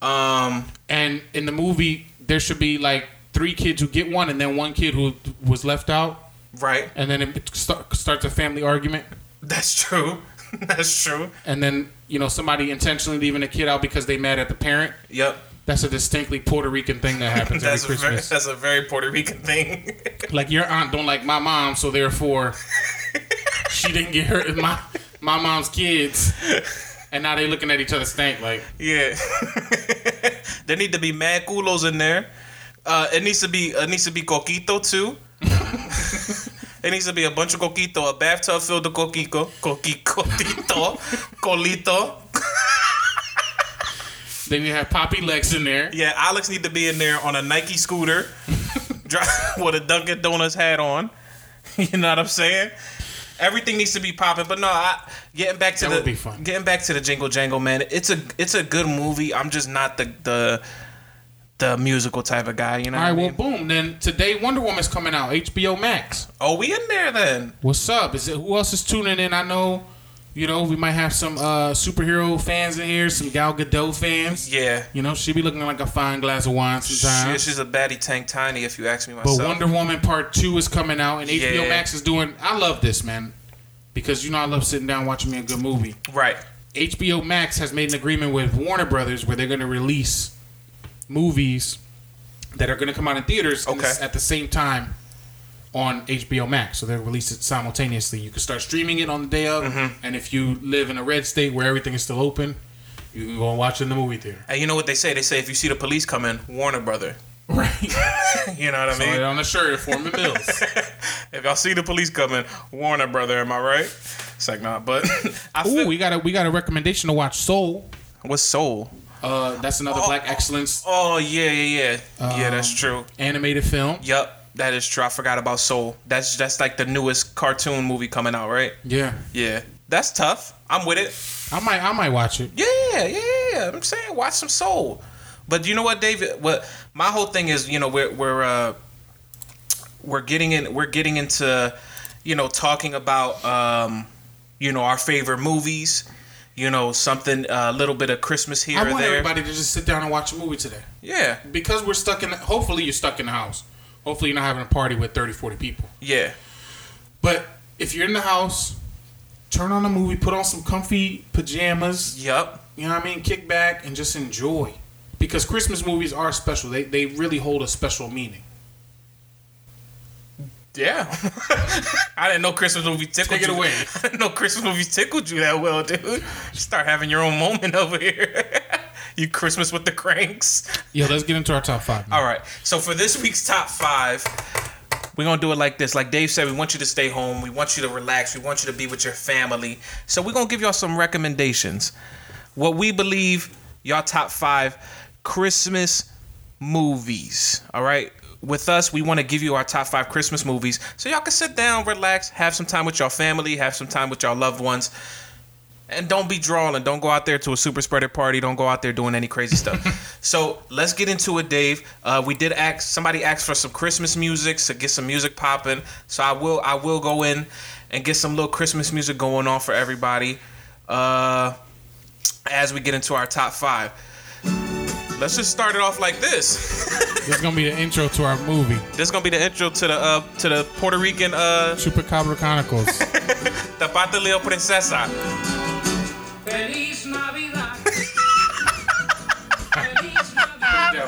Speaker 3: Um,
Speaker 5: And in the movie, there should be like three kids who get one, and then one kid who was left out,
Speaker 3: right,
Speaker 5: and then it start, starts a family argument,
Speaker 3: that's true. that's true.
Speaker 5: and then you know somebody intentionally leaving a kid out because they mad at the parent.
Speaker 3: Yep. That's
Speaker 5: That's a distinctly Puerto Rican thing that happens every
Speaker 3: a very,
Speaker 5: Christmas.
Speaker 3: that's a very Puerto Rican thing.
Speaker 5: like your aunt don't like my mom, so therefore she didn't get hurt with my my mom's kids. And now they looking at each other stank like
Speaker 3: Yeah. there need to be mad culos in there. Uh, it needs to be it needs to be coquito too. it needs to be a bunch of coquito, a bathtub filled with coquito, coqui, coquito, colito.
Speaker 5: then you have Poppy Lex in there.
Speaker 3: Yeah, Alex need to be in there on a Nike scooter, dri- with a Dunkin' Donuts hat on. you know what I'm saying? Everything needs to be popping, but no, I, getting back to
Speaker 5: That
Speaker 3: the
Speaker 5: would be fun.
Speaker 3: getting back to the Jingle Jangle, man. It's a it's a good movie. I'm just not the the the musical type of guy, you know.
Speaker 5: All
Speaker 3: what
Speaker 5: right,
Speaker 3: I
Speaker 5: well,
Speaker 3: mean?
Speaker 5: boom. Then today, Wonder Woman's coming out. HBO Max.
Speaker 3: Oh, we in there then?
Speaker 5: What's up? Is it who else is tuning in? I know, you know, we might have some uh, superhero fans in here, some Gal Gadot fans.
Speaker 3: Yeah.
Speaker 5: You know, she be looking like a fine glass of wine
Speaker 3: Shit,
Speaker 5: sometimes.
Speaker 3: she's a baddie tank tiny, if you ask me
Speaker 5: But
Speaker 3: myself.
Speaker 5: Wonder Woman Part Two is coming out, and HBO
Speaker 3: uh, Yeah.
Speaker 5: Max is doing. I love this, man, because you know I love sitting down watching me a good movie.
Speaker 3: right.
Speaker 5: HBO Max has made an agreement with Warner Brothers where they're going to release movies that are going to come out in theaters in
Speaker 3: Okay.
Speaker 5: this- at the same time on HBO Max. So they'll release it simultaneously. You can start streaming it on the day of,
Speaker 3: Mm-hmm.
Speaker 5: and if you live in a red state where everything is still open, you can go and watch it in the movie theater.
Speaker 3: And you know what they say? They say if you see the police coming, Warner Brother.
Speaker 5: Right.
Speaker 3: You know what I mean?
Speaker 5: on the shirt, Foreman Mills.
Speaker 3: If y'all see the police coming, Warner brother, am I right? It's like nah, but I
Speaker 5: Ooh,
Speaker 3: feel
Speaker 5: we got a we got a recommendation to watch Soul.
Speaker 3: what's soul?
Speaker 5: Uh, that's another
Speaker 3: Oh.
Speaker 5: Black Excellence
Speaker 3: Oh yeah, yeah, yeah, yeah. That's true.
Speaker 5: animated film.
Speaker 3: Yup, that is true. I forgot about soul. That's that's like the newest cartoon movie coming out, right?
Speaker 5: Yeah,
Speaker 3: Yeah, that's tough. I'm with it.
Speaker 5: I might, I might watch it.
Speaker 3: Yeah, yeah, yeah. I'm saying watch some soul. But you know what, David? What my whole thing is, you know, we're we're uh, we're getting in, we're getting into, you know, talking about, um, you know, our favorite movies. You know, something uh, a little bit of Christmas here
Speaker 5: I
Speaker 3: or
Speaker 5: want
Speaker 3: there.
Speaker 5: everybody to just sit down and watch a movie today
Speaker 3: Yeah,
Speaker 5: because we're stuck in. Hopefully, you're stuck in the house. Hopefully, you're not having a party with 30, 40 people.
Speaker 3: yeah,
Speaker 5: But if you're in the house, turn on a movie, put on some comfy pajamas,
Speaker 3: Yup.
Speaker 5: you know what I mean? Kick back and just enjoy. Because Christmas movies are special. They they really hold a special meaning.
Speaker 3: Yeah. I didn't know Christmas movie tickled
Speaker 5: Take it
Speaker 3: you.
Speaker 5: away.
Speaker 3: I didn't know Christmas movie tickled you that well, dude. Start having your own moment over here. you Christmas with the cranks.
Speaker 5: Yeah, let's get into our top five.
Speaker 3: All right. So for this week's top five, we're gonna do it like this. Like Dave said, we want you to stay home. We want you to relax. We want you to be with your family. So we're gonna give y'all some recommendations. What we believe y'all top five Christmas movies. All right. With us, we want to give you our top five Christmas movies so y'all can sit down, relax, have some time with your family, have some time with your loved ones. And don't be drawling. Don't go out there to a super spreader party. Don't go out there doing any crazy stuff. so let's get into it, Dave. Uh, we did ask somebody asked for some Christmas music, so get some music popping. So I will I will go in and get some little Christmas music going on for everybody. Uh, as we get into our top five. Let's just start it off like this.
Speaker 5: This is gonna be the intro to our movie,
Speaker 3: This is gonna be the intro to the uh, to the Puerto Rican uh
Speaker 5: Chupacabra Chronicles.
Speaker 3: Tapate Leo Princesa.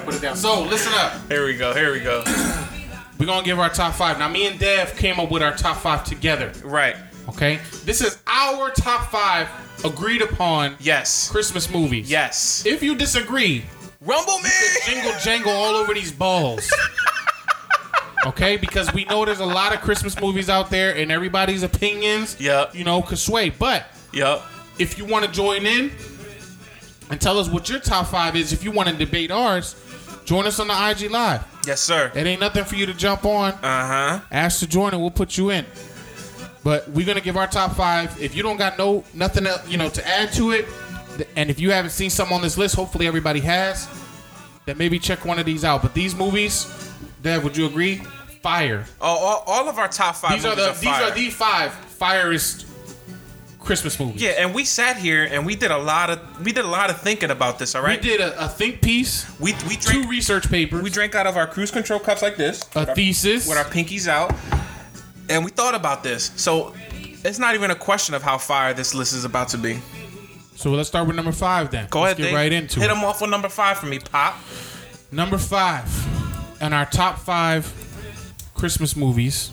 Speaker 5: Put it down. So listen up.
Speaker 3: Here we go, here we go.
Speaker 5: We're gonna give our top five. Now me and Dev came up with our top five together.
Speaker 3: Right.
Speaker 5: Okay? This is our top five agreed upon
Speaker 3: Yes.
Speaker 5: Christmas movies.
Speaker 3: Yes.
Speaker 5: If you disagree,
Speaker 3: Rumble me!
Speaker 5: jingle jangle all over these balls. Okay, because we know there's a lot of Christmas movies out there, and everybody's opinions,
Speaker 3: Yep.
Speaker 5: you know, could sway. But
Speaker 3: Yup.
Speaker 5: if you want to join in and tell us what your top five is, if you want to debate ours, join us on the IG Live.
Speaker 3: Yes, sir.
Speaker 5: It ain't nothing for you to jump on.
Speaker 3: Uh huh.
Speaker 5: Ask to join, and we'll put you in. But we're gonna give our top five. If you don't got no nothing else, you know, to add to it, th- and if you haven't seen some on this list, hopefully everybody has. Then maybe check one of these out. But these movies, Dev, would you agree? Fire.
Speaker 3: All, Oh, all, all of our top five.
Speaker 5: These are
Speaker 3: movies
Speaker 5: the these
Speaker 3: fire.
Speaker 5: are the five firest Christmas movies.
Speaker 3: Yeah, and we sat here and we did a lot of we did a lot of thinking about this. All
Speaker 5: We
Speaker 3: right.
Speaker 5: did a, a think piece,
Speaker 3: We we, drank
Speaker 5: two research papers,
Speaker 3: we drank out of our cruise control cups like this
Speaker 5: a thesis.
Speaker 3: with our pinkies out, and we thought about this. So it's not even a question of how fire this list is about to be.
Speaker 5: so let's start with number five then.
Speaker 3: Go ahead,
Speaker 5: let's get
Speaker 3: Dave.
Speaker 5: right into
Speaker 3: Hit
Speaker 5: it.
Speaker 3: them off with number five for me, Pop.
Speaker 5: Number five on our top five Christmas movies.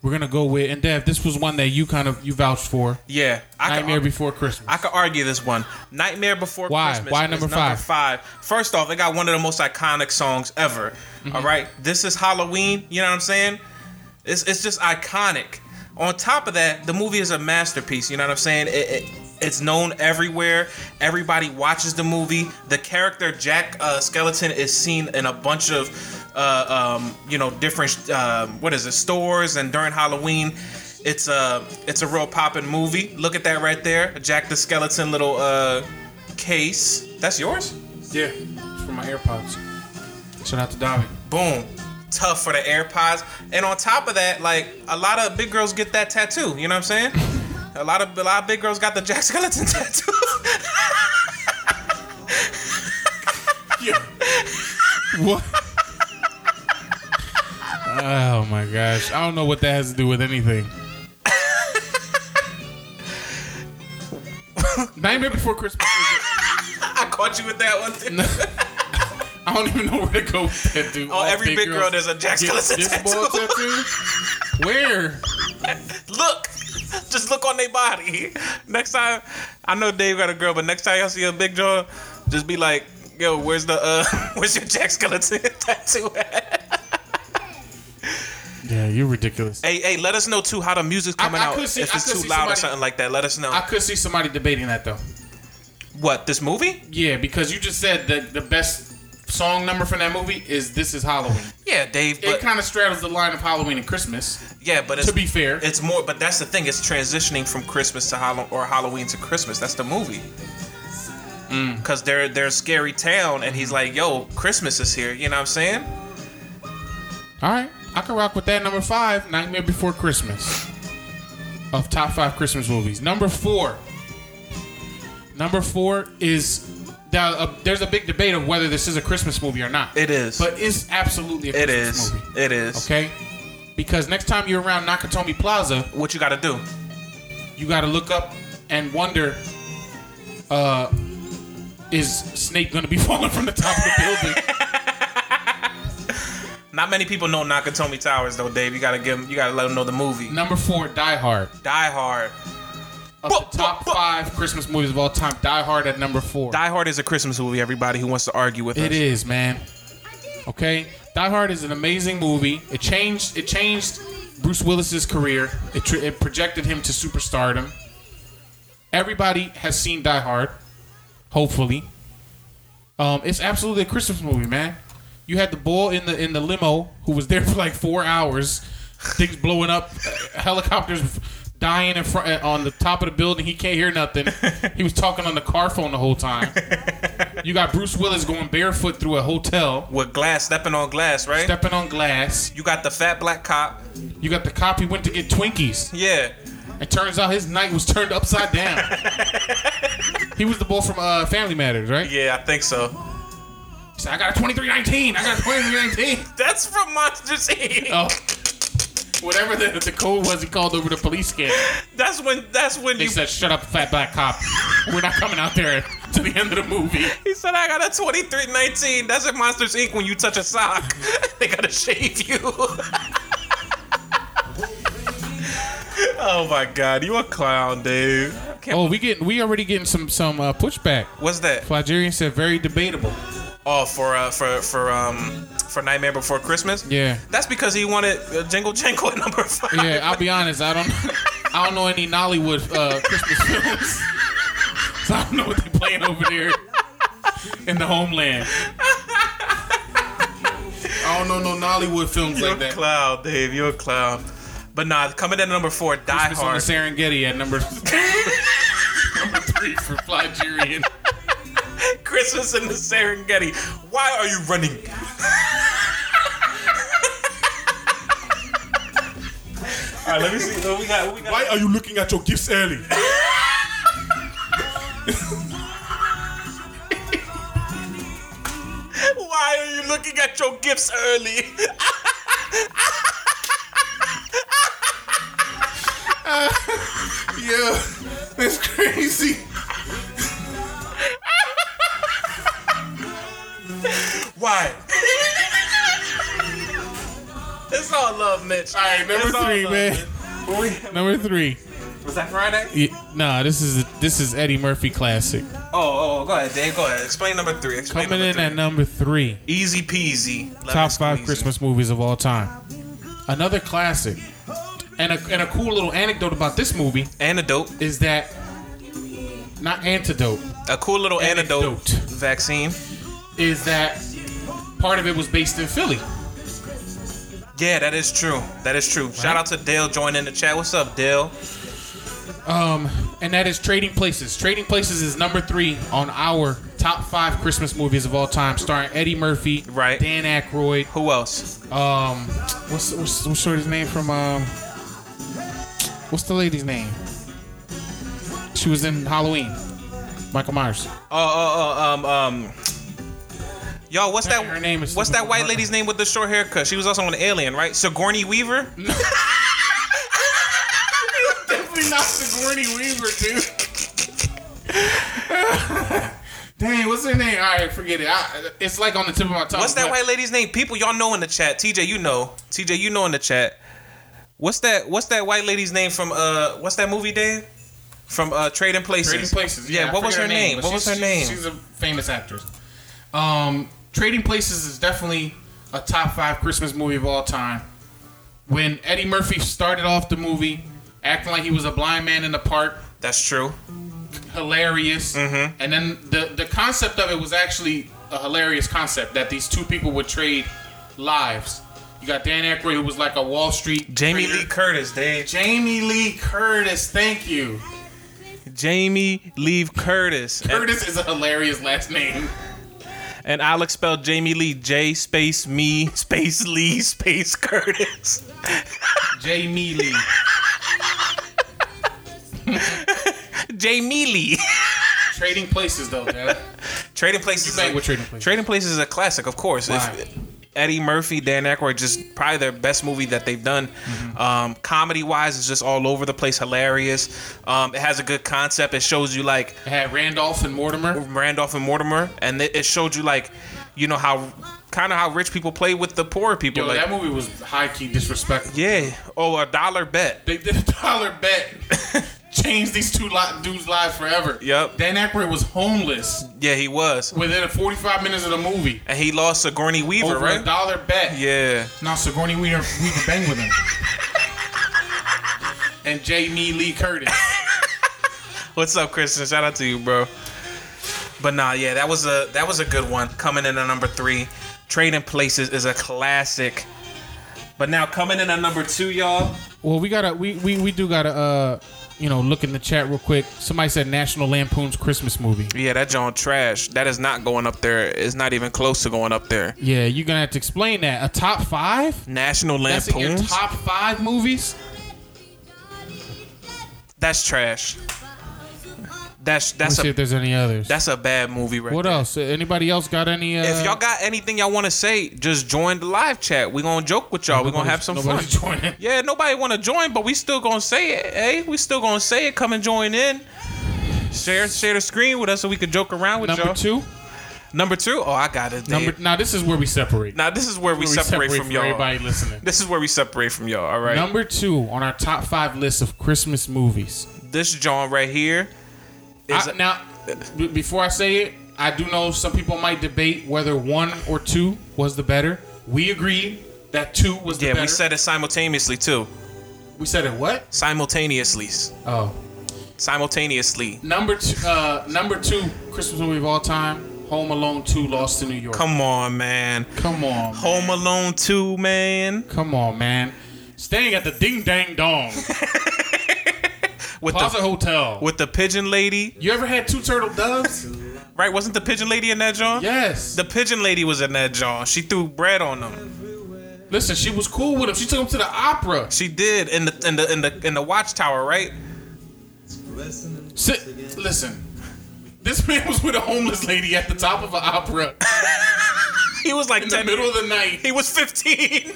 Speaker 5: We're gonna go with and Dev. This was one that you kind of you vouched for.
Speaker 3: Yeah, I could
Speaker 5: Nightmare
Speaker 3: ar-
Speaker 5: Before Christmas.
Speaker 3: I could argue this one. Nightmare Before
Speaker 5: Why?
Speaker 3: Christmas.
Speaker 5: Why
Speaker 3: is
Speaker 5: number
Speaker 3: number five? First off, it got one of the most iconic songs ever.
Speaker 5: Mm-hmm.
Speaker 3: All right, this is Halloween. You know what I'm saying? It's it's just iconic. On top of that, the movie is a masterpiece. You know what I'm saying? It, it it's known everywhere. Everybody watches the movie. The character Jack uh, Skeleton is seen in a bunch of, uh, um, you know, different um what is it stores and during Halloween. It's a it's a real poppin' movie. Look at that right there, Jack the Skeleton little uh, case. That's yours.
Speaker 5: yeah, it's for my AirPods. Shout out to Dominic.
Speaker 3: boom tough for the airpods and on top of that like a lot of big girls get that tattoo you know what i'm saying a lot of a lot of big girls got the jack skeleton tattoo
Speaker 5: What? oh my gosh! I don't know what that has to do with anything. Nightmare Before Christmas. is
Speaker 3: i caught you with that one
Speaker 5: a- I don't even know where to go with that dude.
Speaker 3: on
Speaker 5: All
Speaker 3: Oh, every big girl
Speaker 5: girls-
Speaker 3: there's a jack
Speaker 5: Get
Speaker 3: skeleton
Speaker 5: this
Speaker 3: tattoo
Speaker 5: ball tattoo? Where?
Speaker 3: look just look on their body next time i know dave got a girl but next time y'all see a big girl just be like yo where's the uh where's your jack skeleton tattoo at
Speaker 5: Yeah, you're ridiculous.
Speaker 3: hey hey let us know too how the music's
Speaker 5: I-
Speaker 3: coming
Speaker 5: I
Speaker 3: out
Speaker 5: could see-
Speaker 3: if
Speaker 5: I
Speaker 3: it's
Speaker 5: could
Speaker 3: too
Speaker 5: see
Speaker 3: loud or
Speaker 5: somebody-
Speaker 3: something like that let us know
Speaker 5: I could see somebody debating that though.
Speaker 3: what this movie
Speaker 5: Yeah, because you just said that the best song number from that movie is "This Is Halloween."
Speaker 3: Yeah, Dave.
Speaker 5: it
Speaker 3: But
Speaker 5: kind of straddles the line of Halloween and Christmas.
Speaker 3: yeah, but it's,
Speaker 5: to be fair.
Speaker 3: it's more. But that's the thing. It's transitioning from Christmas to Halloween or Halloween to Christmas. That's the movie.
Speaker 5: Mm.
Speaker 3: Because they're they're a scary town, and he's like, "Yo, Christmas is here." You know what I'm saying?
Speaker 5: All right, I can rock with that. Number five, "Nightmare Before Christmas," of top five Christmas movies. Number four. Number four is. Now, uh, there's a big debate of whether this is a Christmas movie or not.
Speaker 3: It is.
Speaker 5: But it's absolutely a
Speaker 3: It
Speaker 5: Christmas
Speaker 3: is.
Speaker 5: movie.
Speaker 3: It is.
Speaker 5: Okay. Because next time you're around Nakatomi Plaza,
Speaker 3: What you gotta do?
Speaker 5: you got to look up and wonder uh, is Snape going to be falling from the top of the building?
Speaker 3: Not many people know Nakatomi Towers though, Dave. You gotta give 'em- you gotta let them know the movie.
Speaker 5: Number four, Die Hard.
Speaker 3: Die Hard.
Speaker 5: Of the top five Christmas movies of all time, Die Hard at number four.
Speaker 3: Die Hard is a Christmas movie. Everybody who wants to argue with
Speaker 5: It
Speaker 3: us.
Speaker 5: is, man. Okay, Die Hard is an amazing movie. It changed. It changed Bruce Willis's career. It, tr- it projected him to superstardom. Everybody has seen Die Hard, hopefully. Um, it's absolutely a Christmas movie, man. You had the boy in the in the limo who was there for like four hours, things blowing up, helicopters dying in front uh, on the top of the building. He can't hear nothing. He was talking on the car phone the whole time. You got Bruce Willis going barefoot through a hotel,
Speaker 3: With glass, stepping on glass, right?
Speaker 5: stepping on glass.
Speaker 3: you got the fat black cop.
Speaker 5: You got the cop he went to get Twinkies.
Speaker 3: Yeah.
Speaker 5: It turns out his night was turned upside down. he was the boy from uh, Family Matters, right?
Speaker 3: Yeah, I think so.
Speaker 5: He said, I got a 2319. I got a 2319.
Speaker 3: That's from Monsters Inc.
Speaker 5: Oh. Whatever the, the code was, he called over the police scanner.
Speaker 3: That's when. That's when
Speaker 5: They
Speaker 3: you.
Speaker 5: said, Shut up, fat black cop. We're not coming out there to the end of the movie.
Speaker 3: He said, "I got a twenty-three nineteen. That's in Monsters Inc. When you touch a sock, they gotta shave you." oh Oh my God, you a clown, dude.
Speaker 5: Oh, we getting we already getting some some uh, pushback.
Speaker 3: What's that?
Speaker 5: Flagerian said very debatable.
Speaker 3: Oh, for uh, for for um for Nightmare Before Christmas.
Speaker 5: Yeah.
Speaker 3: That's because he wanted uh, Jingle Jangle at number five.
Speaker 5: Yeah, I'll be honest. I don't. I don't know any Nollywood uh, Christmas films. So I don't know what they're playing over there in the homeland. I don't know no Nollywood films
Speaker 3: You're
Speaker 5: like
Speaker 3: a
Speaker 5: that.
Speaker 3: clown, Dave. You're a clown. But nah, coming in at number four, Die
Speaker 5: Christmas on the
Speaker 3: Hard.
Speaker 5: Serengeti at number number three for Flagerian.
Speaker 3: Christmas in the Serengeti. Why are you running? All right, let me see. What we got? What we got?
Speaker 5: Why are you looking at your gifts early?
Speaker 3: Why are you looking at your gifts early?
Speaker 5: Yeah, that's crazy.
Speaker 3: Why? it's all love, Mitch. All right,
Speaker 5: Number three, man. Number three.
Speaker 3: Was that Friday?
Speaker 5: Yeah, nah, this is this is Eddie Murphy classic.
Speaker 3: Oh, oh, go ahead, Dave. Go ahead. Explain number three. Explain
Speaker 5: Coming
Speaker 3: number
Speaker 5: in
Speaker 3: three.
Speaker 5: at number three.
Speaker 3: easy peasy. lemon
Speaker 5: top five
Speaker 3: squeezy.
Speaker 5: Christmas movies of all time. Another classic. And a, and a cool little anecdote about this movie
Speaker 3: Antidote.
Speaker 5: is that not antidote
Speaker 3: A cool little antidote.
Speaker 5: Antidote.
Speaker 3: Vaccine.
Speaker 5: is that part of it was based in Philly.
Speaker 3: Yeah, that is true. That is true. Shout out to Dale joining the chat. What's up, Dale?
Speaker 5: Um, and that is Trading Places. Trading Places is number three on our top five Christmas movies of all time, starring Eddie Murphy,
Speaker 3: Right.
Speaker 5: Dan Aykroyd.
Speaker 3: Who else?
Speaker 5: Um, what's what's what's shorty's name from um, what's the lady's name? She was in Halloween. Michael Myers.
Speaker 3: Oh, oh, oh, um, um. Yo, what's that?
Speaker 5: Her name is-
Speaker 3: what's that white lady's name with the short haircut? She was also an alien, right? Sigourney Weaver.
Speaker 5: Mm-hmm. Definitely not Sigourney Weaver, dude. Dang, what's her name? All right, forget it. I, it's like on the tip of my tongue.
Speaker 3: What's that
Speaker 5: but
Speaker 3: white lady's name? People, y'all know in the chat. TJ, you know. TJ, you know in the chat. What's that? What's that white lady's name from? Uh, what's that movie, Dave? From uh, Trading Places.
Speaker 5: Trading Places.
Speaker 3: Yeah.
Speaker 5: I
Speaker 3: what was
Speaker 5: forget
Speaker 3: her name?
Speaker 5: but
Speaker 3: What was her
Speaker 5: she's-
Speaker 3: name?
Speaker 5: She's a famous actress. Um, Trading Places is definitely a top five Christmas movie of all time. When Eddie Murphy started off the movie acting like he was a blind man in the park,
Speaker 3: That's true.
Speaker 5: hilarious.
Speaker 3: Mm-hmm.
Speaker 5: And then the the concept of it was actually a hilarious concept that these two people would trade lives. You got Dan Aykroyd, who was like a Wall Street
Speaker 3: Jamie
Speaker 5: trader.
Speaker 3: Lee Curtis, Dave.
Speaker 5: Jamie Lee Curtis, thank you.
Speaker 3: Jamie Lee Curtis. And-
Speaker 5: Curtis is a hilarious last name.
Speaker 3: And Alex spelled Jamie Lee J space me space Lee space Curtis.
Speaker 5: Jamie Lee.
Speaker 3: Jamie Lee.
Speaker 5: Trading places though, man.
Speaker 3: Trading Places.
Speaker 5: You bang with Trading Places.
Speaker 3: Trading Places is a classic, of course. If-
Speaker 5: Why?
Speaker 3: Eddie Murphy, Dan Aykroyd, just probably their best movie that they've done.
Speaker 5: Mm-hmm.
Speaker 3: Um, comedy wise, it's just all over the place, hilarious. Um, it has a good concept. It shows you like
Speaker 5: It had Randolph and Mortimer.
Speaker 3: Randolph and Mortimer, and it, it showed you like, you know how, kind of how rich people play with the poor people.
Speaker 5: Yo,
Speaker 3: like,
Speaker 5: that movie was high key disrespectful.
Speaker 3: yeah. Oh, a dollar bet.
Speaker 5: They did a dollar bet. Changed these two li- dudes' lives forever.
Speaker 3: Yep.
Speaker 5: Dan Aykroyd was homeless
Speaker 3: Yeah, he was,
Speaker 5: within the 45 minutes of the movie
Speaker 3: and he lost Sigourney Weaver,
Speaker 5: over a
Speaker 3: right?
Speaker 5: dollar bet.
Speaker 3: yeah.
Speaker 5: Now Sigourney Weaver, Weaver bang with him. and Jamie Lee Curtis.
Speaker 3: What's up, Christian? Shout out to you, bro. But nah, yeah, that was a that was a good one. Coming in at number three, Trading Places is a classic. But now coming in at number two, y'all.
Speaker 5: Well, we gotta we we, we do gotta uh you know look in the chat real quick. Somebody said National Lampoon's Christmas movie.
Speaker 3: Yeah, that John trash. That is not going up there. It's not even close to going up there.
Speaker 5: Yeah, you're gonna have to explain that. A top five?
Speaker 3: National
Speaker 5: That's in your
Speaker 3: Lampoons.
Speaker 5: top five movies?
Speaker 3: That's trash. That's
Speaker 5: Let's
Speaker 3: that's
Speaker 5: see
Speaker 3: a
Speaker 5: if there's any others.
Speaker 3: that's a bad movie right
Speaker 5: What
Speaker 3: there.
Speaker 5: else? Anybody else got any? Uh,
Speaker 3: If y'all got anything y'all want to say, just join the live chat. We gonna joke with y'all. We gonna have some fun.
Speaker 5: nobody's joining.
Speaker 3: Yeah, nobody want to join, but we still gonna say it. Hey, we still gonna say it. Come and join in. Share share the screen with us so we can joke around with
Speaker 5: Number
Speaker 3: y'all.
Speaker 5: two,
Speaker 3: Number two. Oh, I got it. Dave.
Speaker 5: number now this is where we separate.
Speaker 3: now this is where we,
Speaker 5: Where
Speaker 3: separate, from, y'all.
Speaker 5: everybody listening.
Speaker 3: This is where we separate from y'all. All right.
Speaker 5: Number two on our top five list of Christmas movies.
Speaker 3: this John right here is
Speaker 5: I, now, b- before I say it, I do know some people might debate whether one or two was the better. We agreed that two was the
Speaker 3: yeah.
Speaker 5: better.
Speaker 3: We said it simultaneously too.
Speaker 5: we said it. What?
Speaker 3: Simultaneously.
Speaker 5: Oh,
Speaker 3: Simultaneously.
Speaker 5: number two. Uh, number two Christmas movie of all time: Home Alone Two: Lost in New York.
Speaker 3: Come on, man.
Speaker 5: Come on, man.
Speaker 3: Home Alone 2, man.
Speaker 5: Come on, man. Staying at the Ding Dang Dong
Speaker 3: With
Speaker 5: Plaza
Speaker 3: the
Speaker 5: Hotel.
Speaker 3: with the pigeon lady.
Speaker 5: You ever had two turtle doves?
Speaker 3: Right? Wasn't the pigeon lady in that John?
Speaker 5: yes.
Speaker 3: The pigeon lady was in that John. She threw bread on them.
Speaker 5: Listen, she was cool with him. She took him to the opera.
Speaker 3: She did in the in the in the in the watchtower, right?
Speaker 5: Sit, listen, this man was with a homeless lady at the top of an opera
Speaker 3: He was like
Speaker 5: in the
Speaker 3: 10
Speaker 5: middle of the night.
Speaker 3: He was 15. it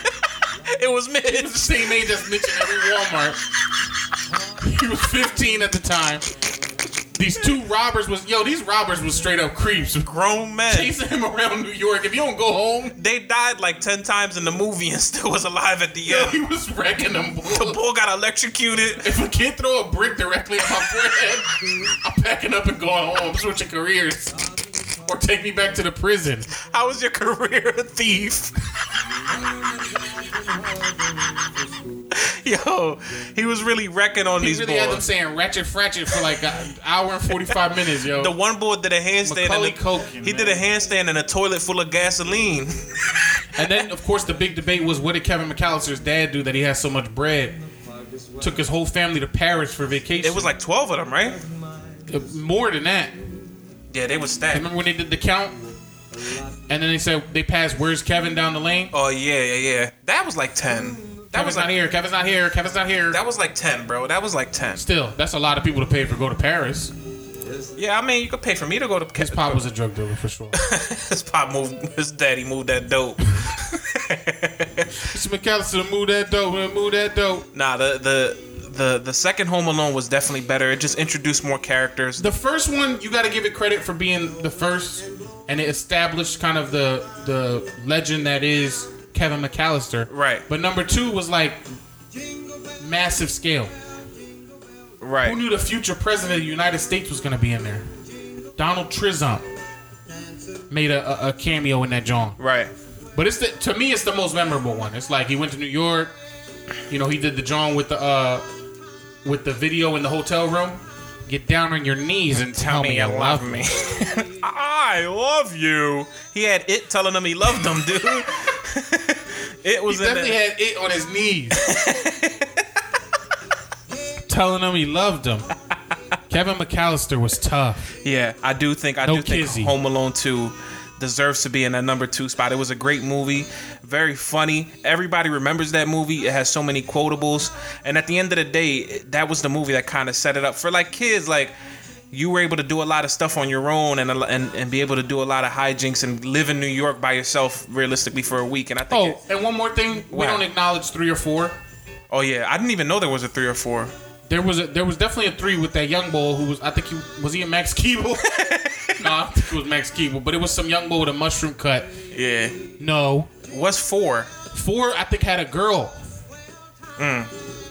Speaker 3: was
Speaker 5: He was the
Speaker 3: Mitch.
Speaker 5: same age as Mitch in every Walmart. He was 15 at the time. These two robbers was yo. These robbers was straight up creeps,
Speaker 3: Grown men.
Speaker 5: chasing him around New York. If you don't go home,
Speaker 3: They died like 10 times in the movie and still was alive at the
Speaker 5: yo,
Speaker 3: end.
Speaker 5: he was wrecking them.
Speaker 3: The bull got electrocuted.
Speaker 5: If a kid throw a brick directly at my forehead, I'm packing up and going home. I'm switching careers. Or take me back to the prison.
Speaker 3: How was your career a thief? Yo, he was really wrecking on
Speaker 5: He
Speaker 3: these
Speaker 5: really had them
Speaker 3: boys.
Speaker 5: saying ratchet fratchet for like an hour and 45 minutes, yo.
Speaker 3: The one boy did a handstand. In
Speaker 5: Macaulay
Speaker 3: the,
Speaker 5: Culkin,
Speaker 3: he did a handstand in a toilet full of gasoline.
Speaker 5: and then, of course, the big debate was what did Kevin McAllister's dad do that he has so much bread? Took his whole family to Paris for vacation.
Speaker 3: It was like 12 of them, right?
Speaker 5: Uh, more than that.
Speaker 3: Yeah, they was stacked.
Speaker 5: Remember when they did the count? And then they said they passed, where's Kevin down the lane?
Speaker 3: Oh yeah, yeah, yeah. That was like ten. That
Speaker 5: Kevin's
Speaker 3: was
Speaker 5: not
Speaker 3: like
Speaker 5: here. Kevin's not here. Kevin's not here.
Speaker 3: that was like ten, bro. That was like ten.
Speaker 5: Still, that's a lot of people to pay for go to Paris.
Speaker 3: Yeah, I mean, you could pay for me to go to
Speaker 5: His pop was a drug dealer for sure.
Speaker 3: His pop moved. His daddy moved that dope.
Speaker 5: Mr. McAllister, move that dope, man, move that dope.
Speaker 3: nah, the the the the second Home Alone was definitely better. It just introduced more characters.
Speaker 5: The first one, you got to give it credit for being the first, and it established kind of the the legend that is Kevin McAllister.
Speaker 3: Right.
Speaker 5: But number two was like massive scale. Who
Speaker 3: Right.
Speaker 5: knew the future president of the United States was going to be in there? Donald Trump made a, a, a cameo in that John.
Speaker 3: Right.
Speaker 5: But it's the to me it's the most memorable one. It's like he went to New York, you know, he did the John with the uh with the video in the hotel room. Get down on your knees and tell, me you love me.
Speaker 3: I love you. He had it telling him he loved him, dude. it
Speaker 5: He
Speaker 3: was in
Speaker 5: definitely
Speaker 3: there.
Speaker 5: had it on his knees. Telling him he loved him. Kevin McAllister was tough.
Speaker 3: Yeah, I do think I
Speaker 5: No
Speaker 3: do think
Speaker 5: kizzy.
Speaker 3: Home Alone two deserves to be in that number two spot. It was a great movie, very funny. Everybody remembers that movie. It has so many quotables, and at the end of the day, that was the movie that kind of set it up for like kids, like. you were able to do a lot of stuff on your own and a lo- and, and be able to do a lot of hijinks and live in New York by yourself realistically for a week. And I think,
Speaker 5: Oh,
Speaker 3: it-
Speaker 5: and one more thing, we
Speaker 3: Wow.
Speaker 5: don't acknowledge three or four.
Speaker 3: oh yeah, I didn't even know there was a three or four.
Speaker 5: There was a, there was definitely a three with that young boy who was I think he was he a Max Keeble? no, I think it was Max Keeble, but it was some young boy with a mushroom cut.
Speaker 3: Yeah,
Speaker 5: No,
Speaker 3: what's four?
Speaker 5: four I think had a girl.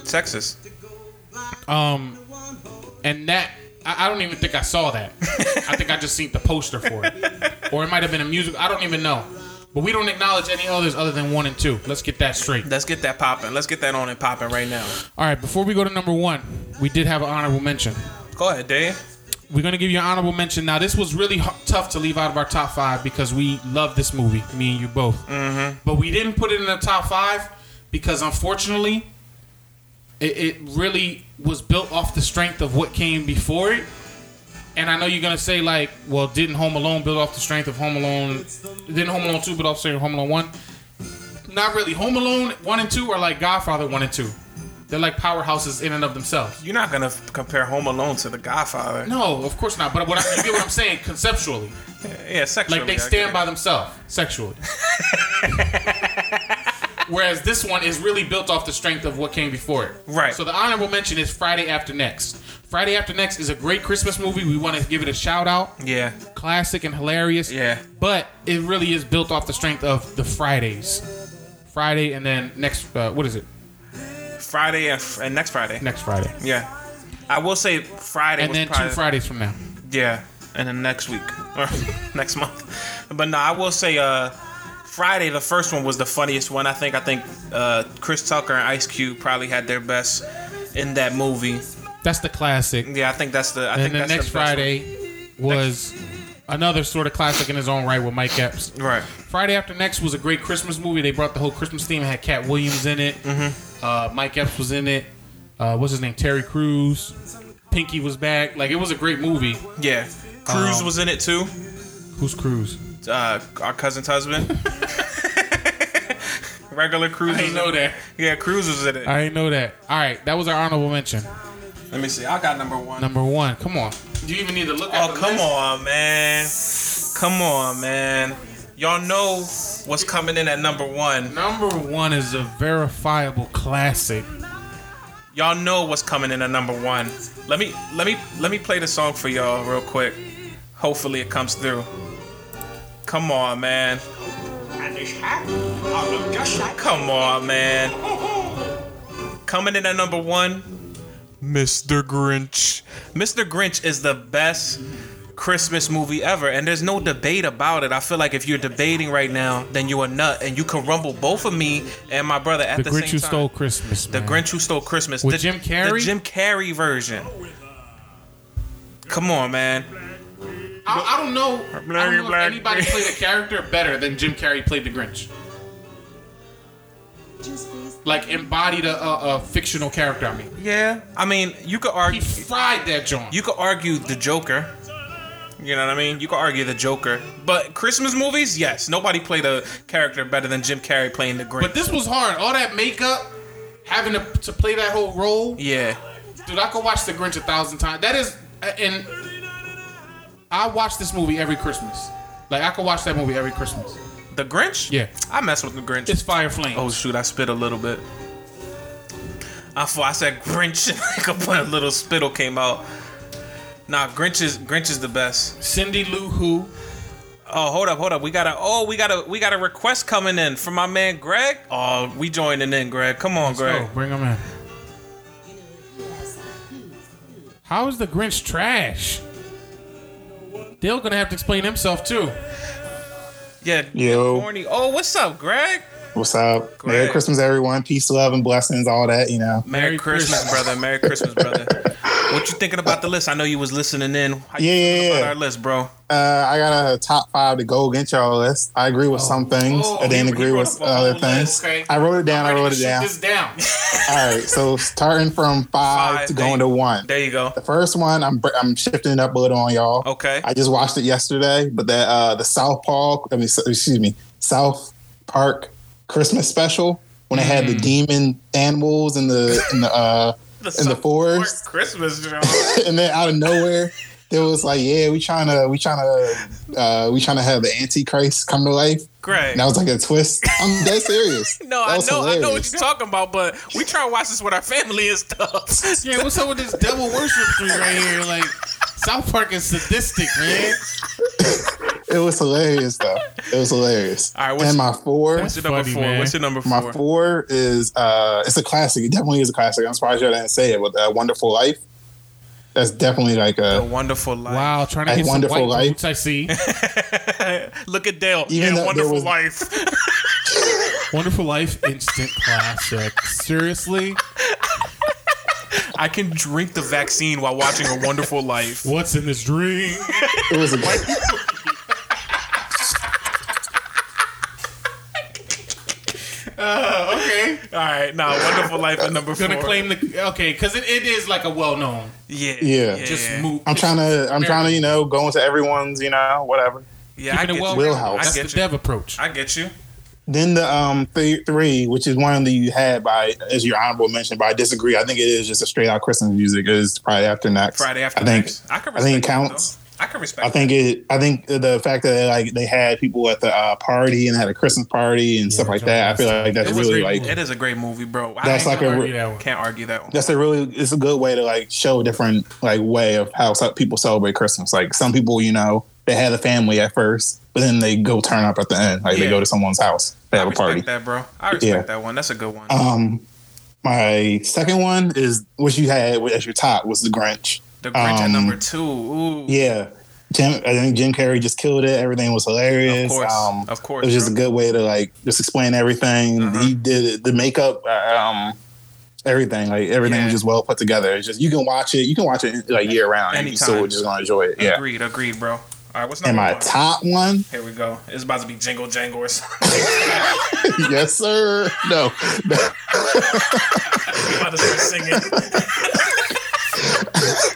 Speaker 3: Texas.
Speaker 5: Um, and that I, I don't even think I saw that. I think I just seen the poster for it, or it might have been a music. I don't even know. But we don't acknowledge any others other than one and two. Let's get that straight.
Speaker 3: Let's get that popping. Let's get that on and popping right now.
Speaker 5: All right, before we go to number one, we did have an honorable mention.
Speaker 3: Go ahead, Dave.
Speaker 5: We're gonna give you an honorable mention. Now, this was really h- tough to leave out of our top five because we love this movie, me and you both. Mm-hmm. But we didn't put it in the top five because, unfortunately, it, it really was built off the strength of what came before it. And I know you're gonna say like, well, didn't Home Alone build off the strength of Home Alone? Didn't Home Alone two build off the strength of Home Alone one? Not really. Home Alone one and two are like Godfather one and two. They're like powerhouses in and of themselves.
Speaker 3: You're not gonna f- compare Home Alone to The Godfather.
Speaker 5: No, of course not. But what I, you get what I'm saying conceptually.
Speaker 3: Yeah, sexually.
Speaker 5: Like they
Speaker 3: I get
Speaker 5: stand
Speaker 3: it.
Speaker 5: by themselves sexually. Whereas this one is really built off the strength of what came before it.
Speaker 3: Right.
Speaker 5: So the honorable mention is Friday After Next. Friday After Next is a great Christmas movie. We want to give it a shout out.
Speaker 3: Yeah,
Speaker 5: Classic and hilarious.
Speaker 3: Yeah.
Speaker 5: But it really is built off the strength of the Fridays. Friday and then next, uh, what is it?
Speaker 3: Friday and, f- and next Friday.
Speaker 5: Next Friday.
Speaker 3: Yeah, I will say Friday
Speaker 5: And
Speaker 3: was
Speaker 5: then two
Speaker 3: probably
Speaker 5: Fridays from now.
Speaker 3: yeah, and then next week or next month. But no, I will say uh, Friday the first one was the funniest one. I think I think uh, Chris Tucker and Ice Cube probably had their best in that movie.
Speaker 5: That's the classic.
Speaker 3: Yeah, I think that's the. I think
Speaker 5: and then
Speaker 3: that's
Speaker 5: next
Speaker 3: the best
Speaker 5: Friday was another sort of classic in his own right with Mike Epps.
Speaker 3: one. Right.
Speaker 5: Friday After Next was a great Christmas movie. They brought the whole Christmas theme. It had Cat Williams in it.
Speaker 3: Mm-hmm.
Speaker 5: Uh, Mike Epps was in it. Uh, what's his name? Terry Crews. Pinky was back. Like it was a great movie.
Speaker 3: Yeah. Cruz
Speaker 5: Um,
Speaker 3: was in it too.
Speaker 5: Who's Cruz?
Speaker 3: Uh, our cousin's husband. Regular Cruz.
Speaker 5: I
Speaker 3: was in-
Speaker 5: didn't know that.
Speaker 3: Yeah, Cruz was in it.
Speaker 5: I didn't know that. All right, that was our honorable mention.
Speaker 3: Let me see. I got number one.
Speaker 5: Number one. Come on. Do you even need to look? at
Speaker 3: Oh,
Speaker 5: the
Speaker 3: come
Speaker 5: list?
Speaker 3: on, man. Come on, man. Y'all know what's coming in at number one.
Speaker 5: Number one is a verifiable classic.
Speaker 3: Y'all know what's coming in at number one. Let me let me let me play the song for y'all real quick. Hopefully it comes through. Come on, man. Come on, man. Coming in at number one, Mr. Grinch. Mr. Grinch is the best Christmas movie ever, and there's no debate about it. I feel like if you're debating right now, then you're a nut, and you can rumble both of me and my brother at
Speaker 5: The,
Speaker 3: the,
Speaker 5: Grinch
Speaker 3: same
Speaker 5: Who
Speaker 3: time.
Speaker 5: Stole Christmas.
Speaker 3: The Grinch Who Stole Christmas
Speaker 5: With
Speaker 3: the,
Speaker 5: Jim Carrey?
Speaker 3: The Jim Carrey version. Come on, man.
Speaker 5: I, I don't know. I don't know
Speaker 3: Black-
Speaker 5: if anybody played a character better than Jim Carrey played the Grinch. Like embodied a, a, a fictional character. I mean,
Speaker 3: Yeah, I mean, you could
Speaker 5: he
Speaker 3: argue,
Speaker 5: fried that joint.
Speaker 3: you could argue the Joker. You know what I mean? You could argue the Joker, but Christmas movies, yes, nobody played a character better than Jim Carrey playing the Grinch.
Speaker 5: but this was hard. All that makeup, having to, to play that whole role.
Speaker 3: yeah,
Speaker 5: Dude, I could watch the Grinch a thousand times. That is, uh, and I watch this movie every Christmas. Like I could watch that movie every Christmas.
Speaker 3: the Grinch.
Speaker 5: Yeah.
Speaker 3: I mess with the Grinch.
Speaker 5: It's Fire Flame.
Speaker 3: oh shoot, I spit a little bit. I thought I said Grinch, and like a bunch of little spittle came out. Nah, Grinch is Grinch is the best.
Speaker 5: Cindy Lou Who.
Speaker 3: Oh, hold up, hold up. We got a oh, we got a we got a request coming in from my man Greg. Oh, we joining in, Greg. Come on, Greg.
Speaker 5: Go, bring him in. How is the Grinch trash? Dale gonna have to explain himself too.
Speaker 3: Yeah,
Speaker 8: Yo.
Speaker 3: Corny. Oh, what's up, Greg?
Speaker 8: What's up? Merry
Speaker 3: Great.
Speaker 8: Christmas, everyone. Peace, love, and blessings, all that, you know.
Speaker 3: Merry,
Speaker 5: Merry
Speaker 3: Christmas,
Speaker 5: Christmas.
Speaker 3: brother. Merry Christmas, brother. what you thinking about the list? I know you was listening in. How you
Speaker 8: Yeah, yeah,
Speaker 3: feeling about
Speaker 8: yeah.
Speaker 3: our list, bro.
Speaker 8: Uh, I got a top five to go against y'all list. I agree with some things.
Speaker 5: Oh,
Speaker 8: I didn't
Speaker 5: he- he
Speaker 8: agree
Speaker 5: wrote
Speaker 8: with
Speaker 5: up a whole
Speaker 8: other
Speaker 5: list,
Speaker 8: things.
Speaker 5: okay.
Speaker 8: I wrote it down. I wrote it
Speaker 5: Shoot
Speaker 8: down.
Speaker 5: This down.
Speaker 8: All right. So starting from five,
Speaker 3: Five,
Speaker 8: to
Speaker 3: there
Speaker 8: going
Speaker 3: you-
Speaker 8: to one.
Speaker 3: There you go.
Speaker 8: The first one, I'm br- I'm shifting it up a little on y'all.
Speaker 3: Okay.
Speaker 8: I just watched it yesterday, but that uh, the South Park, I mean, s- excuse me, South Park Christmas special when it had the
Speaker 5: Mm.
Speaker 8: demon animals in the in the uh, in the
Speaker 3: South Park
Speaker 8: forest,
Speaker 3: Christmas, bro.
Speaker 8: and then out of nowhere. They was like, yeah, we trying to, we trying to, uh, we trying to have the Antichrist come to life.
Speaker 3: Greg.
Speaker 8: And that was like a twist. I'm dead serious.
Speaker 3: No,
Speaker 8: That
Speaker 3: I know,
Speaker 8: was
Speaker 3: I know what
Speaker 8: hilarious.
Speaker 3: you're talking about, but we try to watch this with our family and stuff.
Speaker 5: Yeah, what's up with this devil worship tree right here? Like, South Park is sadistic, man.
Speaker 8: It was hilarious though. It was hilarious.
Speaker 3: All right, what's-
Speaker 8: and my four,
Speaker 3: What's your number
Speaker 5: funny,
Speaker 3: four?
Speaker 5: man.
Speaker 3: What's your number
Speaker 8: my
Speaker 3: four?
Speaker 8: four is uh, it's a classic. It definitely is a classic. I'm surprised you didn't say it. With uh, Wonderful Life, that's definitely like uh,
Speaker 3: A
Speaker 8: a
Speaker 3: Wonderful Life.
Speaker 5: Wow, trying to
Speaker 8: A
Speaker 5: get some white
Speaker 8: Wonderful Life.
Speaker 5: boots, I see.
Speaker 3: Look at Dale.
Speaker 8: Even though
Speaker 3: yeah,
Speaker 8: there
Speaker 3: Wonderful
Speaker 8: was-
Speaker 3: Life.
Speaker 5: Wonderful Life instant classic. Seriously?
Speaker 3: I can drink the vaccine while watching A Wonderful Life.
Speaker 5: What's in this dream?
Speaker 8: it was a
Speaker 5: Okay.
Speaker 3: All right, now Wonderful Life at number four.
Speaker 5: Gonna claim the okay, because it, it is like a well known.
Speaker 3: yeah,
Speaker 8: Yeah.
Speaker 5: Just
Speaker 3: Just move.
Speaker 5: move.
Speaker 8: I'm trying to I'm trying to you know go into everyone's you know whatever.
Speaker 3: Yeah, I
Speaker 5: Keeping
Speaker 3: get,
Speaker 5: it well-
Speaker 3: you.
Speaker 8: Wheelhouse.
Speaker 5: That's
Speaker 3: I
Speaker 5: the
Speaker 3: get you.
Speaker 5: dev approach.
Speaker 3: I get you.
Speaker 8: Then the um th- three, which is one that you had by as your honorable mention, but I disagree. I think it is just a straight out Christmas music. It Is Friday after next.
Speaker 3: Friday after
Speaker 8: I think
Speaker 3: next. I can
Speaker 8: I think
Speaker 3: respect
Speaker 8: it
Speaker 3: That,
Speaker 8: counts.
Speaker 3: though. I can respect.
Speaker 8: I think it. I think the fact that like they had people at the uh, party and had a Christmas party and stuff like that. I feel like
Speaker 3: that.
Speaker 8: that's
Speaker 3: It was a
Speaker 8: really
Speaker 3: great
Speaker 8: like
Speaker 3: movie. It is a great movie, bro. I
Speaker 8: that's
Speaker 3: ain't
Speaker 8: like
Speaker 3: gonna
Speaker 8: a
Speaker 5: Argue that one.
Speaker 3: can't argue that one.
Speaker 8: that's a really it's a good way to like show a different like way of how some people celebrate Christmas. Like some people, you know, they had a family at first, but then they go turn up at the end. Like
Speaker 3: Yeah.
Speaker 8: they go to someone's house, they
Speaker 3: I
Speaker 8: have a
Speaker 3: respect
Speaker 8: party.
Speaker 3: that, bro. I respect
Speaker 8: Yeah.
Speaker 3: that one. That's a good one.
Speaker 8: Um, my second one is what you had as your top was the Grinch.
Speaker 3: the Grinch at
Speaker 8: um,
Speaker 3: number two. Ooh.
Speaker 8: Yeah, Jim. I think Jim Carrey just killed it. Everything was hilarious.
Speaker 3: Of course,
Speaker 8: um,
Speaker 3: of
Speaker 8: it
Speaker 3: course.
Speaker 8: was just a
Speaker 3: bro. Mm-hmm.
Speaker 8: good way to like just explain everything. He did it- the makeup, uh, um, everything. Like everything
Speaker 3: Yeah.
Speaker 8: was just well put together. It's just you can watch it. You can watch it like year round, and you
Speaker 3: Anytime.
Speaker 8: still just gonna enjoy it. Yeah.
Speaker 3: Agreed, agreed, bro. All right, what's
Speaker 8: And
Speaker 3: number
Speaker 8: my
Speaker 3: one?
Speaker 8: top one,
Speaker 3: Here we go. It's about to be Jingle Jangle or something.
Speaker 8: yes sir. No,
Speaker 3: I'm about to start singing.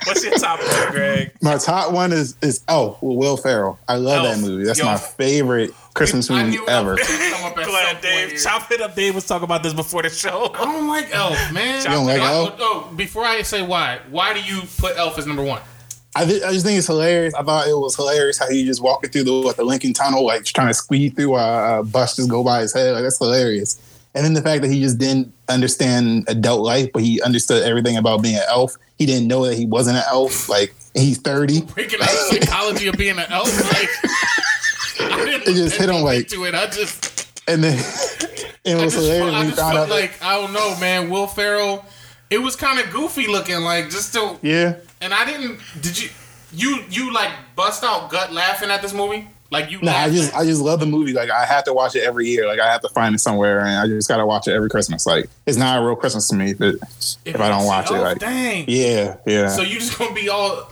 Speaker 3: what's your top one, Greg?
Speaker 8: my top one is is oh Will Ferrell. I love
Speaker 3: Elf.
Speaker 8: that movie. That's
Speaker 3: Oh, Yo.
Speaker 8: my favorite Christmas
Speaker 5: I
Speaker 8: movie
Speaker 5: knew
Speaker 8: ever.
Speaker 5: Elf was gonna come up at some
Speaker 3: Glad
Speaker 5: point
Speaker 3: Dave.
Speaker 5: here.
Speaker 3: Chop it up. Dave was talking about this before the show.
Speaker 5: I don't like Elf, man.
Speaker 8: You don't like Elf?
Speaker 5: Oh, before I say why, why do you put Elf as number one?
Speaker 8: I, thi- I just think it's hilarious. I thought it was hilarious how he just walking through the what, the Lincoln Tunnel, like trying to squeeze through a, a bus just go by his head. Like that's hilarious. And then the fact that he just didn't understand adult life, but he understood everything about being an elf. He didn't know that he wasn't an elf. Like he's thirty.
Speaker 5: Breaking out the psychology of being an elf, like I didn't
Speaker 8: It just hit him like,
Speaker 5: to it. I just,
Speaker 8: and then and it
Speaker 5: I
Speaker 8: was
Speaker 5: just, I
Speaker 8: hilarious. when he
Speaker 5: just
Speaker 8: found
Speaker 5: felt
Speaker 8: out.
Speaker 5: like I don't know, man. Will Ferrell, it was kind of goofy looking, like just to.
Speaker 8: yeah,
Speaker 5: And I didn't. Did you? You you like bust out gut laughing at this movie? Like you?
Speaker 8: no, I
Speaker 5: laughed?
Speaker 8: just I just love the movie. Like I have to watch it every year. Like I have to find it somewhere, and I just gotta watch it every Christmas. Like it's not a real Christmas to me if it, if I don't watch it.
Speaker 5: Elf,
Speaker 8: Like
Speaker 5: dang.
Speaker 8: yeah, yeah.
Speaker 5: So you just gonna be all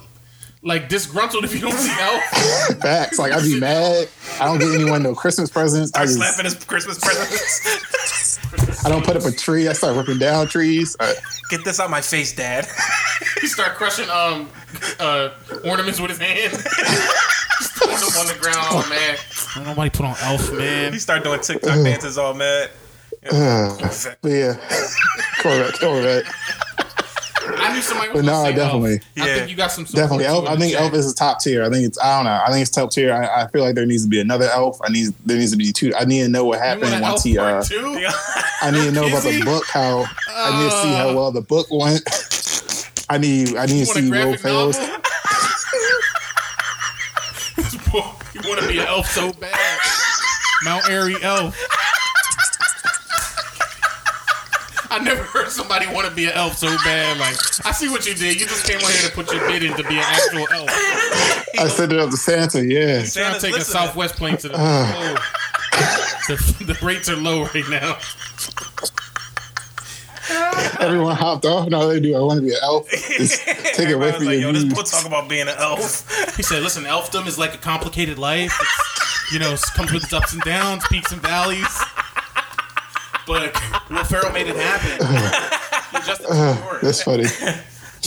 Speaker 5: like disgruntled if you don't see Elf?
Speaker 8: Facts. Like I'd be mad. I don't get anyone no Christmas presents. I,
Speaker 3: I'm
Speaker 8: just,
Speaker 3: slapping his Christmas presents.
Speaker 8: I don't put up a tree. I start ripping down trees. Uh,
Speaker 3: Get this out my face, Dad.
Speaker 5: he start crushing um uh ornaments with his hand. Just throwing them on the ground, oh, man. Don't nobody put on Elf, man.
Speaker 3: He started doing
Speaker 8: Mm.
Speaker 3: TikTok dances all mad.
Speaker 8: but yeah, Corvette, Corvette.
Speaker 5: I knew somebody. was gonna
Speaker 8: But no,
Speaker 5: say Elf.
Speaker 8: definitely.
Speaker 5: I
Speaker 3: Yeah.
Speaker 5: think you got some. support
Speaker 8: Definitely, Elf.
Speaker 5: too in
Speaker 8: I think
Speaker 5: the
Speaker 8: Elf
Speaker 5: chat.
Speaker 8: is a top tier. I think it's. I don't know. I think it's top tier. I, I feel like there needs to be another Elf. I need. There needs to be two. I need to know what
Speaker 5: You want
Speaker 8: happened
Speaker 5: an Elf
Speaker 8: once he.
Speaker 5: part
Speaker 8: Uh,
Speaker 5: two?
Speaker 8: I need to know about
Speaker 5: Is
Speaker 8: the
Speaker 5: he?
Speaker 8: book. How I need to see how well the book went. I need. I need
Speaker 5: Uh. You want a
Speaker 8: to see Will
Speaker 5: graphic
Speaker 8: Ferrell's.
Speaker 5: novel? you want to be an elf so bad? Mount Airy elf. I never heard somebody want to be an elf so bad. Like, I see what you did. You just came on here to put your bid in to be an actual elf.
Speaker 8: I sent it up to Santa. Yeah.
Speaker 5: Trying to take a
Speaker 3: listen.
Speaker 5: Southwest plane to the. Oh. The, the rates are low right now.
Speaker 8: Everyone hopped off. No, they do. I want to be an elf. Just take it
Speaker 3: Everybody
Speaker 8: away
Speaker 3: was
Speaker 8: from
Speaker 3: like,
Speaker 8: you.
Speaker 3: yo, this boy talk about being an elf.
Speaker 5: He said, "Listen, elfdom is like a complicated life. It's, you know, it comes with its ups and downs, peaks and valleys. But Will Ferrell made it happen. You're just
Speaker 8: That's funny.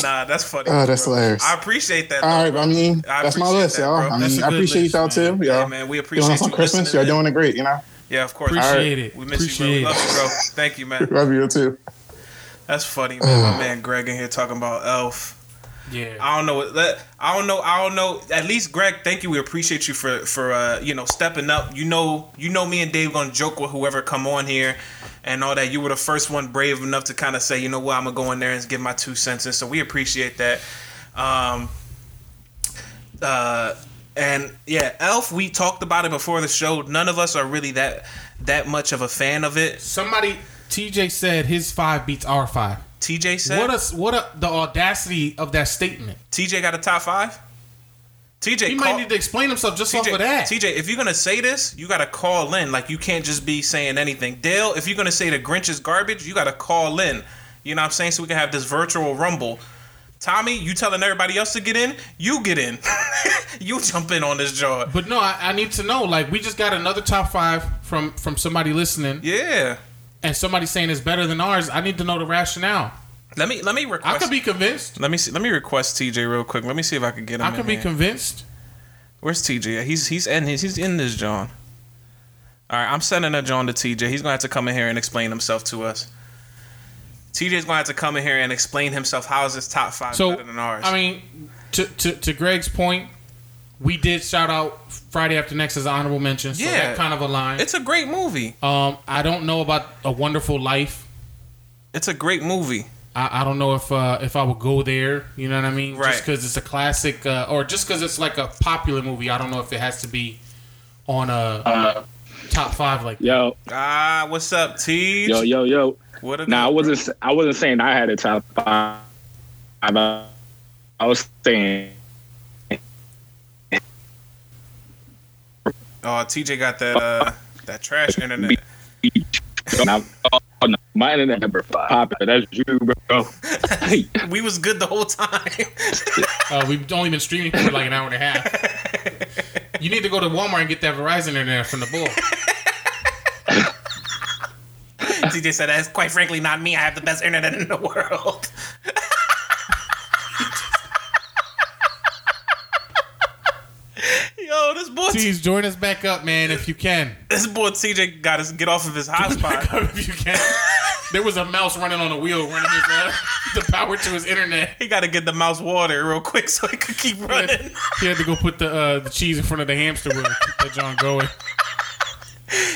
Speaker 3: Nah, that's funny.
Speaker 8: Oh, that's
Speaker 3: bro.
Speaker 8: hilarious.
Speaker 3: I appreciate that.
Speaker 8: All
Speaker 3: though,
Speaker 8: right,
Speaker 3: bro.
Speaker 8: I mean,
Speaker 3: I
Speaker 8: that's my
Speaker 3: appreciate
Speaker 8: list,
Speaker 3: that,
Speaker 8: y'all.
Speaker 3: bro.
Speaker 8: I
Speaker 5: That's
Speaker 8: mean,
Speaker 5: a
Speaker 8: I
Speaker 5: good
Speaker 8: appreciate
Speaker 5: list,
Speaker 8: y'all
Speaker 5: man.
Speaker 8: too.
Speaker 3: Yeah,
Speaker 8: Y'all,
Speaker 3: man, we appreciate
Speaker 8: doing
Speaker 3: you.
Speaker 8: some Christmas.
Speaker 3: listening
Speaker 8: Y'all
Speaker 3: in.
Speaker 8: doing it great, you know.
Speaker 3: Yeah, of course.
Speaker 5: Appreciate
Speaker 3: All
Speaker 5: it.
Speaker 3: We miss
Speaker 5: Appreciate
Speaker 3: you, bro. We
Speaker 5: it.
Speaker 3: love you, bro. Thank you, man.
Speaker 8: Love you too.
Speaker 3: That's funny, man. My man Greg in here talking about Elf.
Speaker 5: Yeah.
Speaker 3: I don't know. what that- I don't know. I don't know. At least Greg, thank you. We appreciate you for for uh, you know stepping up. You know, you know, me and Dave gonna joke with whoever come on here and all that. You were the first one brave enough to kind of say, you know what, I'm gonna go in there and give my two cents. in. so we appreciate that. Um, uh, and yeah, Elf. We talked about it before the show. None of us are really that that much of a fan of it.
Speaker 5: Somebody TJ said his five beats our five.
Speaker 3: TJ said.
Speaker 5: What a what a the audacity of that statement.
Speaker 3: TJ got a top five. TJ,
Speaker 5: He
Speaker 3: call-
Speaker 5: might need to explain himself just off
Speaker 3: TJ,
Speaker 5: of that.
Speaker 3: TJ, if you're gonna say this, you gotta call in. Like you can't just be saying anything. Dale, if you're gonna say the Grinch is garbage, you gotta call in. You know what I'm saying? So we can have this virtual rumble. Tommy, you telling everybody else to get in? You get in. you jump in on this job.
Speaker 5: but no, I, I need to know. Like we just got another top five from from somebody listening,
Speaker 3: Yeah.
Speaker 5: and somebody saying it's better than ours. I need to know the rationale.
Speaker 3: Let me let me request.
Speaker 5: I could be convinced.
Speaker 3: let me see. Let me request TJ real quick. Let me see if I could get him.
Speaker 5: I could
Speaker 3: in
Speaker 5: be
Speaker 3: here.
Speaker 5: convinced.
Speaker 3: Where's TJ? He's he's in his, he's in this John. All right, I'm sending a John to TJ. He's gonna have to come in here and explain himself to us. TJ's gonna have to come in here and explain himself. How is his top five
Speaker 5: So
Speaker 3: better than ours?
Speaker 5: I mean, to, to to Greg's point, we did shout out Friday After Next as an honorable mention. So
Speaker 3: Yeah.
Speaker 5: that kind of a line.
Speaker 3: it's a great movie.
Speaker 5: Um, I don't know about A Wonderful Life.
Speaker 3: It's a great movie.
Speaker 5: I, I don't know if uh, if I would go there. You know what I mean?
Speaker 3: Right.
Speaker 5: Just because it's a classic, uh, or just because it's like a popular movie. I don't know if it has to be on a
Speaker 3: Uh,
Speaker 5: top five like that.
Speaker 9: Yo,
Speaker 3: Ah, what's up, TJ?
Speaker 9: yo, yo, yo.
Speaker 3: What a
Speaker 9: Now I wasn't I wasn't saying I had a top five. I I was saying
Speaker 3: Oh, TJ got that uh, that trash internet.
Speaker 9: now, oh, no, my internet number five. Papa, That's you, bro. Hey,
Speaker 3: We was good the whole time.
Speaker 5: Uh, we've only been streaming for like an hour and a half. You need to go to Walmart and get that Verizon internet from the bull.
Speaker 3: TJ said that's quite frankly not me. I have the best internet in the world. Yo, this boy,
Speaker 5: Please join us back up, man, if you can.
Speaker 3: this boy TJ got to get off of his
Speaker 5: Oh
Speaker 3: hotspot.
Speaker 5: if you can. There was a mouse running on a wheel running his, uh, the power to his internet.
Speaker 3: He got to get the mouse water real quick so he could keep running.
Speaker 5: He had to go put the uh, the cheese in front of the hamster wheel to keep that John going.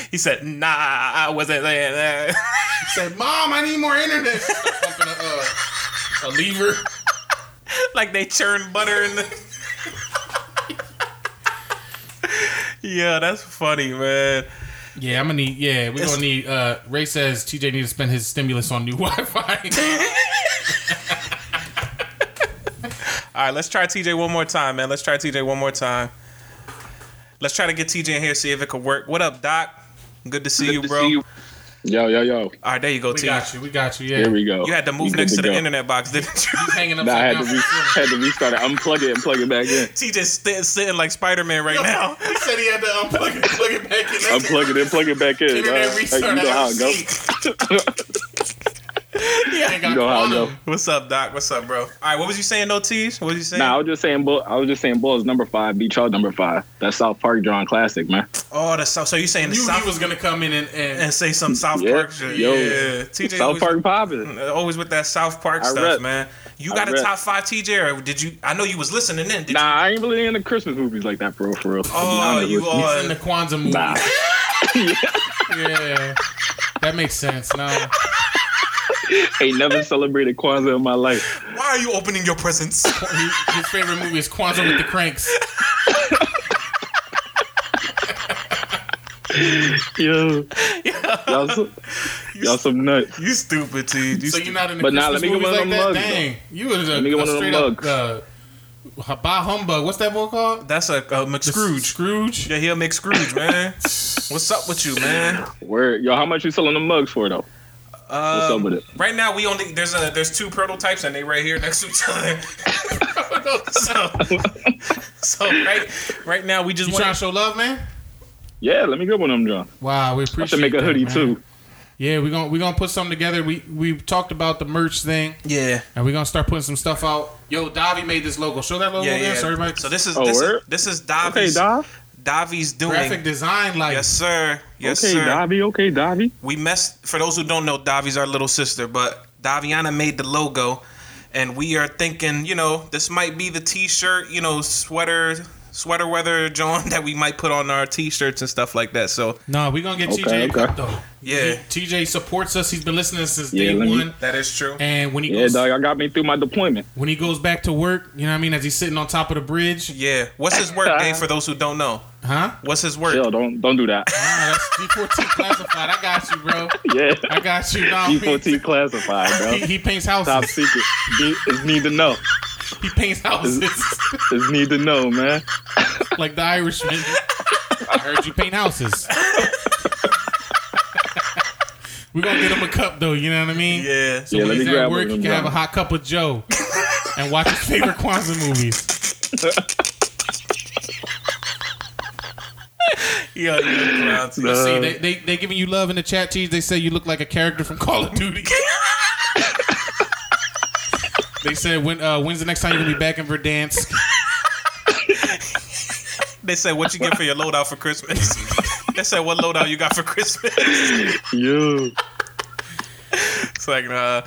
Speaker 3: He said, "Nah, I wasn't there." there."
Speaker 5: Said, "Mom, I need more internet." Start pumping a, uh, a lever.
Speaker 3: like they churn butter in the. yeah, that's funny, man.
Speaker 5: Yeah, I'm gonna need. Yeah, we're gonna need. Uh, Ray says TJ needs to spend his stimulus on new Wi-Fi.
Speaker 3: All right, let's try TJ one more time, man. Let's try TJ one more time. Let's try to get TJ in here, see if it could work. What up, Doc? Good to see you, bro.
Speaker 9: Yo, yo, yo.
Speaker 3: All right, there you go,
Speaker 5: we
Speaker 3: TJ.
Speaker 5: got you. We got you. Yeah,
Speaker 9: Here we go.
Speaker 3: You had to move
Speaker 9: We good
Speaker 3: next to the
Speaker 9: go.
Speaker 3: internet box, didn't you?
Speaker 5: hanging
Speaker 9: Nah, I
Speaker 5: upside
Speaker 9: had
Speaker 5: down.
Speaker 9: to, re- had to restart it, unplug it, and plug it back in.
Speaker 3: TJ's st- sitting like Spider Man right now.
Speaker 5: he said he had to unplug it, plug it back in.
Speaker 9: Unplug it and plug it back in.
Speaker 5: Internet
Speaker 9: Uh,
Speaker 5: restart,
Speaker 9: you know
Speaker 5: I
Speaker 9: how
Speaker 5: have
Speaker 9: it
Speaker 5: a
Speaker 9: goes.
Speaker 5: Ain't got
Speaker 9: You know how I
Speaker 5: quantum.
Speaker 9: go.
Speaker 3: What's up, Doc? What's up, bro? All right, what was you saying, no T's? What was you saying?
Speaker 9: Nah, I was just saying, Bull. I was just saying, Bulls number five beat y'all number five. That's South Park John classic, man.
Speaker 3: Oh, the South. So you saying the
Speaker 5: Knew
Speaker 3: South
Speaker 5: he was gonna come in and, and
Speaker 3: and say some South
Speaker 9: Yeah,
Speaker 3: Park shit?
Speaker 9: yo.
Speaker 3: Yeah, TJ
Speaker 9: South
Speaker 3: always,
Speaker 9: Park poppin'.
Speaker 3: always with that South Park
Speaker 9: I
Speaker 3: stuff,
Speaker 9: rep.
Speaker 3: man. You
Speaker 9: I
Speaker 3: got a
Speaker 9: rep.
Speaker 3: top five, TJ, or did you? I know you was listening in. Did
Speaker 9: Nah, I ain't really into Christmas movies like that, bro. For real.
Speaker 3: Oh,
Speaker 9: I'll be honest
Speaker 3: you
Speaker 9: with
Speaker 3: are-
Speaker 5: uh, in the Kwanzaa movie.
Speaker 9: Nah.
Speaker 5: Yeah, that makes sense. Now
Speaker 9: ain't never celebrated Kwanzaa in my life.
Speaker 3: you? Why are you opening your presents?
Speaker 5: his favorite movie is Kwanzaa with the Cranks.
Speaker 9: Yo, y'all, some, y'all some nuts.
Speaker 3: you stupid, T. You
Speaker 5: So
Speaker 3: stu-
Speaker 5: you're not in the
Speaker 9: But nah,
Speaker 5: Christmas
Speaker 9: let me get
Speaker 5: movies
Speaker 9: one
Speaker 5: like
Speaker 9: of them
Speaker 5: that?
Speaker 9: mugs, though.
Speaker 5: Dang, you was a,
Speaker 9: me
Speaker 5: a
Speaker 9: get one of them
Speaker 5: straight
Speaker 9: mugs.
Speaker 5: up uh, bah humbug. What's that boy called?
Speaker 3: That's a, a McScrooge.
Speaker 5: Scrooge.
Speaker 3: Yeah, he'll make Scrooge, man. What's up with you, man?
Speaker 9: Where, yo, how much you selling the mugs for though? What's up
Speaker 5: Um,
Speaker 9: with it?
Speaker 3: Right now, we only there's a there's two prototypes and they right here next to each other. so, so right right now we just
Speaker 5: You trying to
Speaker 3: want
Speaker 5: show love, man?
Speaker 9: Yeah, let me get one of them, John.
Speaker 5: Wow, we appreciate.
Speaker 9: I should make a
Speaker 5: that,
Speaker 9: hoodie
Speaker 5: man.
Speaker 9: too.
Speaker 5: Yeah, we're gonna we're gonna put something together. We we talked about the merch thing,
Speaker 3: yeah
Speaker 5: and we're gonna start putting some stuff out. Yo, Davi made this logo. Show that logo
Speaker 3: yeah
Speaker 5: again,
Speaker 3: yeah.
Speaker 5: so everybody.
Speaker 3: So this is
Speaker 9: Oh,
Speaker 3: this is
Speaker 9: word?
Speaker 3: this is
Speaker 9: Okay,
Speaker 3: Davi's
Speaker 9: Dav.
Speaker 3: Davi's doing.
Speaker 5: graphic design, like
Speaker 3: Yes, sir. Yes,
Speaker 9: okay,
Speaker 3: sir.
Speaker 9: Davi. Okay, Davi.
Speaker 3: We messed for those who don't know, Davi's our little sister, but Daviana made the logo. and we are thinking, you know, this might be the t-shirt, you know, sweater, sweater weather, John, that we might put on our t-shirts and stuff like that. So
Speaker 5: No, we're gonna get
Speaker 9: Okay,
Speaker 5: TJ a
Speaker 9: okay.
Speaker 5: cup though.
Speaker 3: Yeah.
Speaker 5: He- TJ supports us. He's been listening since
Speaker 9: Yeah,
Speaker 5: day
Speaker 9: let me-
Speaker 5: one.
Speaker 3: that is true.
Speaker 5: And when he
Speaker 9: Yeah,
Speaker 5: goes
Speaker 9: dog, y'all got me through my deployment.
Speaker 5: when he goes back to work, you know what I mean, as he's sitting on top of the bridge.
Speaker 3: Yeah. What's his work day for those who don't know?
Speaker 5: Huh?
Speaker 3: What's his work?
Speaker 9: Chill, don't don't do that.
Speaker 5: Ah, that's G fourteen classified. I got you, bro.
Speaker 9: Yeah,
Speaker 5: I got you. Nah,
Speaker 9: G14 classified,
Speaker 5: He,
Speaker 9: bro.
Speaker 5: he paints
Speaker 9: Top
Speaker 5: houses.
Speaker 9: secret. Need- It's need to know.
Speaker 5: He paints houses.
Speaker 9: It's need to know, man.
Speaker 5: like the Irishman. I heard you paint houses. We're gonna get him a cup though, you know what I mean?
Speaker 3: Yeah.
Speaker 5: So
Speaker 9: Yeah,
Speaker 5: when
Speaker 9: let
Speaker 5: he's
Speaker 9: me
Speaker 5: at
Speaker 9: grab one,
Speaker 5: work,
Speaker 9: let
Speaker 5: he
Speaker 9: me
Speaker 5: can
Speaker 9: grab
Speaker 5: have a
Speaker 9: one.
Speaker 5: hot cup of Joe and watch his favorite Kwanzaa movies.
Speaker 3: Yeah. yeah.
Speaker 5: Let's
Speaker 9: Uh,
Speaker 5: see, they, they they giving you love in the chat cheese. They say you look like a character from Call of Duty. they said when uh, when's the next time you're gonna be back in Verdansk?
Speaker 3: They said, "What you get for your loadout for Christmas?" they said, "What loadout you got for Christmas?"
Speaker 9: You.
Speaker 3: It's like, nah,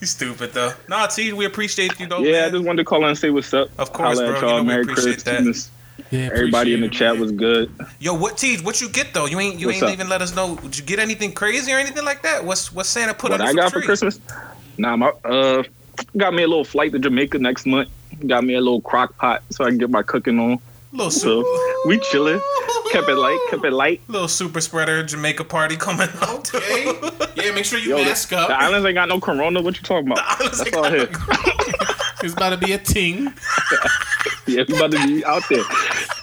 Speaker 3: you stupid though. Nah, T, we appreciate you though.
Speaker 9: Yeah, I
Speaker 3: Oh, man.
Speaker 9: just wanted to call and say what's up.
Speaker 3: Of course,
Speaker 9: Holla
Speaker 3: bro. You
Speaker 9: at
Speaker 3: know
Speaker 9: y'all.
Speaker 3: we
Speaker 9: Merry
Speaker 3: appreciate that.
Speaker 9: Christmas.
Speaker 5: Yeah,
Speaker 9: Everybody in the
Speaker 5: appreciate
Speaker 9: chat was good.
Speaker 3: Yo, what T? What you get though? You ain't you
Speaker 9: What's
Speaker 3: ain't
Speaker 9: up?
Speaker 3: even let us know. Did you get anything crazy or anything like that? What's what's Santa put
Speaker 9: What
Speaker 3: on
Speaker 9: I
Speaker 3: the
Speaker 9: got for
Speaker 3: tree?
Speaker 9: Christmas? Nah, my uh, got me a little flight to Jamaica next month. Got me a little crock pot so I can get my cooking on.
Speaker 3: Little
Speaker 9: So
Speaker 3: super,
Speaker 9: we chilling. Kept it light. Kept it light.
Speaker 3: little super spreader Jamaica party coming up. dude.
Speaker 5: it. Yeah, make sure you
Speaker 9: Yo,
Speaker 5: mask
Speaker 9: the,
Speaker 5: up.
Speaker 9: the islands ain't got no corona. What you talking about?
Speaker 3: islands
Speaker 9: That's
Speaker 3: ain't
Speaker 9: all
Speaker 3: got
Speaker 9: here.
Speaker 5: It's about to be a ting.
Speaker 9: Yeah, we about to be out there.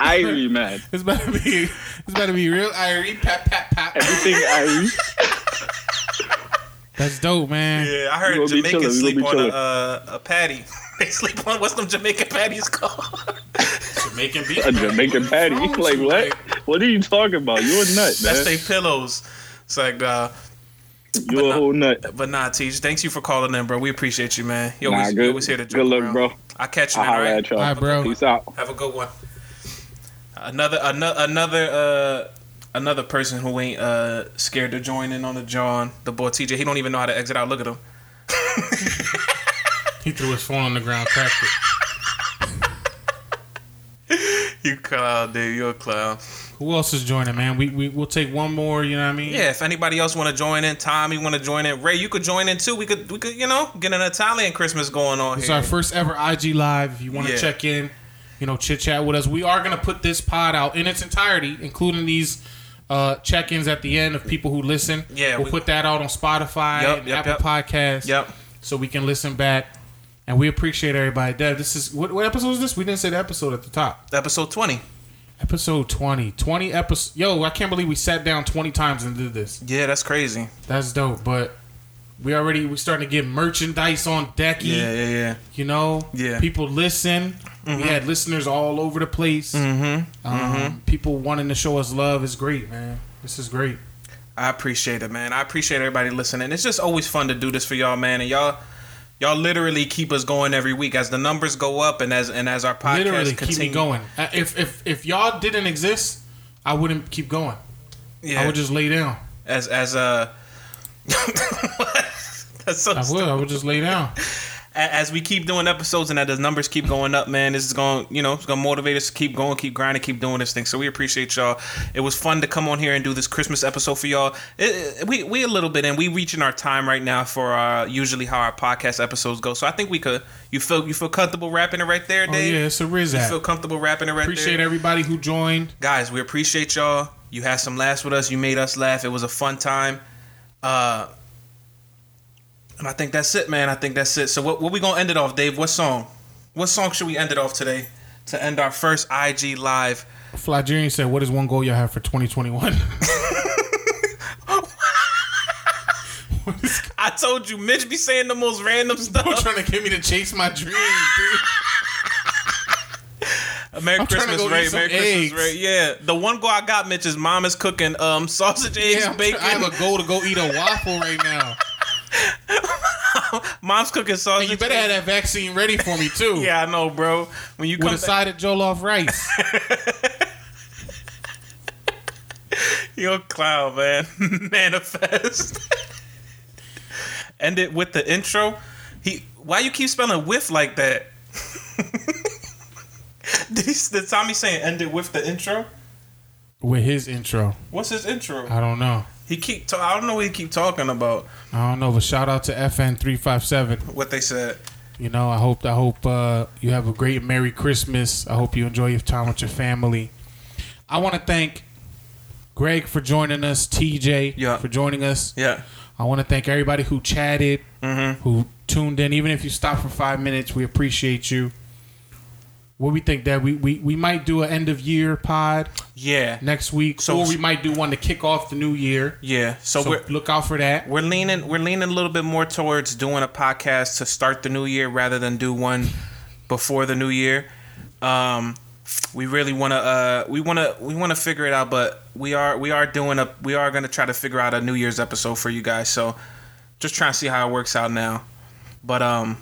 Speaker 9: Irie, man.
Speaker 5: It's about to be it's about to be real irie. Pat pat pat.
Speaker 9: Everything Irie.
Speaker 5: That's dope, man.
Speaker 3: Yeah, I
Speaker 9: We
Speaker 3: heard
Speaker 9: gonna be chilling,
Speaker 3: Jamaicans
Speaker 9: we
Speaker 3: sleep
Speaker 9: gonna
Speaker 3: on
Speaker 9: be
Speaker 3: a, uh, a patty. They sleep on what's them Jamaican patties called?
Speaker 5: Jamaican beef.
Speaker 9: A Jamaican patty.
Speaker 5: What's wrong
Speaker 9: Like
Speaker 5: with you,
Speaker 9: what? What are you talking about? You a nut,
Speaker 3: That's
Speaker 9: man.
Speaker 3: they pillows. It's like, uh,
Speaker 9: You a whole nut.
Speaker 3: but nah, Teach. Thanks you for calling in, bro. We appreciate you, man. You
Speaker 9: Nah,
Speaker 3: always, you
Speaker 9: good-
Speaker 3: always here to
Speaker 9: good luck, bro.
Speaker 3: I catch you,
Speaker 9: I
Speaker 3: man. all
Speaker 9: holla
Speaker 3: right?
Speaker 9: at y'all.
Speaker 5: All right, bro.
Speaker 9: Peace out.
Speaker 3: Have a good one. Another another another uh another person who ain't uh scared to join in on the John, the boy TJ. He don't even know how to exit out. Look at him.
Speaker 5: He threw his phone on the ground, cracked it.
Speaker 3: You clown, dude. You a clown.
Speaker 5: Who else is joining, man? We we we'll take one more. You know what I mean?
Speaker 3: Yeah. If anybody else want to join in, Tommy want to join in. Ray, you could join in too. We could we could you know get an Italian Christmas going on
Speaker 5: It's
Speaker 3: here.
Speaker 5: our first ever IG live. If you want to
Speaker 3: Yeah.
Speaker 5: check in, you know, chit chat with us. We are gonna put this pod out in its entirety, including these uh, check-ins at the end of people who listen.
Speaker 3: Yeah,
Speaker 5: we'll
Speaker 3: we-
Speaker 5: put that out on Spotify
Speaker 3: Yup,
Speaker 5: and
Speaker 3: yup,
Speaker 5: Apple
Speaker 3: yup.
Speaker 5: Podcasts.
Speaker 3: Yep.
Speaker 5: So we can listen back, and we appreciate everybody. Dev, this is what, what episode is this? We didn't say the episode at the top.
Speaker 3: Episode twenty.
Speaker 5: Episode 20. 20 episodes. Yo, I can't believe we sat down 20 times and did this.
Speaker 3: Yeah, that's crazy.
Speaker 5: That's dope, but we already we starting to get merchandise on decky.
Speaker 3: Yeah, yeah, yeah.
Speaker 5: You know,
Speaker 3: Yeah. Mm-hmm.
Speaker 5: People listen. We had listeners all over the place. Mm-hmm. Um, People wanting to show us love is great, man. This is great.
Speaker 3: I appreciate it, man. I appreciate everybody listening. It's just always fun to do this for y'all, man. And y'all, y'all literally keep us going every week as the numbers go up and as and as our podcast
Speaker 5: Literally
Speaker 3: continue
Speaker 5: keep me going. Uh, If if if y'all didn't exist, I wouldn't keep going.
Speaker 3: Yeah,
Speaker 5: I would just lay down.
Speaker 3: as as uh, that's so
Speaker 5: I
Speaker 3: stu-
Speaker 5: would. I would just lay down.
Speaker 3: a- as we keep doing episodes and as the numbers keep going up, man, this is going you know it's gonna motivate us to keep going, keep grinding, keep doing this thing. So we appreciate y'all. It was fun to come on here and do this Christmas episode for y'all. It, it- we we a little bit and we reaching our time right now for our usually how our podcast episodes go. So I think we could you feel you feel comfortable wrapping it right there,
Speaker 5: Oh
Speaker 3: Dave.
Speaker 5: yeah, it's a Riz
Speaker 3: You
Speaker 5: app.
Speaker 3: feel comfortable wrapping it right
Speaker 5: Appreciate
Speaker 3: there.
Speaker 5: everybody who joined.
Speaker 3: Guys, we appreciate y'all. You had some laughs with us. You made us laugh. It was a fun time. Uh and I think that's it, man. I think that's it. So what what we gonna end it off, Dave? What song? What song should we end it off today? To end our first IG live.
Speaker 5: Flygerian said, "What is one goal y'all have for 2021?"
Speaker 3: I told you, Mitch be saying the most random
Speaker 5: You're
Speaker 3: stuff.
Speaker 5: trying to get me to chase my dreams, dude.
Speaker 3: Merry
Speaker 5: I'm trying to
Speaker 3: Christmas,
Speaker 5: go
Speaker 3: Ray.
Speaker 5: eat some
Speaker 3: Merry
Speaker 5: eggs.
Speaker 3: Christmas, Ray. Yeah. The one goal I got, Mitch, is mom is cooking um sausage, eggs,
Speaker 5: Yeah, I'm trying-
Speaker 3: bacon.
Speaker 5: I have a goal to go eat a waffle right now.
Speaker 3: Mom's cooking sausage.
Speaker 5: And you better have that vaccine ready for me too.
Speaker 3: Yeah, I know, bro. When you
Speaker 5: With
Speaker 3: come
Speaker 5: a side of Jollof rice.
Speaker 3: You're a clown, man. Manifest. End it with the intro. He Why you keep spelling whiff like that? did, he, did Tommy say it ended with the intro?
Speaker 5: With his intro,
Speaker 3: What's his intro?
Speaker 5: I don't know.
Speaker 3: He keep. Ta- I don't know what he keep talking about.
Speaker 5: I don't know, but shout out to FN three five seven.
Speaker 3: What they said.
Speaker 5: You know, I hope I hope uh, you have a great Merry Christmas. I hope you enjoy your time with your family. I want to thank Greg for joining us, TJ
Speaker 3: Yeah.
Speaker 5: for joining us.
Speaker 3: Yeah. Mm-hmm.
Speaker 5: I want to thank everybody who chatted, who tuned in. Even if you stopped for five minutes, we appreciate you. What we think that we, we we might do an end of year pod
Speaker 3: Yeah.
Speaker 5: next week,
Speaker 3: So-
Speaker 5: or we might do one to kick off the new year.
Speaker 3: Yeah. So,
Speaker 5: So,
Speaker 3: we're
Speaker 5: look out for that.
Speaker 3: we're leaning we're leaning a little bit more towards doing a podcast to start the new year rather than do one before the new year. Um, we really want to uh, we want to we want to figure it out, but we are we are doing a we are going to try to figure out a New Year's episode for you guys. So just trying to see how it works out now. But um,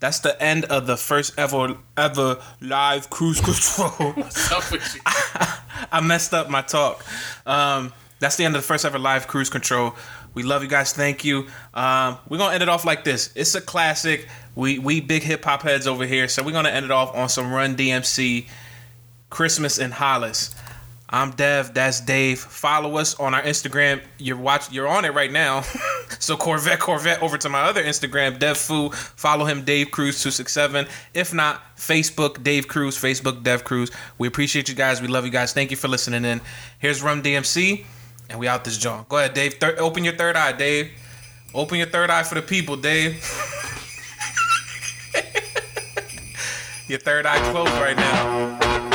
Speaker 3: that's the end of the first ever ever live cruise control. I messed up my talk. Um, that's the end of the first ever live cruise control. We love you guys. Thank you. Um, we're gonna end it off like this. It's a classic. We we big hip hop heads over here, so we're gonna end it off on some Run DMC, Christmas in Hollis. I'm Dev. That's Dave. Follow us on our Instagram. You're watch. You're on it right now. so Corvette, Corvette. Over to my other Instagram, Dev Foo. Follow him, Dave Cruz two six seven. If not, Facebook, Dave Cruz. Facebook, Dev Cruz. We appreciate you guys. We love you guys. Thank you for listening in. Here's Rum DMC, and we out this joint. Go ahead, Dave. Thir- open your third eye, Dave. Open your third eye for the people, Dave. your third eye closed right now.